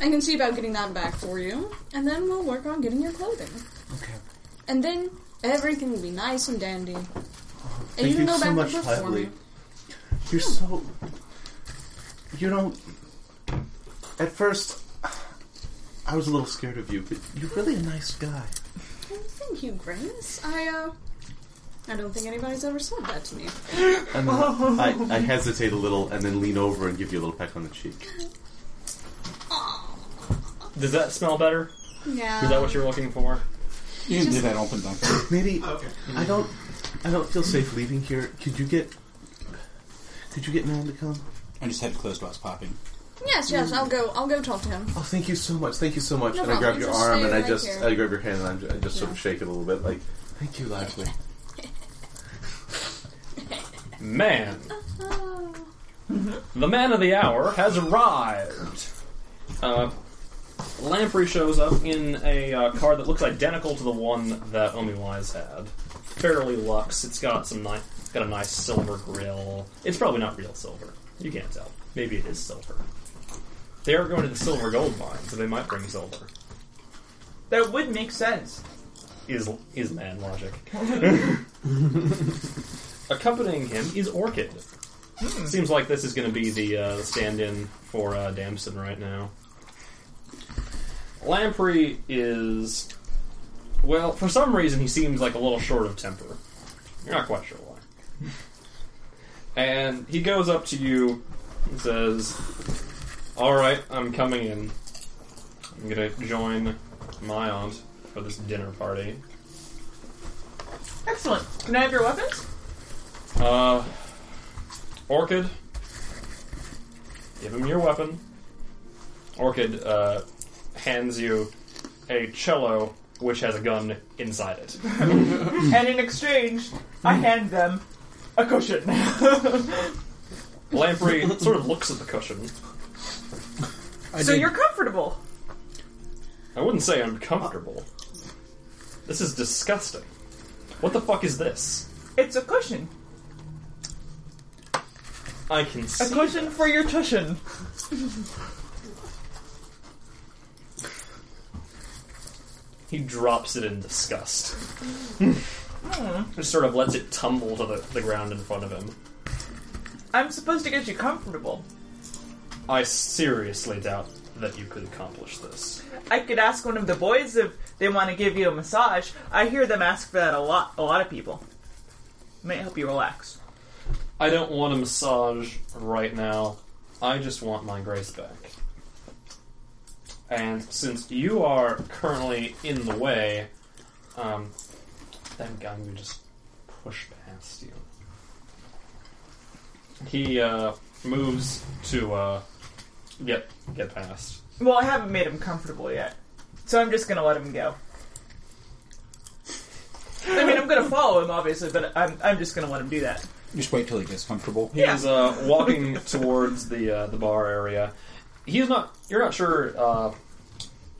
D: I can see about getting that back for you, and then we'll work on getting your clothing.
G: Okay.
D: And then everything will be nice and dandy. And
G: Thank
D: you can
G: you
D: go
G: so
D: back
G: much,
D: to
G: Lively.
D: performing.
G: You're so. You know. At first, I was a little scared of you, but you're really a nice guy.
D: Well, thank you, Grace. I uh, I don't think anybody's ever said that to me.
H: And then I, I hesitate a little and then lean over and give you a little peck on the cheek.
A: Does that smell better?
D: Yeah.
A: Is that what you're looking for?
E: You didn't do that open dunker.
G: Maybe I don't. I don't feel safe leaving here. Could you get? Could you get man to come?
E: I just had it closed while it's popping.
D: Yes, yes. I'll go. I'll go talk to him.
G: Oh, thank you so much. Thank you so much.
D: No
H: And I grab
D: problem,
H: your
D: just
H: arm
D: stay
H: and I
D: right
H: just
D: here.
H: I grab your hand and I'm ju- I just sort of shake it a little bit like
G: Thank you, Lively.
A: Man, the man of the hour has arrived. Uh, Lamprey shows up in a uh, car that looks identical to the one that Omi Wise had. Fairly luxe. It's got some nice, got a nice silver grill. It's probably not real silver. You can't tell. Maybe it is silver. They are going to the silver gold mine, so they might bring silver.
F: That would make sense.
A: is is man logic. Accompanying him is Orchid. Seems like this is going to be the uh, stand-in for uh, Damson right now. Lamprey is well, for some reason, he seems like a little short of temper. You're not quite sure why. And he goes up to you and says, "All right, I'm coming in. I'm gonna join my aunt for this dinner party."
F: Excellent. Can I have your weapons?
A: Uh, Orchid, give him your weapon. Orchid uh, hands you a cello which has a gun inside it. Hmm.
F: And in exchange, I hand them a cushion.
A: Lamprey sort of looks at the cushion.
F: so you're comfortable.
A: I wouldn't say I'm comfortable. This is disgusting. What the fuck is this?
F: It's a cushion.
A: I can
F: A
A: see.
F: cushion for your cushion.
A: He drops it in disgust. Just sort of lets it tumble to the, the ground in front of him.
F: I'm supposed to get you comfortable.
A: I seriously doubt that you could accomplish this.
F: I could ask one of the boys if they want to give you a massage. I hear them ask for that a lot. A lot of people. May help you relax.
A: I don't want a massage right now. I just want my grace back. And since you are currently in the way, um, I think I'm gonna just push past you. He uh, moves to uh, get get past.
F: Well, I haven't made him comfortable yet, so I'm just gonna let him go. I mean, I'm gonna follow him, obviously, but I'm, I'm just gonna let him do that.
E: Just wait till he gets comfortable.
F: Yeah.
A: He's uh, walking towards the uh, the bar area. He's not. You're not sure uh,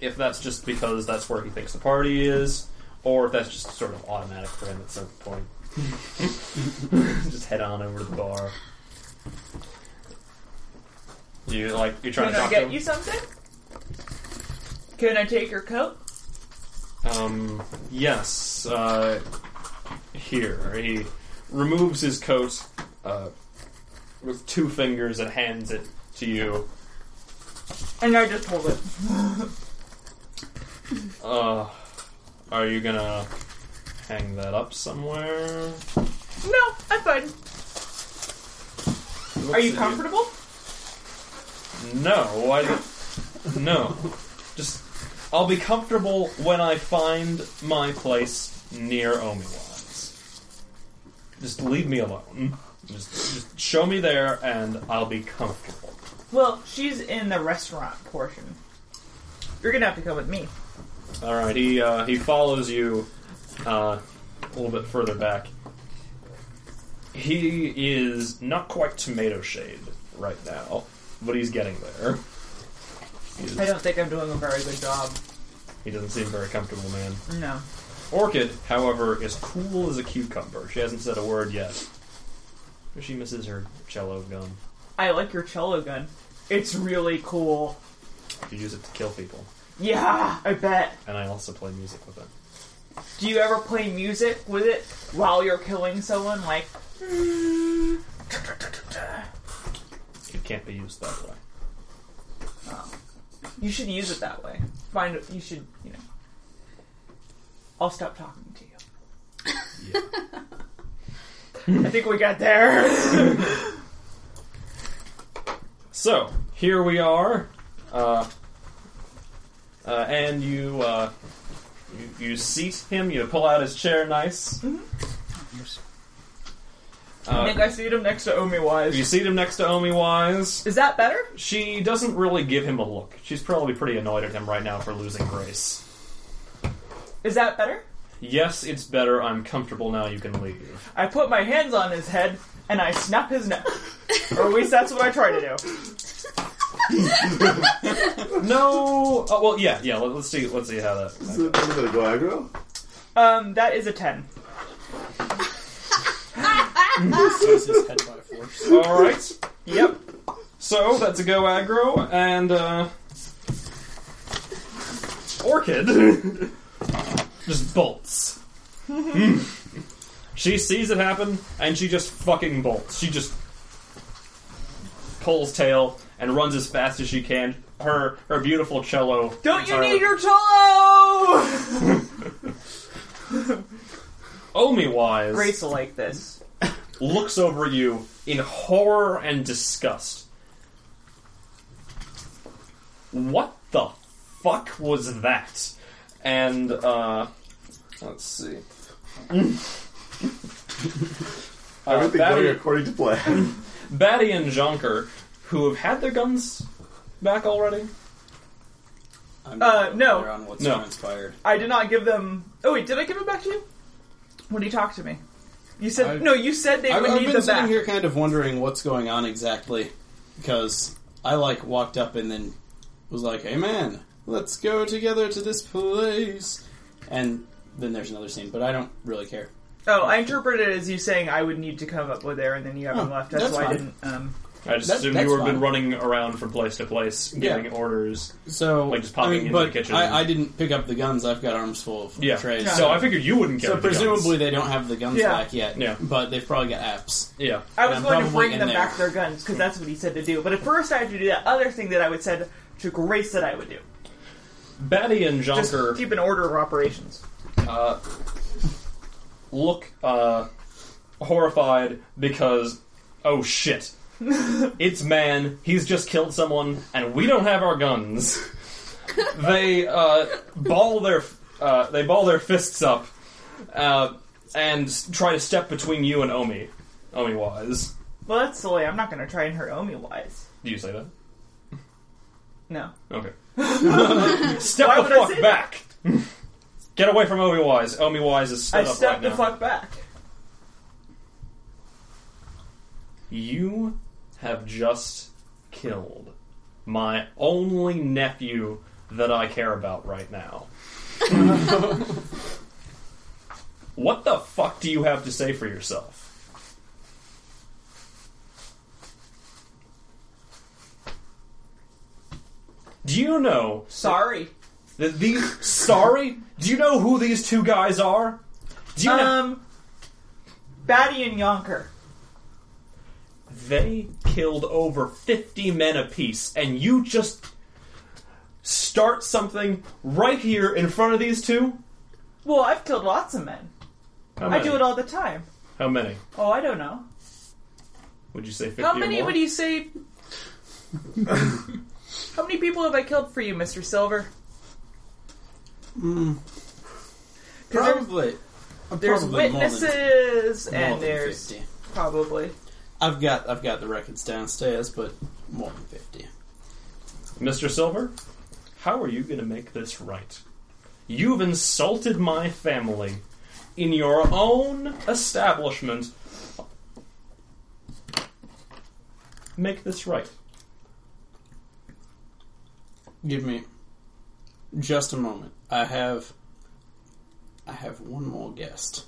A: if that's just because that's where he thinks the party is, or if that's just sort of automatic for him at some point. just head on over to the bar. You like you're trying to
F: Can I
A: talk
F: get
A: to
F: you
A: him.
F: something? Can I take your coat?
A: Um, yes. Uh, here he removes his coat uh, with two fingers and hands it to you.
F: And I just hold it.
A: Uh, are you gonna hang that up somewhere?
F: No, I'm fine. Are you comfortable?
A: No, I no. Just I'll be comfortable when I find my place near Omiwan's. Just leave me alone. Just, just show me there, and I'll be comfortable.
F: Well, she's in the restaurant portion. You're gonna have to come with me.
A: All right, he uh, he follows you uh, a little bit further back. He is not quite tomato shade right now, but he's getting there. He's,
F: I don't think I'm doing a very good job.
A: he doesn't seem very comfortable, man.
F: No.
A: Orchid, however, is cool as a cucumber. She hasn't said a word yet. She misses her cello gun.
F: I like your cello gun. It's really cool.
A: You use it to kill people,
F: Yeah, I bet.
A: and I also play music with it.
F: Do you ever play music with it while you're killing someone? Like,
A: It can't be used that way.
F: you should use it that way. Find it, you should, you know. I'll stop talking to you. I think we got there.
A: So here we are, uh, uh, and you, uh, you you seat him. You pull out his chair, nice.
F: I think I seated him next to Omi
A: You
F: Wise.
A: seat him next to Omi Wise.
F: Is that better?
A: She doesn't really give him a look. She's probably pretty annoyed at him right now for losing grace.
F: Is that better?
A: Yes, it's better. I'm comfortable now. You can leave.
F: I put my hands on his head and I snap his neck. or at least that's what I try to do.
A: No. Oh, well, yeah, yeah. Let, us see. Let's see how that.
H: Is it gonna go aggro?
F: Um, that is a 10.
D: Ah.
C: Slices his head by force.
A: All right.
F: Yep.
A: So that's a go aggro and uh, Orchid just bolts. she sees it happen and she just fucking bolts. She just pulls tail and runs as fast as she can. Her her beautiful cello.
F: Don't you
A: entirely-
F: need your cello?
A: Omi wise
F: Grace will like this.
A: looks over at you in horror and disgust. What the fuck was that? And, uh, let's see. Uh, Batty-
B: according to plan.
A: Batty and Jonker, who have had their guns back already.
C: I'm
F: Uh,
C: not
F: no.
C: clear on what's
A: No.
C: transpired.
F: I did not give them. Oh wait, did I give them back to you? When you talked to me, you said
C: I-
F: no. You said they
C: I've,
F: would
C: I've
F: need
C: been
F: them
C: sitting
F: back.
C: here kind of wondering what's going on exactly because I like walked up and then was like, "Hey man, let's go together to this place," and then there's another scene, but I don't really care.
F: Oh, I interpreted it as you saying I would need to come up with there, and then you haven't
C: Oh,
F: left. That's,
C: that's
F: why I
C: fine.
F: didn't. Um,
A: I just
C: That-
A: assumed
C: that's
A: you were
C: fine.
A: been running around from place to place, giving orders.
C: So
A: Like, just popping
C: I
A: into
C: but
A: the kitchen.
C: I, I didn't pick up the guns. I've got arms full of
A: Yeah.
C: trays.
A: So I figured you wouldn't care.
C: So
A: with the guns.
C: presumably they don't have the guns
F: Yeah.
C: back yet.
A: Yeah.
C: But they've probably got apps.
A: yeah.
F: I was
C: I'm
F: going to
C: probably
F: bring
C: in
F: them
C: there.
F: back their guns because that's what he said to do. But at first, I had to do that other thing that I would said to Grace that I would do.
A: Batty and
F: Just
A: Jonker
F: keep an order of operations.
A: look uh, horrified because oh shit, it's man. He's just killed someone, and we don't have our guns. they uh, ball their uh, they ball their fists up uh, and s- try to step between you and Omi. Omi wise,
F: Well, that's silly. I'm not going to try and hurt Omi wise.
A: do you say that?
F: No.
A: Okay. step
F: Why
A: the
F: would I
A: fuck
F: say
A: back. Get away from Omi Wise. Omi Wise is
F: I
A: stood up
F: stepped
A: right
F: the
A: now.
F: fuck back.
A: You have just killed my only nephew that I care about right now. what the fuck do you have to say for yourself? Do you know
F: Sorry.
A: that these sorry? Do you know who these two guys are? Do you know
F: Um, Batty and Yonker.
A: They killed over 50 men apiece, and you just start something right here in front of these two?
F: Well, I've killed lots of men.
A: How
F: I
A: many?
F: do it all the time.
A: How many?
F: Oh, I don't know.
A: Would you say 50
F: How
A: or
F: many
A: more?
F: would you say? How many people have I killed for you, Mister Silver? Because
C: Probably.
F: there's,
C: probably More
F: witnesses
C: than, more
F: and
C: than
F: there's
C: 50.
F: probably.
C: I've got I've got the records downstairs, but more than fifty.
A: Mr. Silver, how are you going to make this right? You've insulted my family in your own establishment. Make this right.
C: Give me just a moment. I have I have one more guest.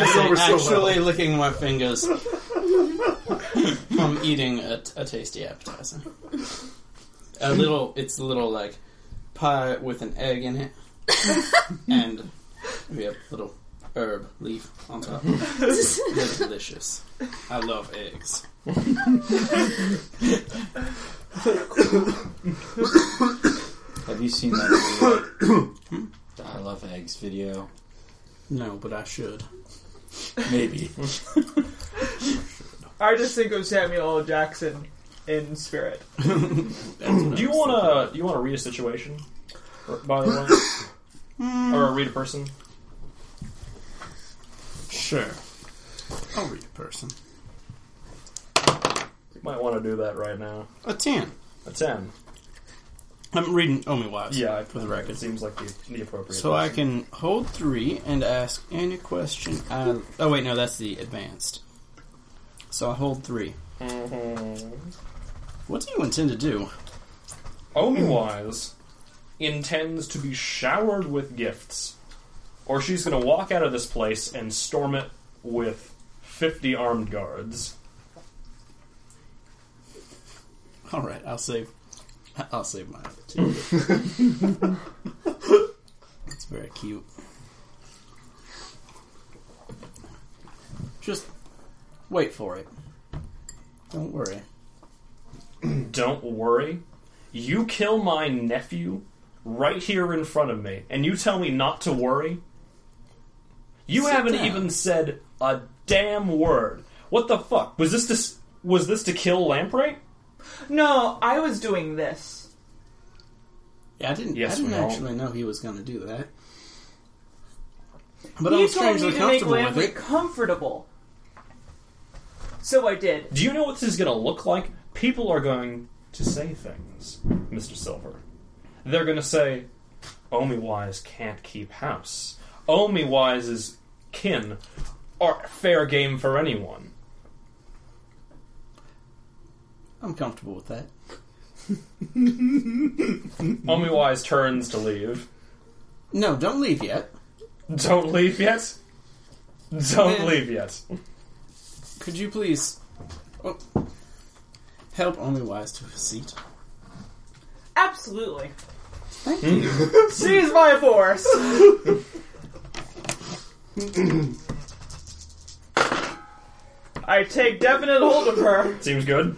C: I'm actually licking my fingers from eating a, a tasty appetizer. A little, it's a little like pie with an egg in it, and we have little herb leaf on top. They're delicious. I love eggs.
E: Have you seen that video? I love eggs video.
C: No, but I should.
E: Maybe.
F: I just think of Samuel L. Jackson in spirit.
A: Do you want to? You want to read a situation, r- by the way, or read a person?
C: Sure. I'll read a person.
A: You might want to do that right now.
C: A ten.
A: A ten.
C: I'm reading Omi Wise.
A: Yeah,
C: for the record.
A: It seems like the, the appropriate.
C: So I can hold three and ask any question. I, oh wait, no, that's the advanced. So I hold three. What do you intend to do?
A: Omi Wise intends to be showered with gifts, or she's going to walk out of this place and storm it with fifty armed guards.
C: All right, I'll save. I'll save mine for two. it's very cute. Just wait for it. Don't worry.
A: Don't worry, you kill my nephew right here in front of me, and you tell me not to worry. You
C: Sit
A: haven't
C: down.
A: even said a damn word. What the fuck was this? To, s- was this to kill Lamprey?
F: No, I was doing this.
C: Yeah, I didn't.
A: Yes,
C: I didn't
A: we all-
C: actually know he was going to do that. But I
F: he
C: was
F: told me
C: strangely
F: to make
C: comfortable with
F: Lamprey
C: it.
F: comfortable. So I did.
A: Do you know what this is going to look like? People are going to say things, Mr. Silver. They're going to say, Omi Wise can't keep house. Omi Wise's kin are fair game for anyone.
C: I'm comfortable with that.
A: Omi Wise turns to leave.
C: No, don't leave yet.
A: Don't leave yet. Don't
C: Man.
A: leave yet.
C: Could you please oh, help Only Wise to a seat?
F: Absolutely. Hmm. Thank you. Seize my force. I take definite hold of her.
A: Seems good.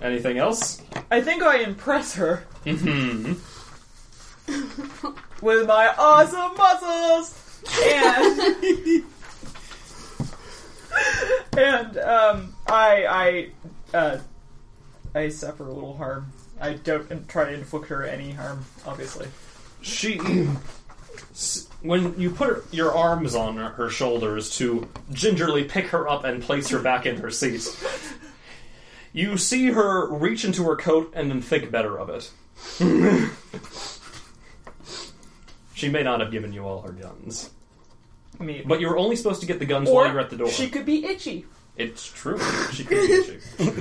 A: Anything else?
F: I think I impress her with my awesome muscles and and um, I I uh, I suffer little harm. I don't try to inflict her any harm, obviously.
A: she s- when you put her, your arms on her, her shoulders to gingerly pick her up and place her back in her seat you see her reach into her coat and then think better of it she may not have given you all her guns
F: Me.
A: but you were only supposed to get the guns
F: or
A: while you were at the door
F: she could be itchy.
A: it's true she could be itchy.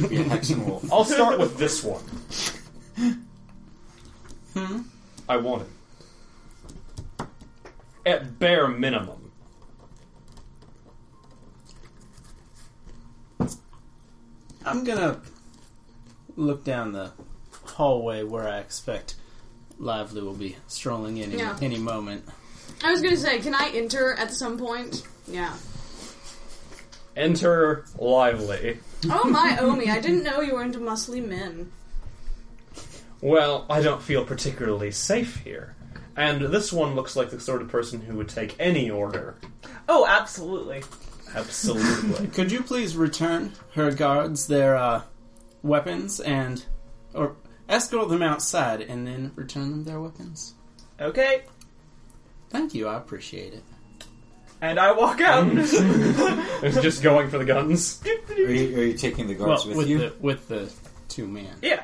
E: Be a hexen wolf.
A: i'll start with this one hmm?
F: Hmm?
A: i want it at bare minimum
C: I'm gonna look down the hallway where I expect Lively will be strolling in
D: Yeah.
C: any moment.
D: I was gonna say, can I enter at some point? Yeah.
A: Enter Lively.
D: Oh my, Omi, I didn't know you were into muscly men.
A: Well, I don't feel particularly safe here. And this one looks like the sort of person who would take any order.
F: Oh, absolutely.
A: Absolutely.
C: Could you please return her guards their uh, weapons and or escort them outside and then return them their weapons?
F: Okay.
C: Thank you, I appreciate it.
F: And I walk out.
A: It's just going for the guns.
E: Are you, are you taking the guards
C: well,
E: with, you?
C: the with the two men.
F: yeah.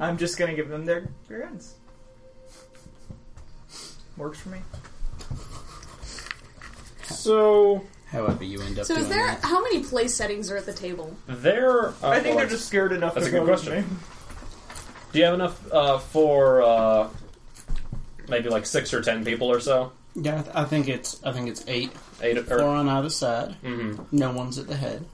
F: I'm just gonna give them their, their guns. Works for me.
A: So
C: However you end up
D: So,
C: doing
D: is there
C: that.
D: how many play settings are at the table?
A: there. Uh,
F: I
A: well,
F: think they're just scared enough
A: that's
F: to
A: a good
F: go with
A: question.
F: me.
A: Do you have enough uh, for uh, maybe like six or ten people or so?
C: Yeah, I th- I think it's I think it's eight.
A: Eight
C: Four
A: or
C: on either side.
A: Mhm.
B: Mm-hmm.
C: No one's at the head.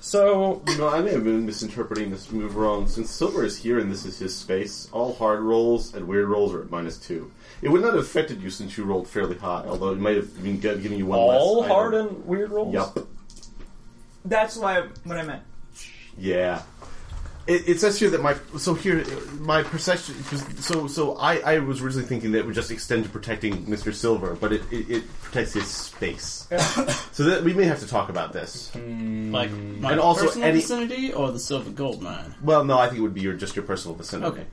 A: so.
B: No, I may have been misinterpreting this move wrong. Since Silver is here and this is his space, all hard rolls and weird rolls are at minus two. It would not have affected you since you rolled fairly high, although it might have been g- giving you one less.
A: All
B: item.
A: hard and weird rolls.
B: Yup.
F: That's why what I meant.
B: Yeah. It, it says here that my so here my perception so so I, I was originally thinking that it would just extend to protecting Mr. Silver, but it, it, it protects his space. so that we may have to talk about this.
C: Like my
B: Mm. And also
C: personal
B: any-
C: vicinity or the silver gold mine.
B: Well, no, I think it would be your just your personal vicinity.
C: Okay.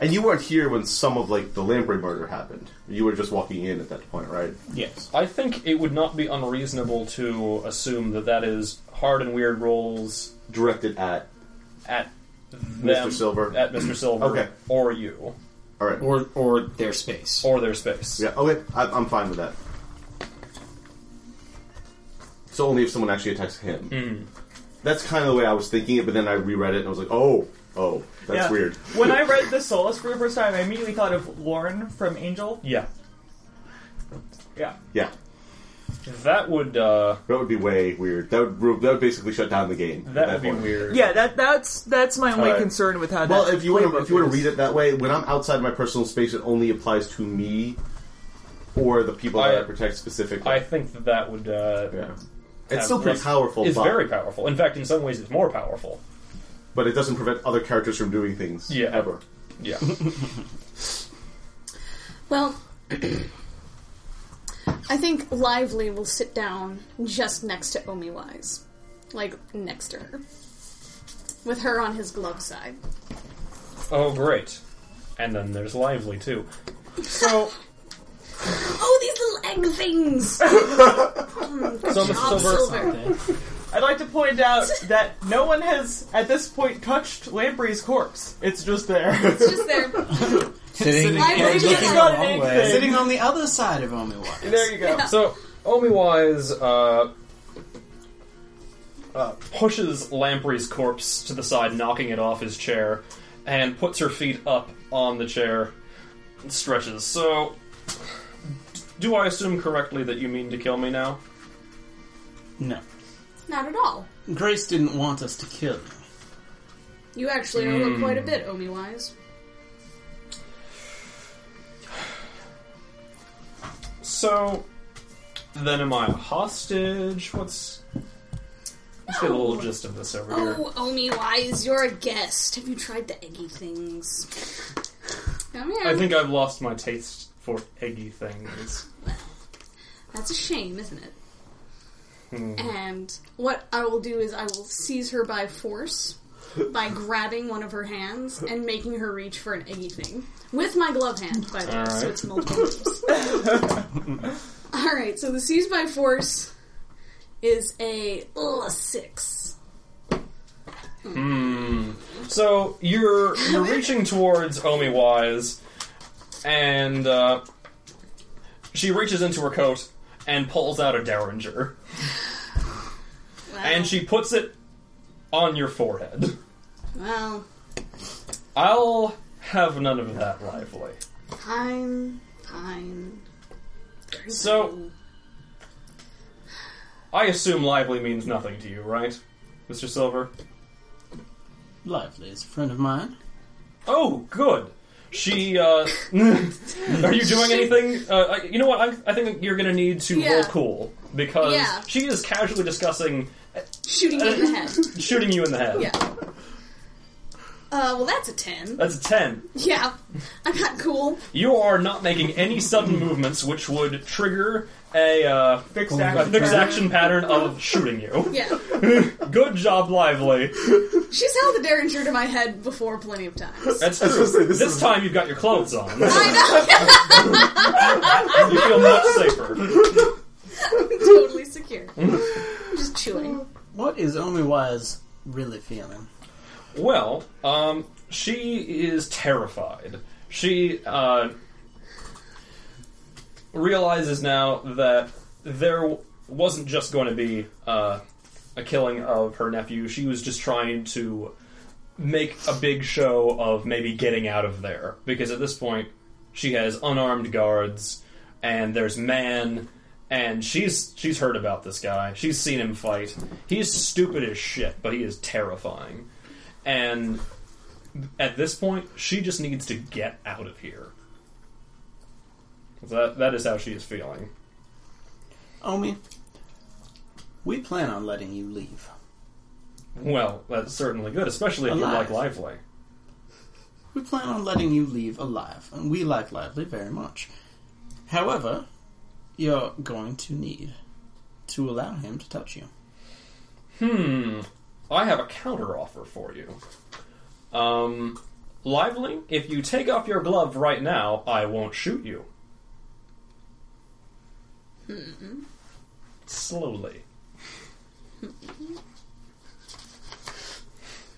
B: And you weren't here when some of like the Lamprey murder happened. You were just walking in at that point, right?
C: Yes.
A: I think it would not be unreasonable to assume that that is hard and weird rolls
B: Directed at
A: at them,
B: Silver.
A: at Mr. Silver,
B: Okay.
A: or you,
B: all right.
E: Or or their space.
A: or their space.
B: Yeah. Okay. I, I'm fine with that. So only if someone actually attacks him.
A: Hmm.
B: That's kind of the way I was thinking it, but then I reread it and I was like, oh, oh, that's
F: Yeah.
B: weird.
F: When I read the Solace for the first time, I immediately thought of Lauren from Angel.
A: Yeah.
F: Yeah.
B: Yeah.
A: That would uh,
B: That would be way weird. That would ru- that would basically shut down the game. at
A: that would be
B: point.
A: weird.
F: Yeah, that that's that's my only
B: Alright.
F: concern with how
B: Well,
F: that
B: if you want to,
F: playbook
B: if you want
F: is.
B: to read it that way, when I'm outside my personal space, it only applies to me or the people that
A: I-
B: I protect specifically.
A: I think that that would. Uh,
B: yeah.
A: have
B: It's still pretty
A: risk-
B: powerful,
A: It's
B: but,
A: very powerful. In fact, in some ways, it's more powerful.
B: but it doesn't prevent other characters from doing things
A: Yeah.
B: ever.
A: Yeah.
D: Well, I think Lively will sit down just next to Omi Wise. Like, next to her. With her on his glove side.
A: oh, great. And then there's lively too. So
D: bang things. Oh,
A: So Mr.
D: Job,
A: Silver,
D: Silver.
F: I'd like to point out that no one has, at this point, touched Lamprey's corpse. It's just there.
D: It's just there.
E: Sitting
D: I
E: and
D: would
E: looking
D: just-
E: the
F: Not an
E: wrong
F: egg
E: way.
F: thing.
J: Sitting on the other side of Omiwai.
F: there you go.
A: So Omiwise uh, uh, pushes Lamprey's corpse to the side, knocking it off his chair, and puts her feet up on the chair, and stretches. So, d- do I assume correctly that you mean to kill me now?
J: No.
D: Not at all.
J: Grace didn't want us to kill you.
D: You actually owe her
E: Hmm.
D: quite a bit, Omi wise.
A: So, then am I a hostage? What's let's get a little gist of this over here.
D: Oh, Omi wise, you're a guest. Have you tried the eggy things? Come here.
A: I think I've lost my taste for eggy things.
D: That's a shame, isn't it?
A: Hmm.
D: And what I will do is I will seize her by force by grabbing one of her hands and making her reach for an eggy thing. With my glove hand, by the way, so
A: Alright.
D: it's multiple moves. Alright, so the seize by force is a, ugh, a six.
A: So you're you're reaching towards Omi Wise, and uh, she reaches into her coat and pulls out a derringer,
D: Well,
A: and she puts it on your forehead.
D: well,
A: I'll have none of that lively.
D: fine, fine.
A: So I assume lively means nothing to you, right, Mister Silver?
J: Lively is a friend of mine.
A: Oh, good. She, uh. are you doing anything? Uh, I- you know what? I, I think you're gonna need to
D: Yeah.
A: roll cool. Because
D: Yeah.
A: she is casually discussing
D: Shooting me in the head.
A: shooting you in the head.
D: Yeah. Uh, well, that's a ten.
A: That's a 10.
D: Yeah, I'm not cool.
A: You are not making any sudden movements which would trigger a, uh,
B: Oh
F: Fixed
A: a
F: action.
A: fixed action pattern of shooting you.
D: Yeah.
A: Good job, Lively.
D: She's held the derringer to my head before plenty of times.
A: That's true.
H: say,
A: this
H: this is-
A: time you've got your clothes on.
D: I know,
A: you feel much safer.
D: I'm totally secure. Just chewing.
J: What is Omiwai's really feeling?
A: Well, um, she is terrified. She uh, realizes now that there wasn't just going to be uh, a killing of her nephew. She was just trying to make a big show of maybe getting out of there because at this point she has unarmed guards and there's man and she's she's heard about this guy. She's seen him fight. He's stupid as shit, but he is terrifying. And at this point, she just needs to get out of here. That that is how she is feeling.
J: Omi, we plan on letting you leave.
A: Well, that's certainly good, especially if you
J: Alive.
A: like lively.
J: We plan on letting you leave alive, and we like Lively very much. However, you're going to need to allow him to touch you.
A: I have a counter offer for you. Um, lively, if you take off your glove right now, I won't shoot you. Slowly.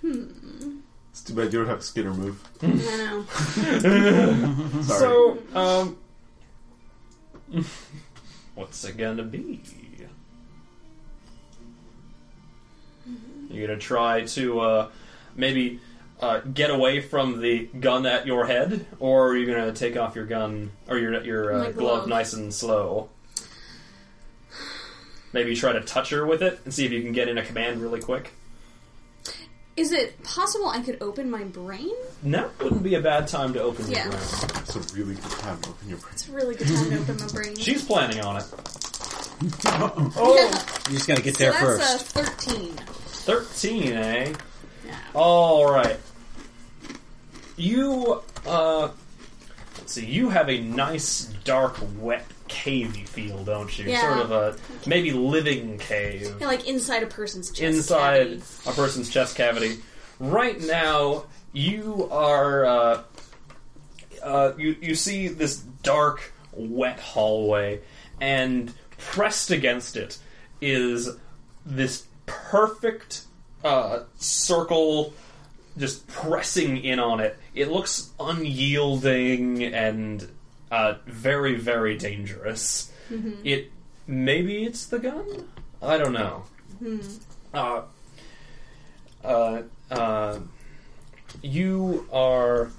H: It's too bad you don't have a Skinner move.
D: I know.
H: Sorry.
A: So, um, what's it gonna be?
D: Mm-hmm.
A: You gonna try to uh, maybe uh, get away from the gun at your head, or are you gonna take off your gun or your your uh,
D: My
A: glove.
D: glove.
A: nice and slow? Maybe try to touch her with it and see if you can get in a command really quick.
D: Is it possible I could open my brain?
A: Now wouldn't be a bad time to open your
D: Yeah.
A: brain.
H: it's a really good time to open your brain.
D: It's a really good time to open my brain.
A: She's planning on it.
E: You just gotta get
D: so
E: there
D: that's
E: first.
D: a thirteen.
A: 13, eh?
D: Yeah.
A: All right. You uh let's see, you have a nice dark wet cavey feel, don't you?
D: Yeah.
A: Sort of a maybe living cave
D: Yeah, like inside a person's chest.
A: inside
D: cavity.
A: a person's chest cavity. Right now, you are uh, uh, you you see this dark wet hallway, and pressed against it is this perfect uh, circle just pressing in on it. It looks unyielding and uh, very, very dangerous. It maybe it's the gun. I don't know. Uh, uh, uh, you are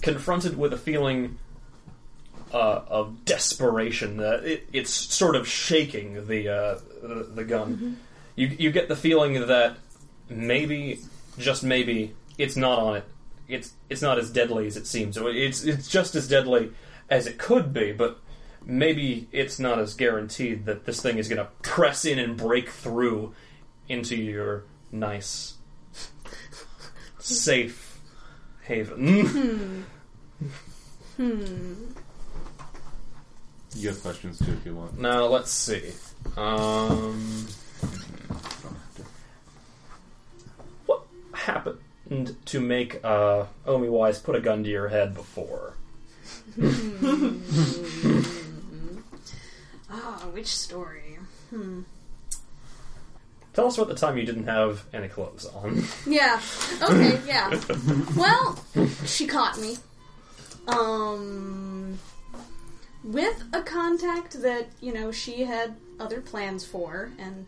A: confronted with a feeling uh, of desperation. Uh, it, it's sort of shaking the uh, the, the gun. You you get the feeling that maybe, just maybe, it's not on it. It's it's not as deadly as it seems. So It's it's just as deadly as it could be, but maybe it's not as guaranteed that this thing is going to press in and break through into your nice, safe haven.
H: You have questions too if you want.
A: Now let's see. Um, what happened to make uh, Omi Wise put a gun to your head before?
D: Ah, which story?
A: Tell us about the time you didn't have any clothes on.
D: Yeah. Okay, yeah. well, she caught me. Um with a contact that, you know, she had other plans for and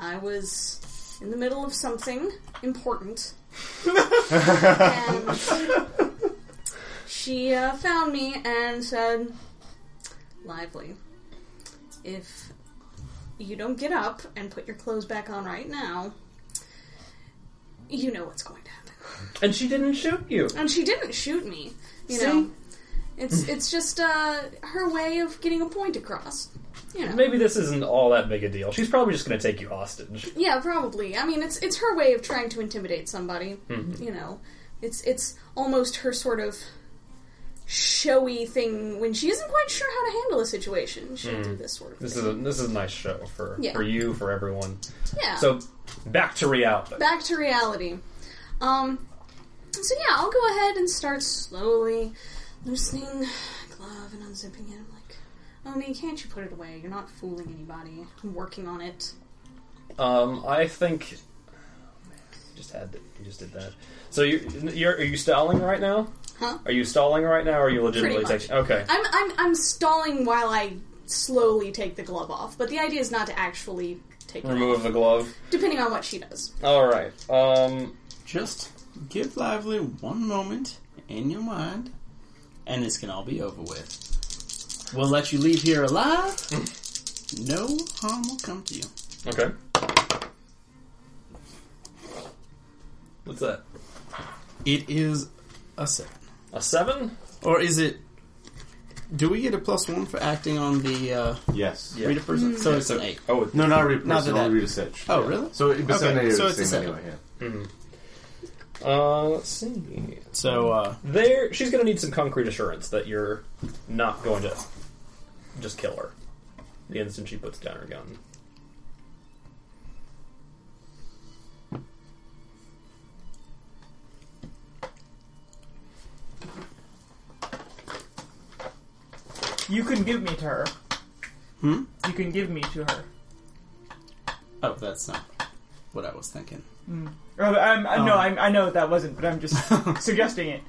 D: I was in the middle of something important. and she uh, found me and said, "Lively, if you don't get up and put your clothes back on right now, you know what's going to happen.
A: And she didn't shoot you.
D: And she didn't shoot me. You know, it's
A: Hmm.
D: it's just uh, her way of getting a point across. You know,
A: Maybe this isn't all that big a deal. She's probably just going to take you hostage.
D: yeah, probably. I mean, it's it's her way of trying to intimidate somebody.
A: Hmm.
D: You know, it's it's almost her sort of showy thing when she isn't quite sure how to handle a situation. She'll do this sort of
A: Hmm. This
D: thing.
A: is a, this is a nice show for
D: Yeah.
A: for you for everyone.
D: yeah.
A: So back to reality.
D: back to reality. Um, so yeah, I'll go ahead and start slowly loosening my glove and unzipping it. I'm like, Omi, can't you put it away? You're not fooling anybody. I'm working on it.
A: Um, I think you just had that- you just did that. So you you're are you stalling right now?
D: Huh?
A: Are you stalling right now? or Are you legitimately
D: Pretty much.
A: taking? Okay.
D: I'm I'm I'm stalling while I slowly take the glove off, but the idea is not to actually take it
A: Remove
D: off,
A: the glove.
D: depending on what she does.
A: All right. Um,
C: Just give Lively one moment in your mind, and this can all be over with. We'll let you leave here alive. No harm will come to you.
A: okay. What's that?
C: It is a seven.
A: A seven?
C: Or is it. Do we get a plus one for acting on the uh,
H: Yes.
A: Yeah.
C: reader person? So it's an eight.
A: Oh,
H: No, not read
C: Not
H: person,
C: that-
H: only read a sitch.
C: Oh, really?
H: So it
C: Okay,
H: okay,
C: so
H: so
C: it's a
H: the same
C: setup.
H: anyway. Yeah.
A: uh, let's see.
C: So, uh,
A: There, she's going to need some concrete assurance that you're not going to just kill her the instant she puts down her gun.
F: You can give me to her.
C: Hmm?
F: You can give me to her.
C: oh, that's not what I was thinking.
F: Or, I'm, I, um, No,
C: Oh.
F: I'm, I know that that wasn't, but I'm just suggesting it.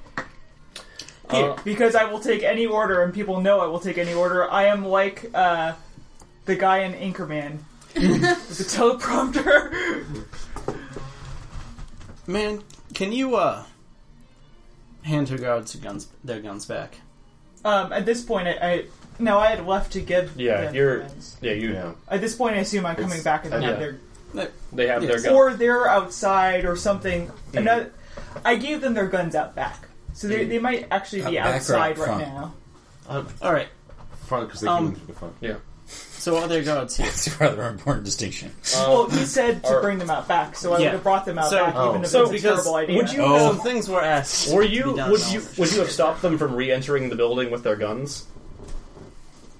F: Here,
A: Uh,
F: because I will take any order, and people know I will take any order. I am like uh, the guy in Anchorman. the teleprompter.
C: Man, can you, uh, hand her guards her guns, their guns back?
F: Um, at this point, I, I no, I had left to give.
A: Yeah,
F: them
A: you're-
F: things.
A: yeah, you.
H: Yeah.
F: At this point, I assume I'm coming
H: It's-
F: back and
H: uh,
F: have
A: yeah.
F: their
A: They have their
C: Yes.
A: gun.
F: or they're outside or something. Another, I gave them their guns out back, so they, they might actually
E: Out
F: be
E: back or
F: outside
E: out
F: right
E: front?
F: now.
C: Alright,
H: Front, because they
C: Um,
H: came into the front.
A: yeah.
C: so are their guards here?
E: It's a rather important distinction.
F: well, he said to
A: Um, or-
F: bring them out back, so I
C: Yeah.
F: would have brought them out
C: So-
F: back,
H: Oh.
F: even if
A: So
F: it's a
C: because
F: terrible idea.
A: would you-
C: Some
A: Oh.
C: things were asked.
A: Were
C: to
A: you
C: be done
A: would
C: now.
A: you would you have stopped them from re-entering the building with their guns?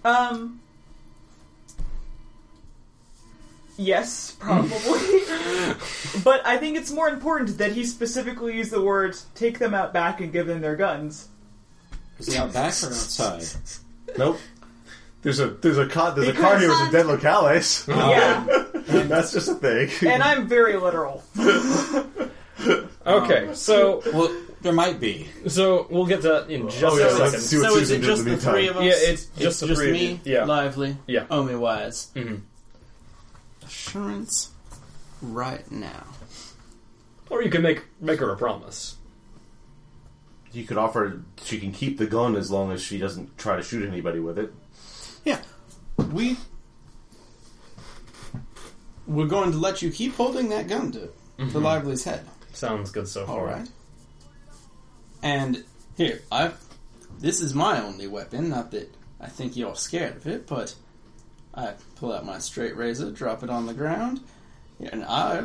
F: Um. Yes, probably. but I think it's more important that he specifically used the words "take them out back and give them their guns."
E: Is he out back or outside?
B: Nope. There's a there's a co- there's a
F: Because
B: car here with
F: I'm-
B: a dead locales.
F: Yeah,
B: That's just a thing.
F: and I'm very literal.
C: Um,
A: Okay, so
E: Well, there might be.
A: so we'll get to that in just
B: yeah,
A: a
B: let's
A: second.
B: see what
L: so is
B: Susan
L: it
B: did in
L: just
B: the
L: the three
B: meantime.
L: of us?
A: Yeah, it's just the
L: just
A: three of
L: me. Mm-hmm.
A: you. Yeah.
L: Lively.
A: Yeah.
L: Omi Wise.
A: Mhm.
C: Assurance right now.
A: Or you can make make her a promise.
B: You could offer she can keep the gun as long as she doesn't try to shoot anybody with it.
C: Yeah. We. We're going to let you keep holding that gun to, to
L: Mm-hmm.
C: Lively's head.
A: Sounds good so far.
C: Alright. And here, I've. This is my only weapon. Not that I think you're scared of it, but I pull out my straight razor, drop it on the ground, and I.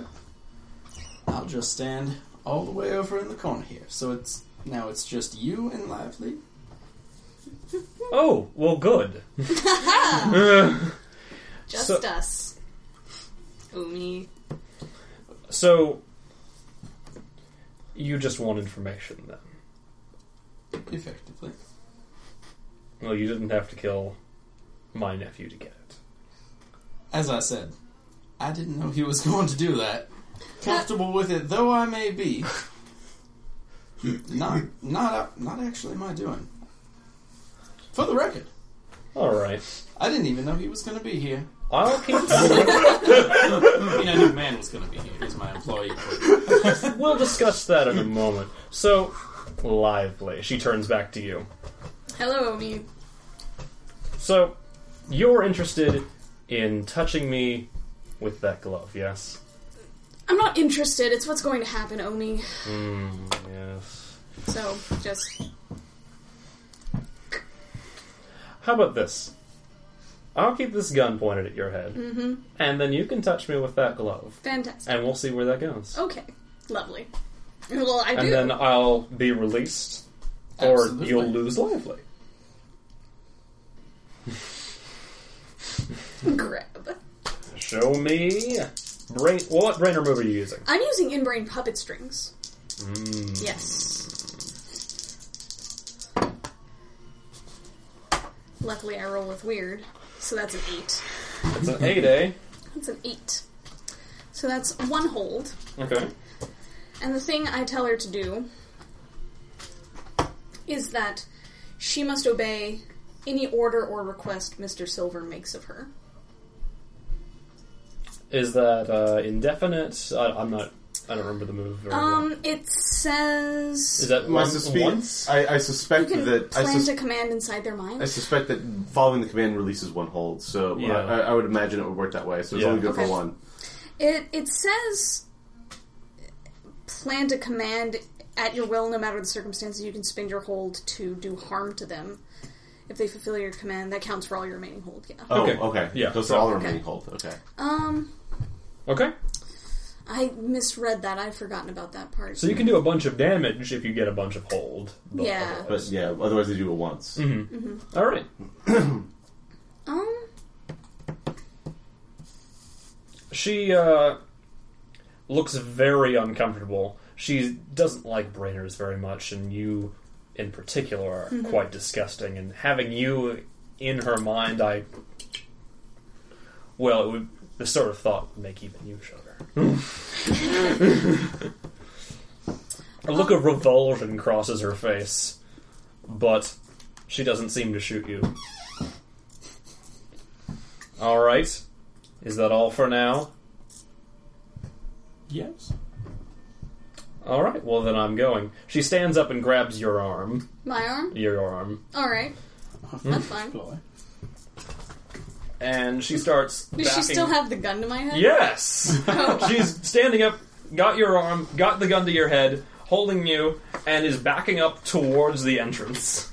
C: I'll just stand all the way over in the corner here. So it's. Now it's just you and Lively.
A: Oh, well, good.
D: Just
A: So-
D: us. Umi.
A: So you just want information then.
C: Effectively.
A: Well, you didn't have to kill my nephew to get it.
C: As I said, I didn't know he was going to do that. Comfortable with it though I may be. Hmm, not not uh, not actually my doing. For the record,
A: All right.
C: I didn't even know he was going to be here.
A: I'll keep.
C: I mean, I knew man was going to be here. He's my employee.
A: we'll discuss that in a moment. So, lively. She turns back to you.
D: Hello, Umi.
A: So, you're interested in touching me with that glove, yes?
D: I'm not interested. It's what's going to happen, Omi.
A: Yes.
D: So, just.
A: How about this? I'll keep this gun pointed at your head, mm-hmm. and then you can touch me with that glove,
D: Fantastic.
A: and we'll see where that goes.
D: Okay. Lovely. Well, I do.
A: and then I'll be released, or
C: Absolutely.
A: you'll lose lively.
D: Grab.
A: Show me brain. What brain remover are you using?
D: I'm using in-brain puppet strings.
A: Mm.
D: Yes. Luckily, I roll with weird, so that's an eight.
A: It's an eight, eh?
D: That's an eight. So that's one hold.
A: Okay.
D: And the thing I tell her to do is that she must obey any order or request Mr. Silver makes of her.
A: Is that uh, indefinite? I, I'm not. I don't remember the move. Very well.
D: Um, it says
A: Is that
B: I
A: one,
B: suspect,
A: once?
B: I, I
D: you
B: suspect
D: can
B: that I,
D: plant
B: sus-
D: a command inside their mind.
B: I suspect that following the command releases one hold. So
A: Yeah.
B: I, I would imagine it would work that way. So it's
A: Yeah.
B: only good
D: Okay.
B: for one.
D: It it says plant a command at your will, no matter the circumstances. You can spend your hold to do harm to them if they fulfill your command. That counts for all your remaining hold. Yeah.
B: Oh,
A: Okay.
B: okay.
A: Yeah.
B: Those are all the
D: Okay.
B: remaining hold. Okay.
D: Um,
A: Okay.
D: I misread that. I've forgotten about that part.
A: So you can do a bunch of damage if you get a bunch of hold. but
D: Yeah.
B: But
A: otherwise-
B: yeah, otherwise they do it once.
A: All right.
D: um,
A: She uh, looks very uncomfortable. She doesn't like brainers very much, and you, in particular, are quite disgusting. And having you in her mind, I. Well, it would. The sort of thought would make even you shudder. a look of revulsion crosses her face, but she doesn't seem to shoot you. All right. Is that all for now?
C: yes.
A: All right. Well, then I'm going. She stands up and grabs your arm.
D: my arm.
A: Your arm.
D: All right,
B: Uh-huh.
D: that's fine.
C: Boy.
A: And she starts.
D: Does she
A: backing-
D: still have Oh. the gun to my head?
A: Yes. She's standing up, got your arm, got the gun to your head, holding you, and is backing up towards the entrance.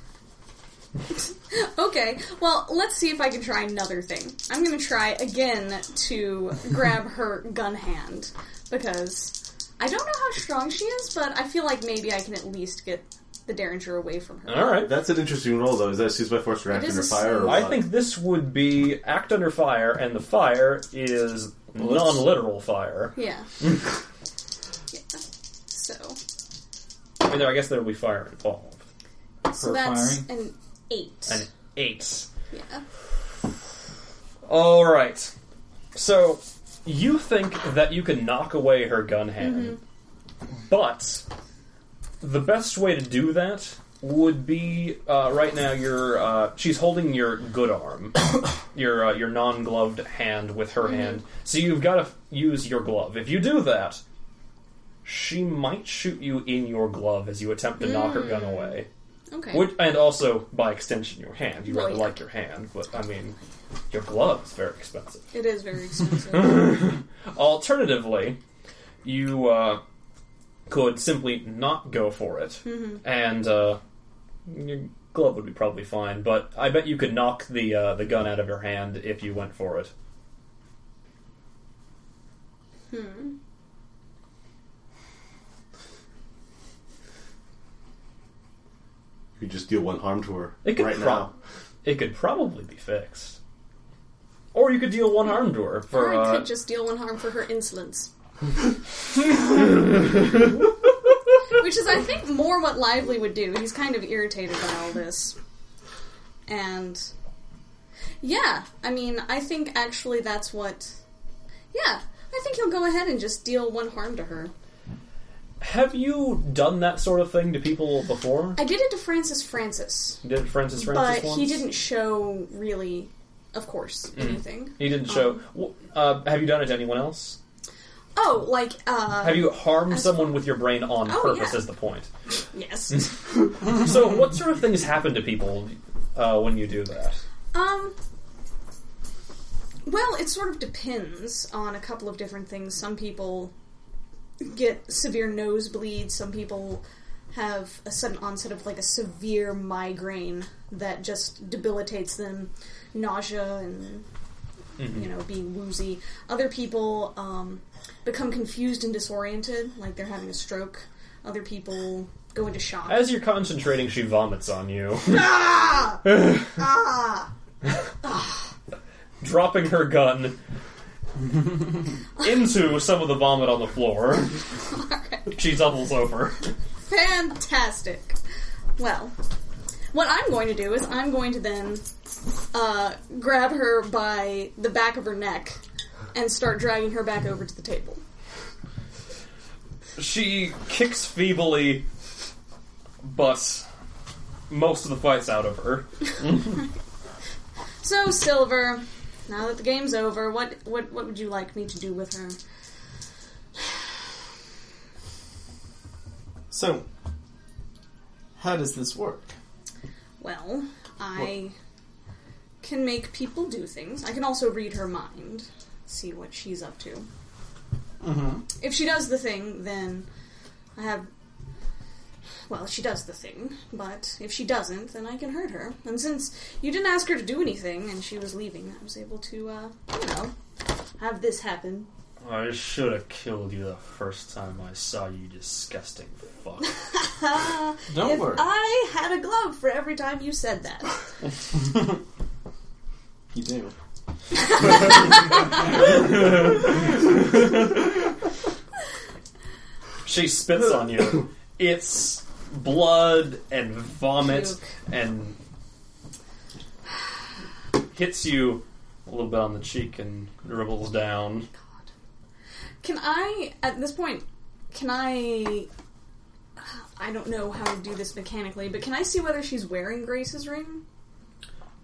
D: Okay. Well, let's see if I can try another thing. I'm gonna try again to grab her gun hand because I don't know how strong she is, but I feel like maybe I can at least get the derringer away from her.
A: All right.
B: That's an interesting role, though. Is that she's by force or act
D: It is
B: under
D: a
B: fire? Or
D: slow-
A: I
B: what?
A: think this would be act under fire, and the fire is non-literal fire.
D: Yeah. yeah. So
A: I mean, I guess there will be fire involved.
D: so
E: for
D: that's
E: firing.
D: an eight.
A: An eight.
D: yeah.
A: All right. So you think that you can knock away her gun hand, but the best way to do that would be uh, right now. You're uh, she's holding your good arm, your uh, your non-gloved hand with her hand. So you've got to f- use your glove. If you do that, she might shoot you in your glove as you attempt to knock her gun away.
D: Okay.
A: Would, and also, by extension, your hand. You
D: Well,
A: rather
D: yeah.
A: like your hand, but I mean, your glove is very expensive.
D: It is very expensive.
A: Alternatively, you uh, could simply not go for it,
D: Mm-hmm.
A: and uh, your glove would be probably fine. But I bet you could knock the uh, the gun out of your hand if you went for it.
H: You just deal one harm to her
A: It could
H: right
A: prob-
H: now.
A: It could probably be fixed, or you could deal one harm to her for.
D: or I
A: uh,
D: could just deal one harm for her insolence. Which is, I think, more what Lively would do. He's kind of irritated by all this. And. Yeah, I mean, I think actually that's what. Yeah, I think he'll go ahead and just deal one harm to her.
A: Have you done that sort of thing to people before?
D: I did it to Francis Francis,
A: Did Francis Francis
D: but
A: once?
D: he didn't show really, of course,
A: Mm.
D: anything.
A: He didn't
D: Um,
A: show. w uh, have you done it to anyone else?
D: Oh, like, uh.
A: Have you harmed someone with your brain on
D: Oh,
A: purpose?
D: yeah.
A: Is the point.
D: Yes.
A: So, what sort of things happen to people uh, when you do that?
D: Um. Well, it sort of depends on a couple of different things. Some people get severe nosebleeds. Some people have a sudden onset of like a severe migraine that just debilitates them, nausea and you know being woozy. Other people um, become confused and disoriented, like they're having a stroke. Other people go into shock.
A: As you're concentrating, she vomits on you,
D: ah,
A: dropping her gun into some of the vomit on the floor. She doubles over.
D: fantastic. Well, what I'm going to do is I'm going to then uh, grab her by the back of her neck and start dragging her back over to the table.
A: She kicks feebly, but most of the fight's out of her.
D: So, Silver, now that the game's over, what what what would you like me to do with her?
J: So, how does this work?
D: Well, I can make people do things. I can also read her mind, see what she's up to.
J: Mm-hmm.
D: If she does the thing, then I have. Well, she does the thing, but if she doesn't, then I can hurt her. And since you didn't ask her to do anything and she was leaving, I was able to, uh, you know, have this happen.
A: I should have killed you the first time I saw you, disgusting fuck.
J: Don't
D: if
J: worry.
D: I had a glove for every time you said that.
J: You do.
A: She spits on you. It's blood and vomit and hits you a little bit on the cheek and dribbles down.
D: Can I, at this point, can I? I don't know how to do this mechanically, but can I see whether she's wearing Grace's ring?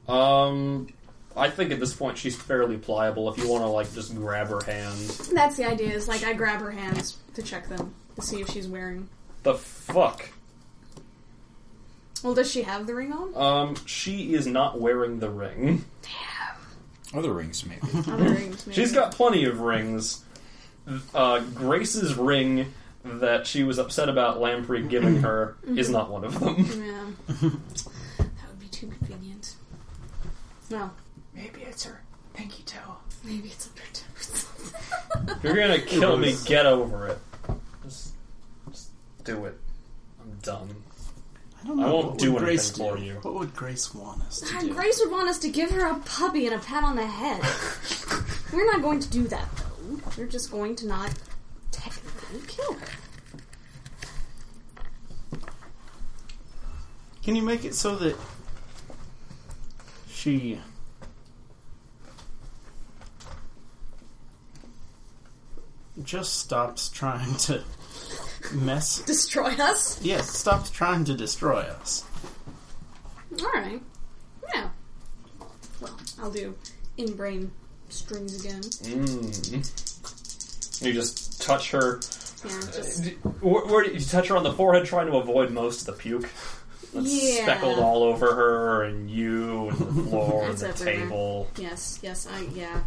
A: Um, I think at this point she's fairly pliable. If you want to like just grab her hand,
D: That's the idea. Is like I grab her hands to check them to see if she's wearing.
A: the fuck.
D: Well, does she have the ring on?
A: Um, she is not wearing the ring.
E: Other rings, maybe.
D: Other rings, maybe.
A: She's got plenty of rings. Uh, Grace's ring that she was upset about Lamprey giving her is not one of them.
D: Yeah. that would be too convenient. No,
F: Maybe it's her pinky toe.
D: maybe it's under toes.
A: If you're gonna kill me, get over it. Just, just do it. I'm done.
J: I don't know.
A: I won't
J: what
A: do
J: would Grace
A: anything for
J: do?
A: you.
J: What would Grace want us to
D: God,
J: do?
D: Grace would want us to give her a puppy and a pat on the head. We're not going to do that though. We're just going to not technically kill her.
C: Can you make it so that she just stops trying to mess?
D: Destroy us?
C: Yes, stops trying to destroy us.
D: Alright. Yeah. Well, I'll do in brain strings again.
A: Mm. You just touch her.
D: Yeah, just.
A: Uh, D- Where, where do you, you touch her on the forehead, trying to avoid most of the puke. That's
D: Yeah.
A: speckled all over her and you and the floor and
D: It's
A: the
D: everywhere.
A: table.
D: Yes, yes, I, yeah.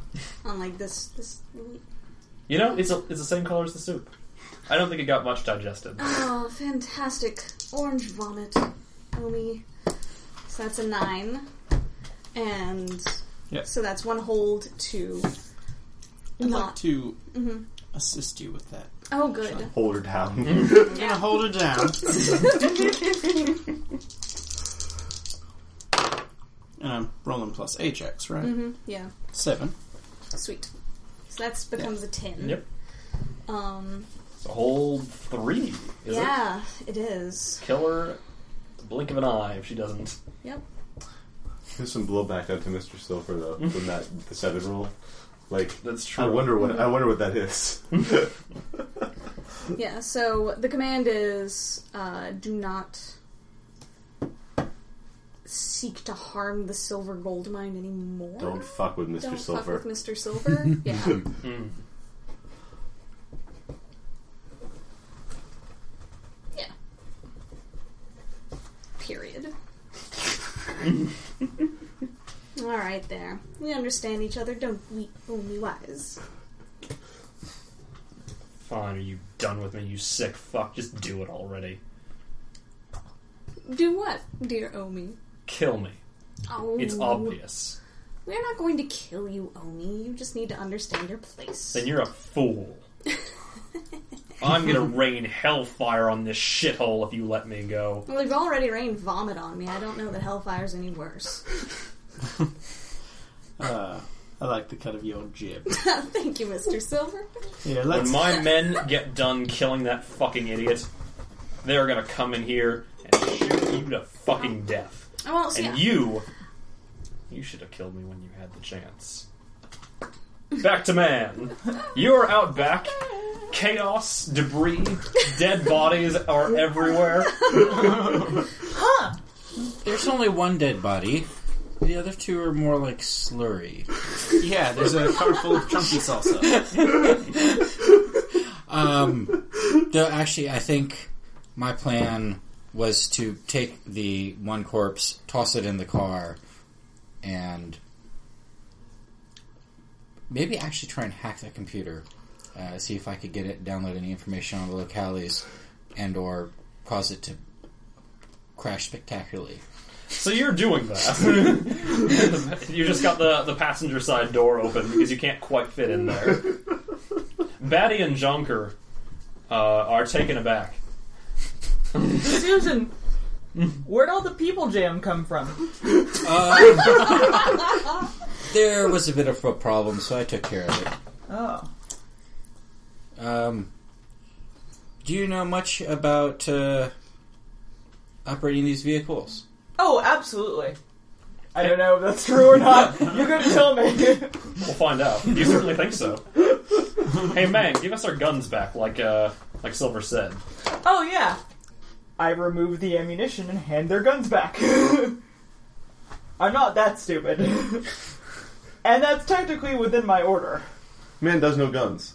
D: Unlike this, this.
A: You know, it's a, it's the same color as the soup. I don't think it got much digested.
D: Oh, fantastic. Orange vomit. Omi. So that's a nine. And.
C: Yeah.
D: So that's one hold, two.
C: I'd like
D: Not.
C: to assist you with that.
D: Oh, good.
H: Hold her down.
C: Yeah, hold her down. and I'm rolling plus HX, right?
D: Yeah.
C: Seven.
D: Sweet. So that's becomes a ten.
A: Yep.
D: Um.
A: It's a whole three, is it?
D: yeah, it is.
A: Kill her, the blink of an eye if she doesn't.
D: Yep.
H: There's some blowback out to Mr. Silver though from that the seven roll. Like
A: That's
H: I
A: true.
H: wonder what I wonder what that is.
D: Yeah. So the command is uh, do not seek to harm the silver gold mine anymore.
H: Don't fuck with mister
D: Don't
H: Silver. Hmm.
D: fuck with Mr. Silver. yeah. yeah. Period. All right, there. We understand each other, don't we? Only wise.
A: Fine, are you done with me, you sick fuck? Just do it already.
D: Do what, dear Omi?
A: Kill me.
D: Oh,
A: It's obvious.
D: We're not going to kill you, Omi. You just need to understand your place.
A: Then you're a fool. I'm gonna rain hellfire on this shithole if you let me go.
D: well, they've already rained vomit on me. I don't know that Hellfire's any worse.
C: I like the cut of your jib.
D: Thank you, Mr. Silver.
C: Yeah,
A: When
C: let's.
A: my men get done killing that fucking idiot, they're gonna come in here and shoot you to fucking death.
D: Oh, well, see,
A: And you, you should have killed me when you had the chance. Back to man. You're out back. Chaos, debris, dead bodies are everywhere.
E: There's only one dead body. The other two are more like slurry.
C: Yeah, there's a car full of chunky salsa.
E: Um, though actually, I think my plan was to take the one corpse, toss it in the car, and maybe actually try and hack that computer, uh, see if I could get it, download any information on the locales, and or cause it to crash spectacularly.
A: So you're doing that. you just got the, the passenger side door open because you can't quite fit in there. Batty and Jonker uh, are taken aback.
F: Susan, where'd all the people jam come from?
E: There was a bit of a problem, so I took care of it.
F: Oh.
E: Um, do you know much about uh, operating these vehicles?
F: Oh, absolutely. I don't know if that's true or not. You're gonna tell me.
A: We'll find out. You certainly think so. hey man, give us our guns back, like uh, like Silver said.
F: oh yeah. I remove the ammunition and hand their guns back. I'm not that stupid. and that's technically within my order.
H: Man does no guns.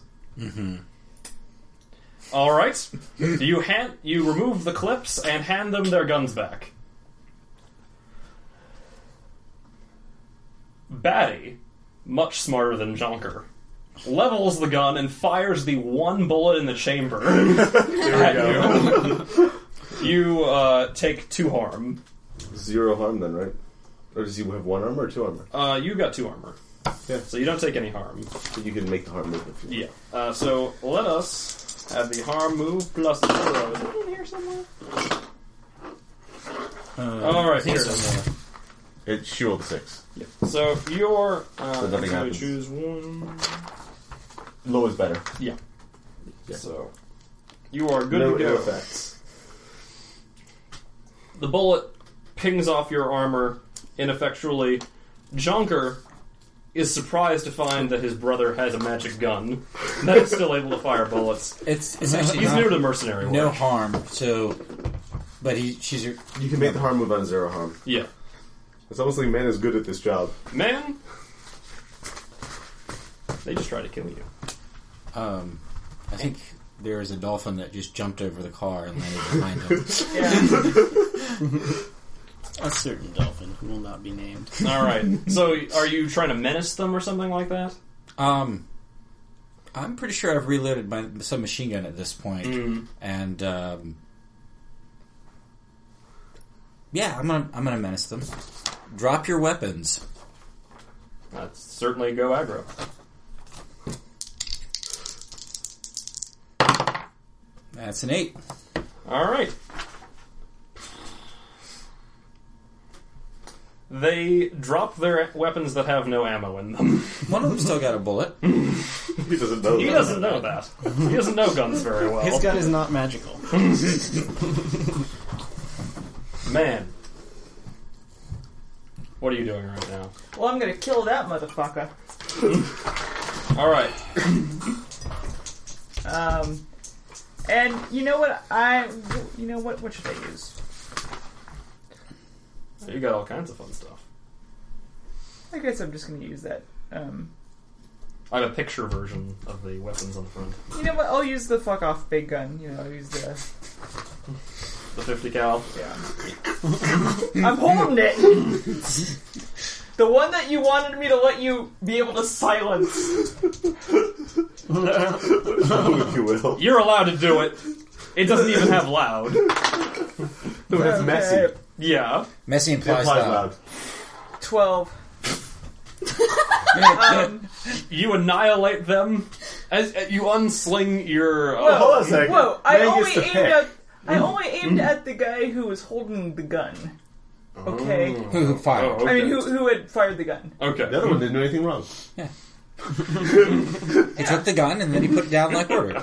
A: All right, you hand you remove the clips and hand them their guns back. Batty, much smarter than Jonker, levels the gun and fires the one bullet in the chamber at you. you uh, take two harm.
H: Zero harm then, right? Or does he have one armor or two armor?
A: Uh, you got two armor,
H: Yeah.
A: so you don't take any harm.
H: But you can make the harm move if you want.
A: Yeah. Uh, so let us have the harm move plus zero. Is it in here somewhere?
E: Uh,
A: All right, here. it is.
H: It she rolled a six.
A: So your uh,
H: So nothing
A: so
H: happens.
A: choose one.
H: Low is better.
A: Yeah.
H: Yeah.
A: So you are good
H: no
A: to
H: ill
A: go.
H: effects.
A: The bullet pings off your armor ineffectually. Jonker is surprised to find that his brother has a magic gun that is still able to fire bullets.
E: It's it's actually
A: He's
E: not-
A: new to mercenary work.
E: no harm. So, but he she's your
M: You can make the harm move on zero harm.
A: Yeah.
M: It's almost like man is good at this job.
A: Man, they just try to kill you.
E: um. I think there is a dolphin that just jumped over the car and landed behind him.
C: A certain dolphin who will not be named.
A: All right. So, are you trying to menace them or something like that?
E: Um, I'm pretty sure I've reloaded my submachine gun at this point, and um, yeah, I'm gonna I'm gonna menace them. Drop your weapons.
A: That's certainly go aggro.
E: That's an eight.
A: All right. They drop their weapons that have no ammo in them.
E: One of them still got a bullet.
M: He doesn't know.
A: He
M: that.
A: doesn't know that. He doesn't know guns very well.
C: His gun is not magical.
A: Man. What are you doing right now?
F: Well, I'm gonna kill that motherfucker.
A: All right.
F: Um, and you know what? I you know what? What should I use?
A: You got all kinds of fun stuff.
F: I guess I'm just gonna use that. Um,
A: I have a picture version of the weapons on the front.
F: you know what? I'll use the fuck off big gun. You know, I'll use the
A: The 50 cal.
F: yeah. I'm holding it. The one that you wanted me to let you be able to silence.
H: Oh,
M: if you will.
A: You're allowed to do it. It doesn't even have loud.
M: No, it's messy.
F: Okay,
A: Yeah.
E: Messy implies,
M: Implies
E: loud.
M: loud.
F: Twelve. Um,
A: You annihilate them as as you unsling your. Uh,
M: Hold on a second.
F: Whoa! I
M: Man
F: only
M: gets to
F: aimed
M: pick.
F: at I only aimed at the guy who was holding the gun. Okay.
E: Who, who
A: Oh,
E: fired?
A: okay.
F: I mean, who who had fired the gun?
A: Okay.
M: The other one didn't do anything wrong.
E: He took the gun and then he put it down like ordered.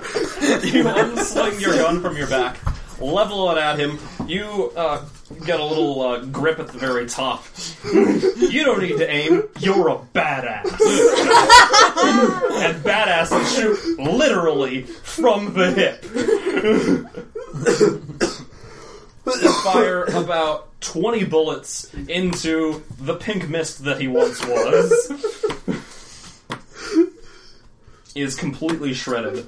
A: You unsling your gun from your back, level it at him. You uh, get a little uh, grip at the very top. You don't need to aim. You're a badass. and badasses shoot literally from the hip. You fire about 20 bullets into the pink mist that he once was. Is completely shredded.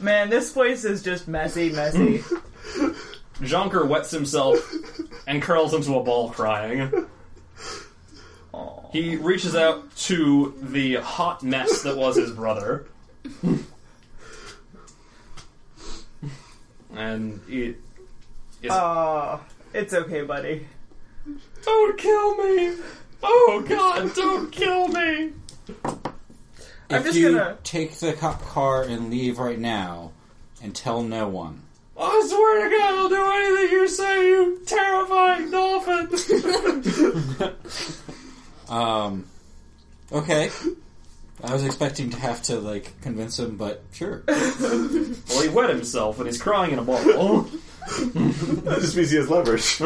F: Man, this place is just messy, messy.
A: Jonker wets himself and curls into a ball crying. He reaches out to the hot mess that was his brother. and he is.
F: Aw, Ah, it's okay, buddy.
A: don't kill me! Oh god, don't kill me!
F: I'm
E: if
F: just
E: you
F: gonna-
E: take the cop car and leave right now, and tell no one.
A: I swear to god, I'll do anything you say, you terrifying dolphin!
E: Um, okay. I was expecting to have to like convince him, but sure.
A: well, he wet himself and he's crying in a ball.
M: That just means he has leverage.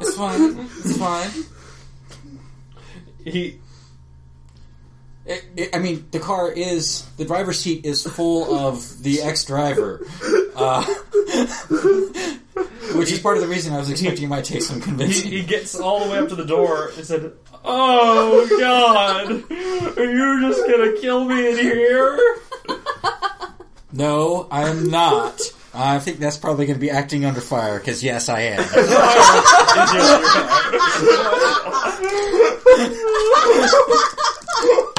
E: It's fine. It's fine.
A: he.
E: It, it, I mean, the car is the driver's seat is full of the ex-driver, uh, which is part of the reason I was expecting it might take some
A: He, he
E: convincing.
A: gets all the way up to the door and said, "Oh God, are you just gonna kill me in here?"
E: No, I'm not. I think that's probably going to be acting under fire because yes, I am.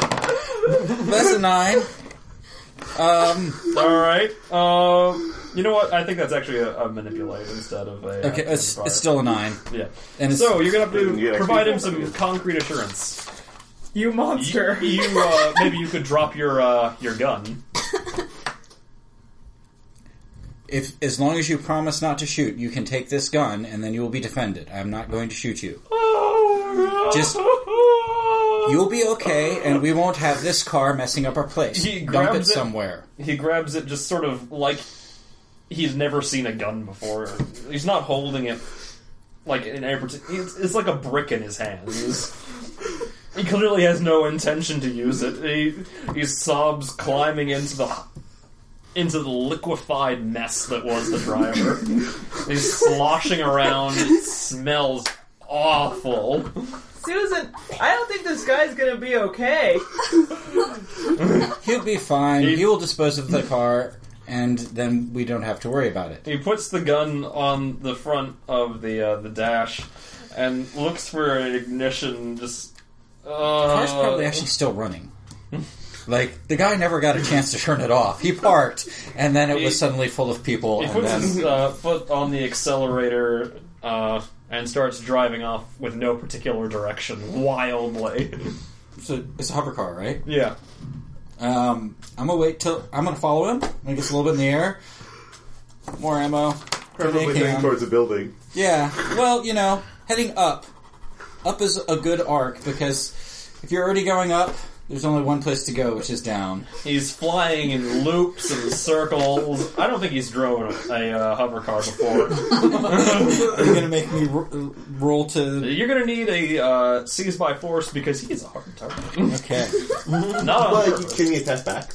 E: That's a nine. Um,
A: all right. Um, you know what? I think that's actually a, a manipulate instead of a. uh,
E: okay, it's,
A: fire.
E: it's still a nine,
A: Yeah.
E: and it's,
A: So you're gonna have
M: Yeah,
A: to
M: actually-
A: provide him some concrete assurance.
F: You monster.
A: You uh, maybe you could drop your uh, your gun.
E: if as long as you promise not to shoot, you can take this gun, and then you will be defended. I'm not going to shoot you.
F: Oh,
E: Just you'll be okay, and we won't have this car messing up our place.
A: He
E: Dump it
A: grabs it.
E: somewhere.
A: He grabs it just sort of like he's never seen a gun before. He's not holding it like in every. It's, it's like a brick in his hands. he clearly has no intention to use it. He he sobs climbing into the into the liquefied mess that was the driver. He's sloshing around. It smells awful.
F: Susan, I don't think this guy's gonna be okay.
E: He'll be fine. He will dispose of the car, and then we don't have to worry about it.
A: He puts the gun on the front of the uh, the dash and looks for an ignition. Just
E: The
A: uh,
E: car's probably actually still running. Like the guy never got a chance to turn it off. He parked, and then it was suddenly full of people.
A: He
E: And
A: puts
E: then
A: his uh, foot on the accelerator uh, and starts driving off with no particular direction, wildly.
E: so it's a hover car, right?
A: Yeah.
E: Um, I'm gonna wait till I'm gonna follow him. When he gets a little bit in the air, more ammo. Give me a
M: Probably heading
E: can.
M: towards a building.
E: Yeah. Well, you know, heading up. Up is a good arc because if you're already going up, there's only one place to go, which is down.
A: He's flying in loops and circles. I don't think he's drove a, a uh, hover car before.
E: Are you gonna make me ro- roll to?
A: You're going to need a uh, seize by force because he's a hard target.
E: Okay.
A: Not on
M: But
A: purpose.
M: can you attack back?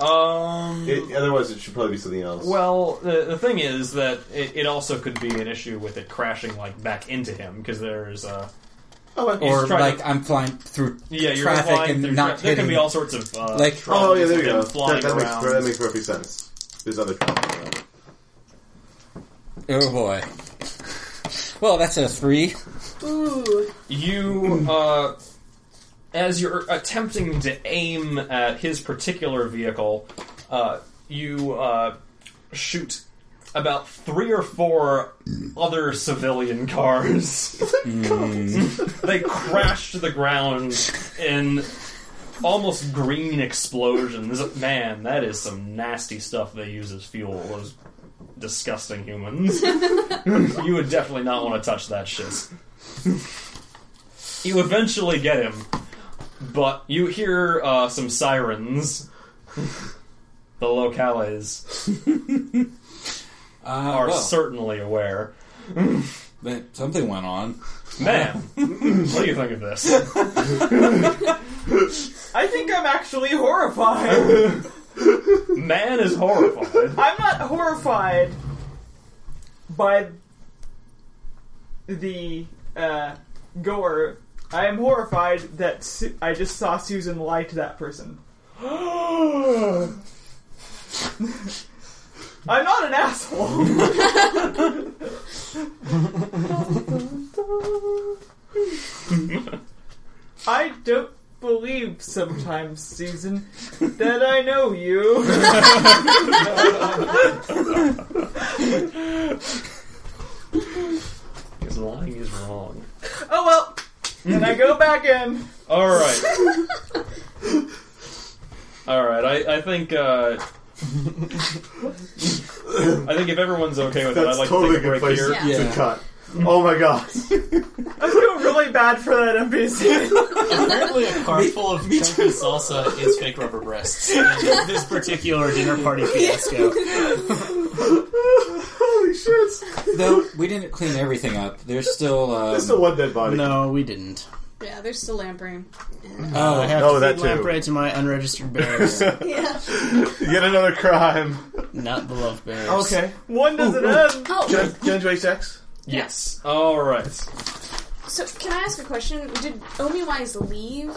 A: Um,
M: It, otherwise, it should probably be something else.
A: well, the, the thing is that it, it also could be an issue with it crashing like back into him because there's uh,
M: oh, okay.
E: or
A: trying
E: like
A: to-
E: I'm flying through
A: yeah, you're
E: traffic
A: flying
E: and
A: through
E: not
A: tra- there
E: hitting.
A: can be all sorts of uh,
E: Like-
M: oh yeah, there
A: problems with
M: you go.
A: him Flying
M: That, that, makes,
A: around.
M: that makes perfect sense. There's other problems.
E: oh boy. Well, that's a three.
D: Ooh.
A: You, uh, as you're attempting to aim at his particular vehicle, uh, you uh, shoot about three or four other civilian cars. they crash to the ground in almost green explosions. Man, that is some nasty stuff they use as fuel. Those disgusting humans. you would definitely not want to touch that shit you eventually get him, but you hear uh, some sirens. the locales
E: Uh,
A: are
E: well,
A: certainly aware.
E: but something went on.
A: Man, what do you think of this?
F: I think I'm actually horrified.
A: Man is horrified.
F: I'm not horrified by the uh, goer. I am horrified that Su- I just saw Susan lie to that person. I'm not an asshole. I don't believe sometimes, Susan, that I know you.
A: Because lying is wrong.
F: Oh well. And I go back in.
A: All right. All right. I, I think. Uh, I think if everyone's okay with it, I'd
M: That's
A: like
M: totally
A: to
M: a
A: take
M: good
A: a break
M: place
A: here.
D: Yeah.
M: to cut. Oh my god.
F: I feel really bad for that NPC.
C: Apparently, a car full of chunky salsa is fake rubber breasts. in this particular dinner party fiasco.
M: Holy shit.
E: Though we didn't clean everything up. There's still. Um,
M: There's still one dead body.
C: No, we didn't.
D: Yeah, there's still lamprey.
C: I have
M: oh,
C: to
M: that
C: feed
M: too.
C: lamprey to my unregistered bears,
D: Yeah.
M: Yet another crime.
C: not beloved bears.
F: One doesn't end.
D: Oh,
M: Can I, can I enjoy sex?
A: Yes. All right.
D: so can I ask a question? Did Omi Wise leave?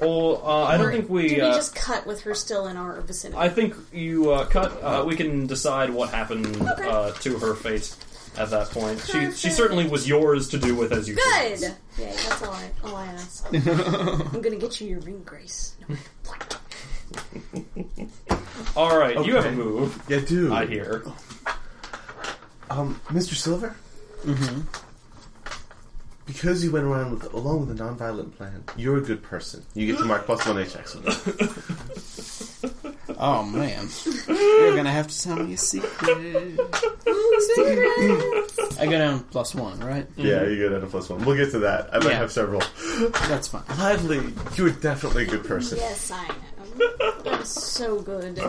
A: Well, uh, I don't
D: Or
A: think we.
D: Did we
A: uh,
D: just cut with her still in our vicinity?
A: I think you uh, cut. Uh, we can decide what happened
D: Okay.
A: uh, to her fate at that point. She she
D: Perfect.
A: certainly was yours to do with as you
D: Good.
A: chose.
D: Yeah, that's all I, all I ask. I'm gonna get you your ring, Grace. No matter what.
A: All right, you have a
M: Okay.
A: move.
M: Yeah, dude.
A: I hear.
M: Um, Mr. Silver? Mm-hmm. Because you went around with, along with a nonviolent plan, you're a good person. You get to mark plus one H X with
A: Mm-hmm.
M: that.
C: Oh man, you're gonna have to tell me a secret. I got down plus one, right?
M: Yeah, you get a plus one. We'll get to that. I might
C: Yeah.
M: have several.
C: That's fine.
M: Lively, you're definitely a good person.
D: Yes, I am. That was so good.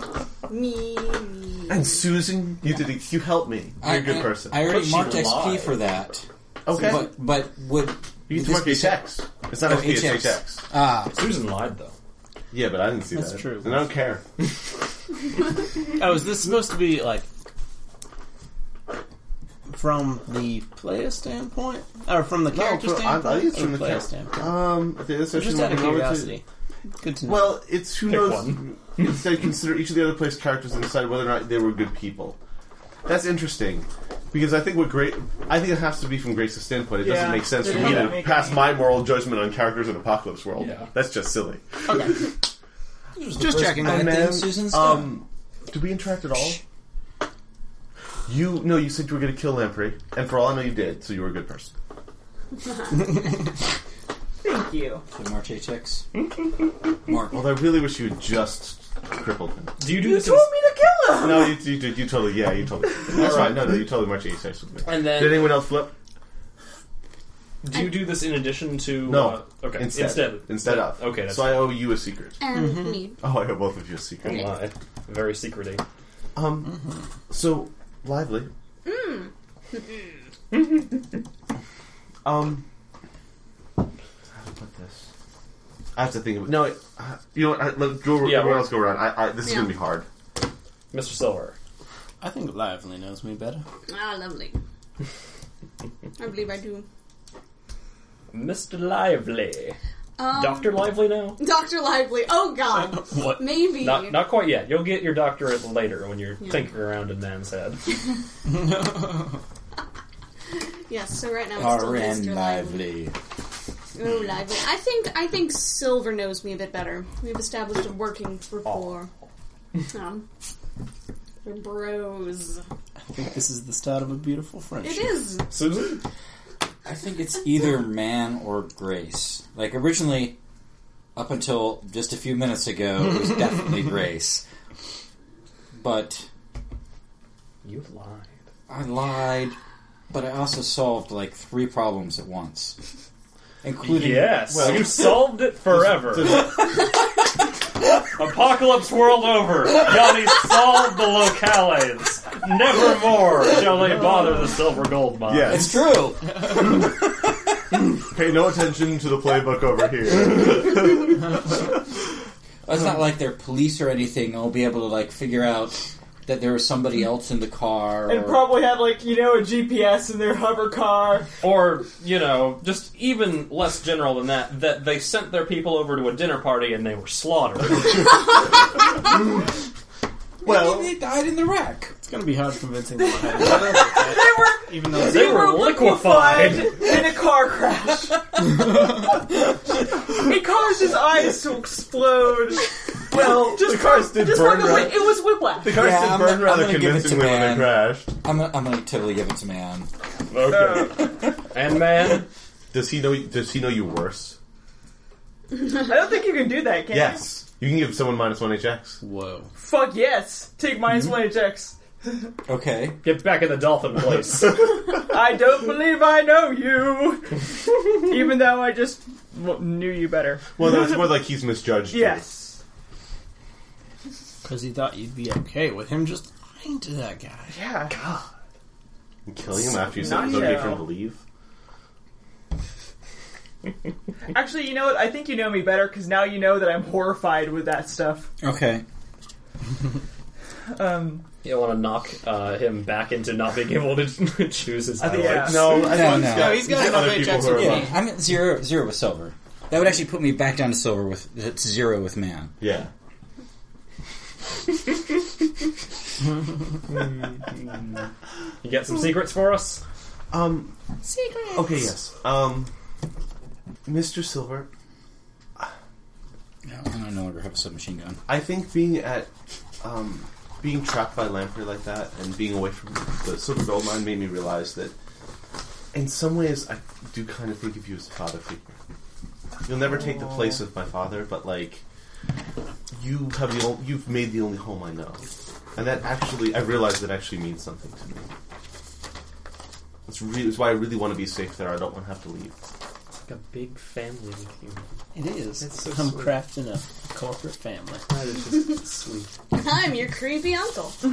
D: Me, me.
M: And Susan, you did it. You helped me. You're
E: I-
M: a good
E: I-
M: person.
E: I already
A: But she
E: marked XP
A: lied.
E: for that.
B: Okay.
E: But but would
B: you
E: would
B: get to mark
E: this be-
B: HX. It's not
E: Oh,
B: HP, it's
E: HX.
B: HX.
E: Ah,
A: Susan lied though.
B: Yeah, but I didn't see
C: That's
B: that.
C: true.
B: And I don't care.
C: Oh, is this supposed to be like from the player standpoint, or from the character
B: for- I- I
C: standpoint?
B: think it's from
C: Or
B: the
C: player
B: char-
C: standpoint.
B: Um, okay, this session
C: Just
B: we're
C: out of
B: going over to-
C: curiosity. Good to know.
B: Well, it's who
A: Pick
B: knows.
A: one.
B: It's they consider each of the other place characters and decide whether or not they were good people. That's interesting because I think what great. I think it has to be from Grace's standpoint. It
F: Yeah.
B: doesn't make sense for
F: Yeah.
B: me
F: Yeah.
B: to pass my moral judgment on characters in Apocalypse World.
A: Yeah.
B: That's just silly.
E: just checking. I
B: man,
E: think Susan's
B: Um, did we interact at all? You no, you said you were going to kill Lamprey, and for all I know, you did. So you were a good person.
F: Thank you.
E: done. March HX. Mark.
B: Although I really wish you had just crippled him.
A: Do you do
F: You
A: this?
F: told me to kill him.
B: No, you, you did. You totally. Yeah, you totally. That's right. No, no, you totally marched east with me.
A: And then-
B: did anyone else flip?
A: in, do you do this in addition to?
B: No.
A: Uh, okay.
B: Instead,
A: Instead.
B: Instead of.
A: Okay, that's
B: So I owe you a secret.
D: And
A: Mm-hmm.
D: me.
B: Oh, I owe both of you a
A: Oh
B: secret.
A: my. Very secretive.
B: Um. So lively. Hmm. um. How to put this? I have to think of it. No, I, I- you know what? I, let go.
A: Yeah,
B: everyone
A: well-
B: else go around. I, I, this is
D: Yeah.
B: gonna be hard.
A: Mr. Silver.
C: I think Lively knows me better.
D: Ah, lovely. I believe I do.
A: Mr. Lively.
D: Um,
A: Doctor Lively now?
D: Dr. Lively. Oh, God.
C: What?
D: Maybe.
A: Not not quite yet. You'll get your doctorate later when you're
D: Yeah.
A: tinkering around in man's head.
D: Yes, so right now it's still
E: RN
D: Mr. Lively.
E: Lively.
D: Oh, Lively. I think I think Silver knows me a bit better. We've established a working rapport.
M: Oh.
D: Um, we're bros.
C: I think this is the start of a beautiful friendship.
D: It is.
A: Susan?
E: I think it's either man or Grace. Like originally, up until just a few minutes ago, it was definitely Grace. But
A: You lied.
E: I lied. But I also solved like three problems at once, including
A: Yes. you solved it forever. Apocalypse world over. Yanni solved the locales. Never more shall they bother the silver gold mine.
E: It's true.
B: Pay no attention to the playbook over here.
E: It's not like they're police or anything. I'll be able to like figure out that there was somebody else in the car.
F: And
E: or-
F: probably had like you know a GPS in their hover car.
A: Or, you know, just even less general than that, that they sent their people over to a dinner party and they were slaughtered.
E: well, they died in the wreck.
C: It's going to be hard convincing them. I
F: They were
C: Even though
A: They were liquefied.
F: in a car crash. it caused his eyes to explode. Well, just
B: the cars did
F: just
B: burn.
F: from the way
B: Rather,
F: it was whiplash.
B: the cars
E: Yeah,
B: did
E: I'm
B: burn
E: gonna-
B: rather
E: I'm gonna give it to
B: convincingly when they
E: man.
B: crashed.
E: I'm gonna, I'm gonna totally give it to man.
B: Okay.
A: and man,
B: does he know? Does he know you worse?
F: I don't think you can do that, can you?
B: Yes. You can give someone minus one HX.
C: Whoa.
F: Fuck yes. Take minus one HX.
E: Okay,
A: get back in the dolphin place.
F: I don't believe I know you. Even though I just w- knew you better.
B: Well, that's more like he's misjudged. you.
F: Yes.
C: Because he thought you'd be okay with him just lying to that guy.
F: Yeah.
B: And Killing him after you said it was
F: Nacho.
B: okay for him to leave.
F: Actually, you know what? I think you know me better because now you know that I'm horrified with that stuff.
E: okay.
F: Um,
A: you want to knock uh, him back into not being able to choose his
F: I think-
A: allies.
F: yeah.
B: No, I
E: No,
B: think
E: no.
B: he's got,
C: No, he's got
B: other
C: enough
B: people
C: HX
B: who are
C: with
E: Yeah,
B: above.
E: I'm at zero zero with silver. That would actually put me back down to silver with to zero with man.
B: Yeah.
A: You got some secrets for us?
B: Um,
D: Secret.
B: Okay, yes. Um, Mr. Silver,
E: No, I no longer have a submachine gun.
B: I think being at, um, being trapped by Lamprey like that and being away from the Silver Gold Mine made me realize that, in some ways, I do kind of think of you as a father figure. You'll never take the place of my father, but like, you have the only, you've made the only home I know, and that actually, I realize that actually means something to me. It's really, it's why I really want to be safe there. I don't want to have to leave.
N: like a big family with you.
C: It is.
N: That's so
C: I'm
N: sweet.
C: crafting a corporate family.
N: That is just sweet.
D: I'm your creepy uncle.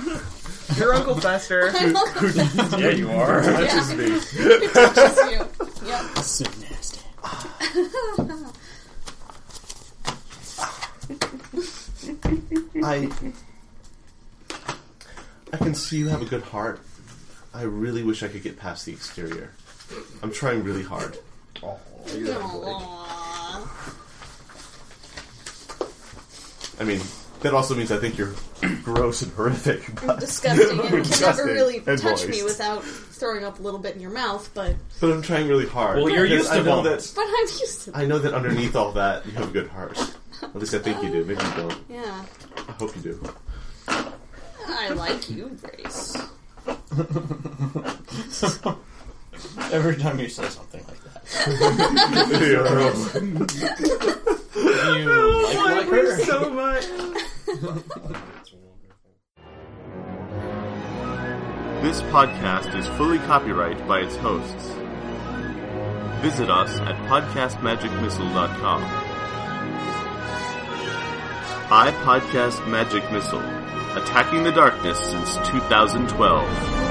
F: Your Uncle Fester.
D: I'm Uncle Fester.
A: Yeah, you are.
D: Yeah. Who touches you? Yep.
C: So nasty.
M: I I can see you have a good heart. I really wish I could get past the exterior. I'm trying really hard.
D: Aw.
M: I mean, that also means I think you're gross and horrific. But,
D: Disgusting. And you can never
M: Disgusting.
D: really
M: And
D: touch me
M: moist.
D: without throwing up a little bit in your mouth, but
M: but I'm trying really hard.
A: Well, you're
M: Because
A: used
M: I
A: to
M: know
A: vomit.
M: that.
D: but I'm used to that.
M: I know that underneath all that, you have a good heart. At least I think you do. Maybe you don't.
D: Yeah.
M: I hope you do.
D: I like you, Grace.
N: Every time you say something like that, you like, like her.
F: so much.
B: This podcast is fully copyrighted by its hosts. Visit us at podcastmagicmissile.com. I Podcast Magic Missile, attacking the darkness since 2012.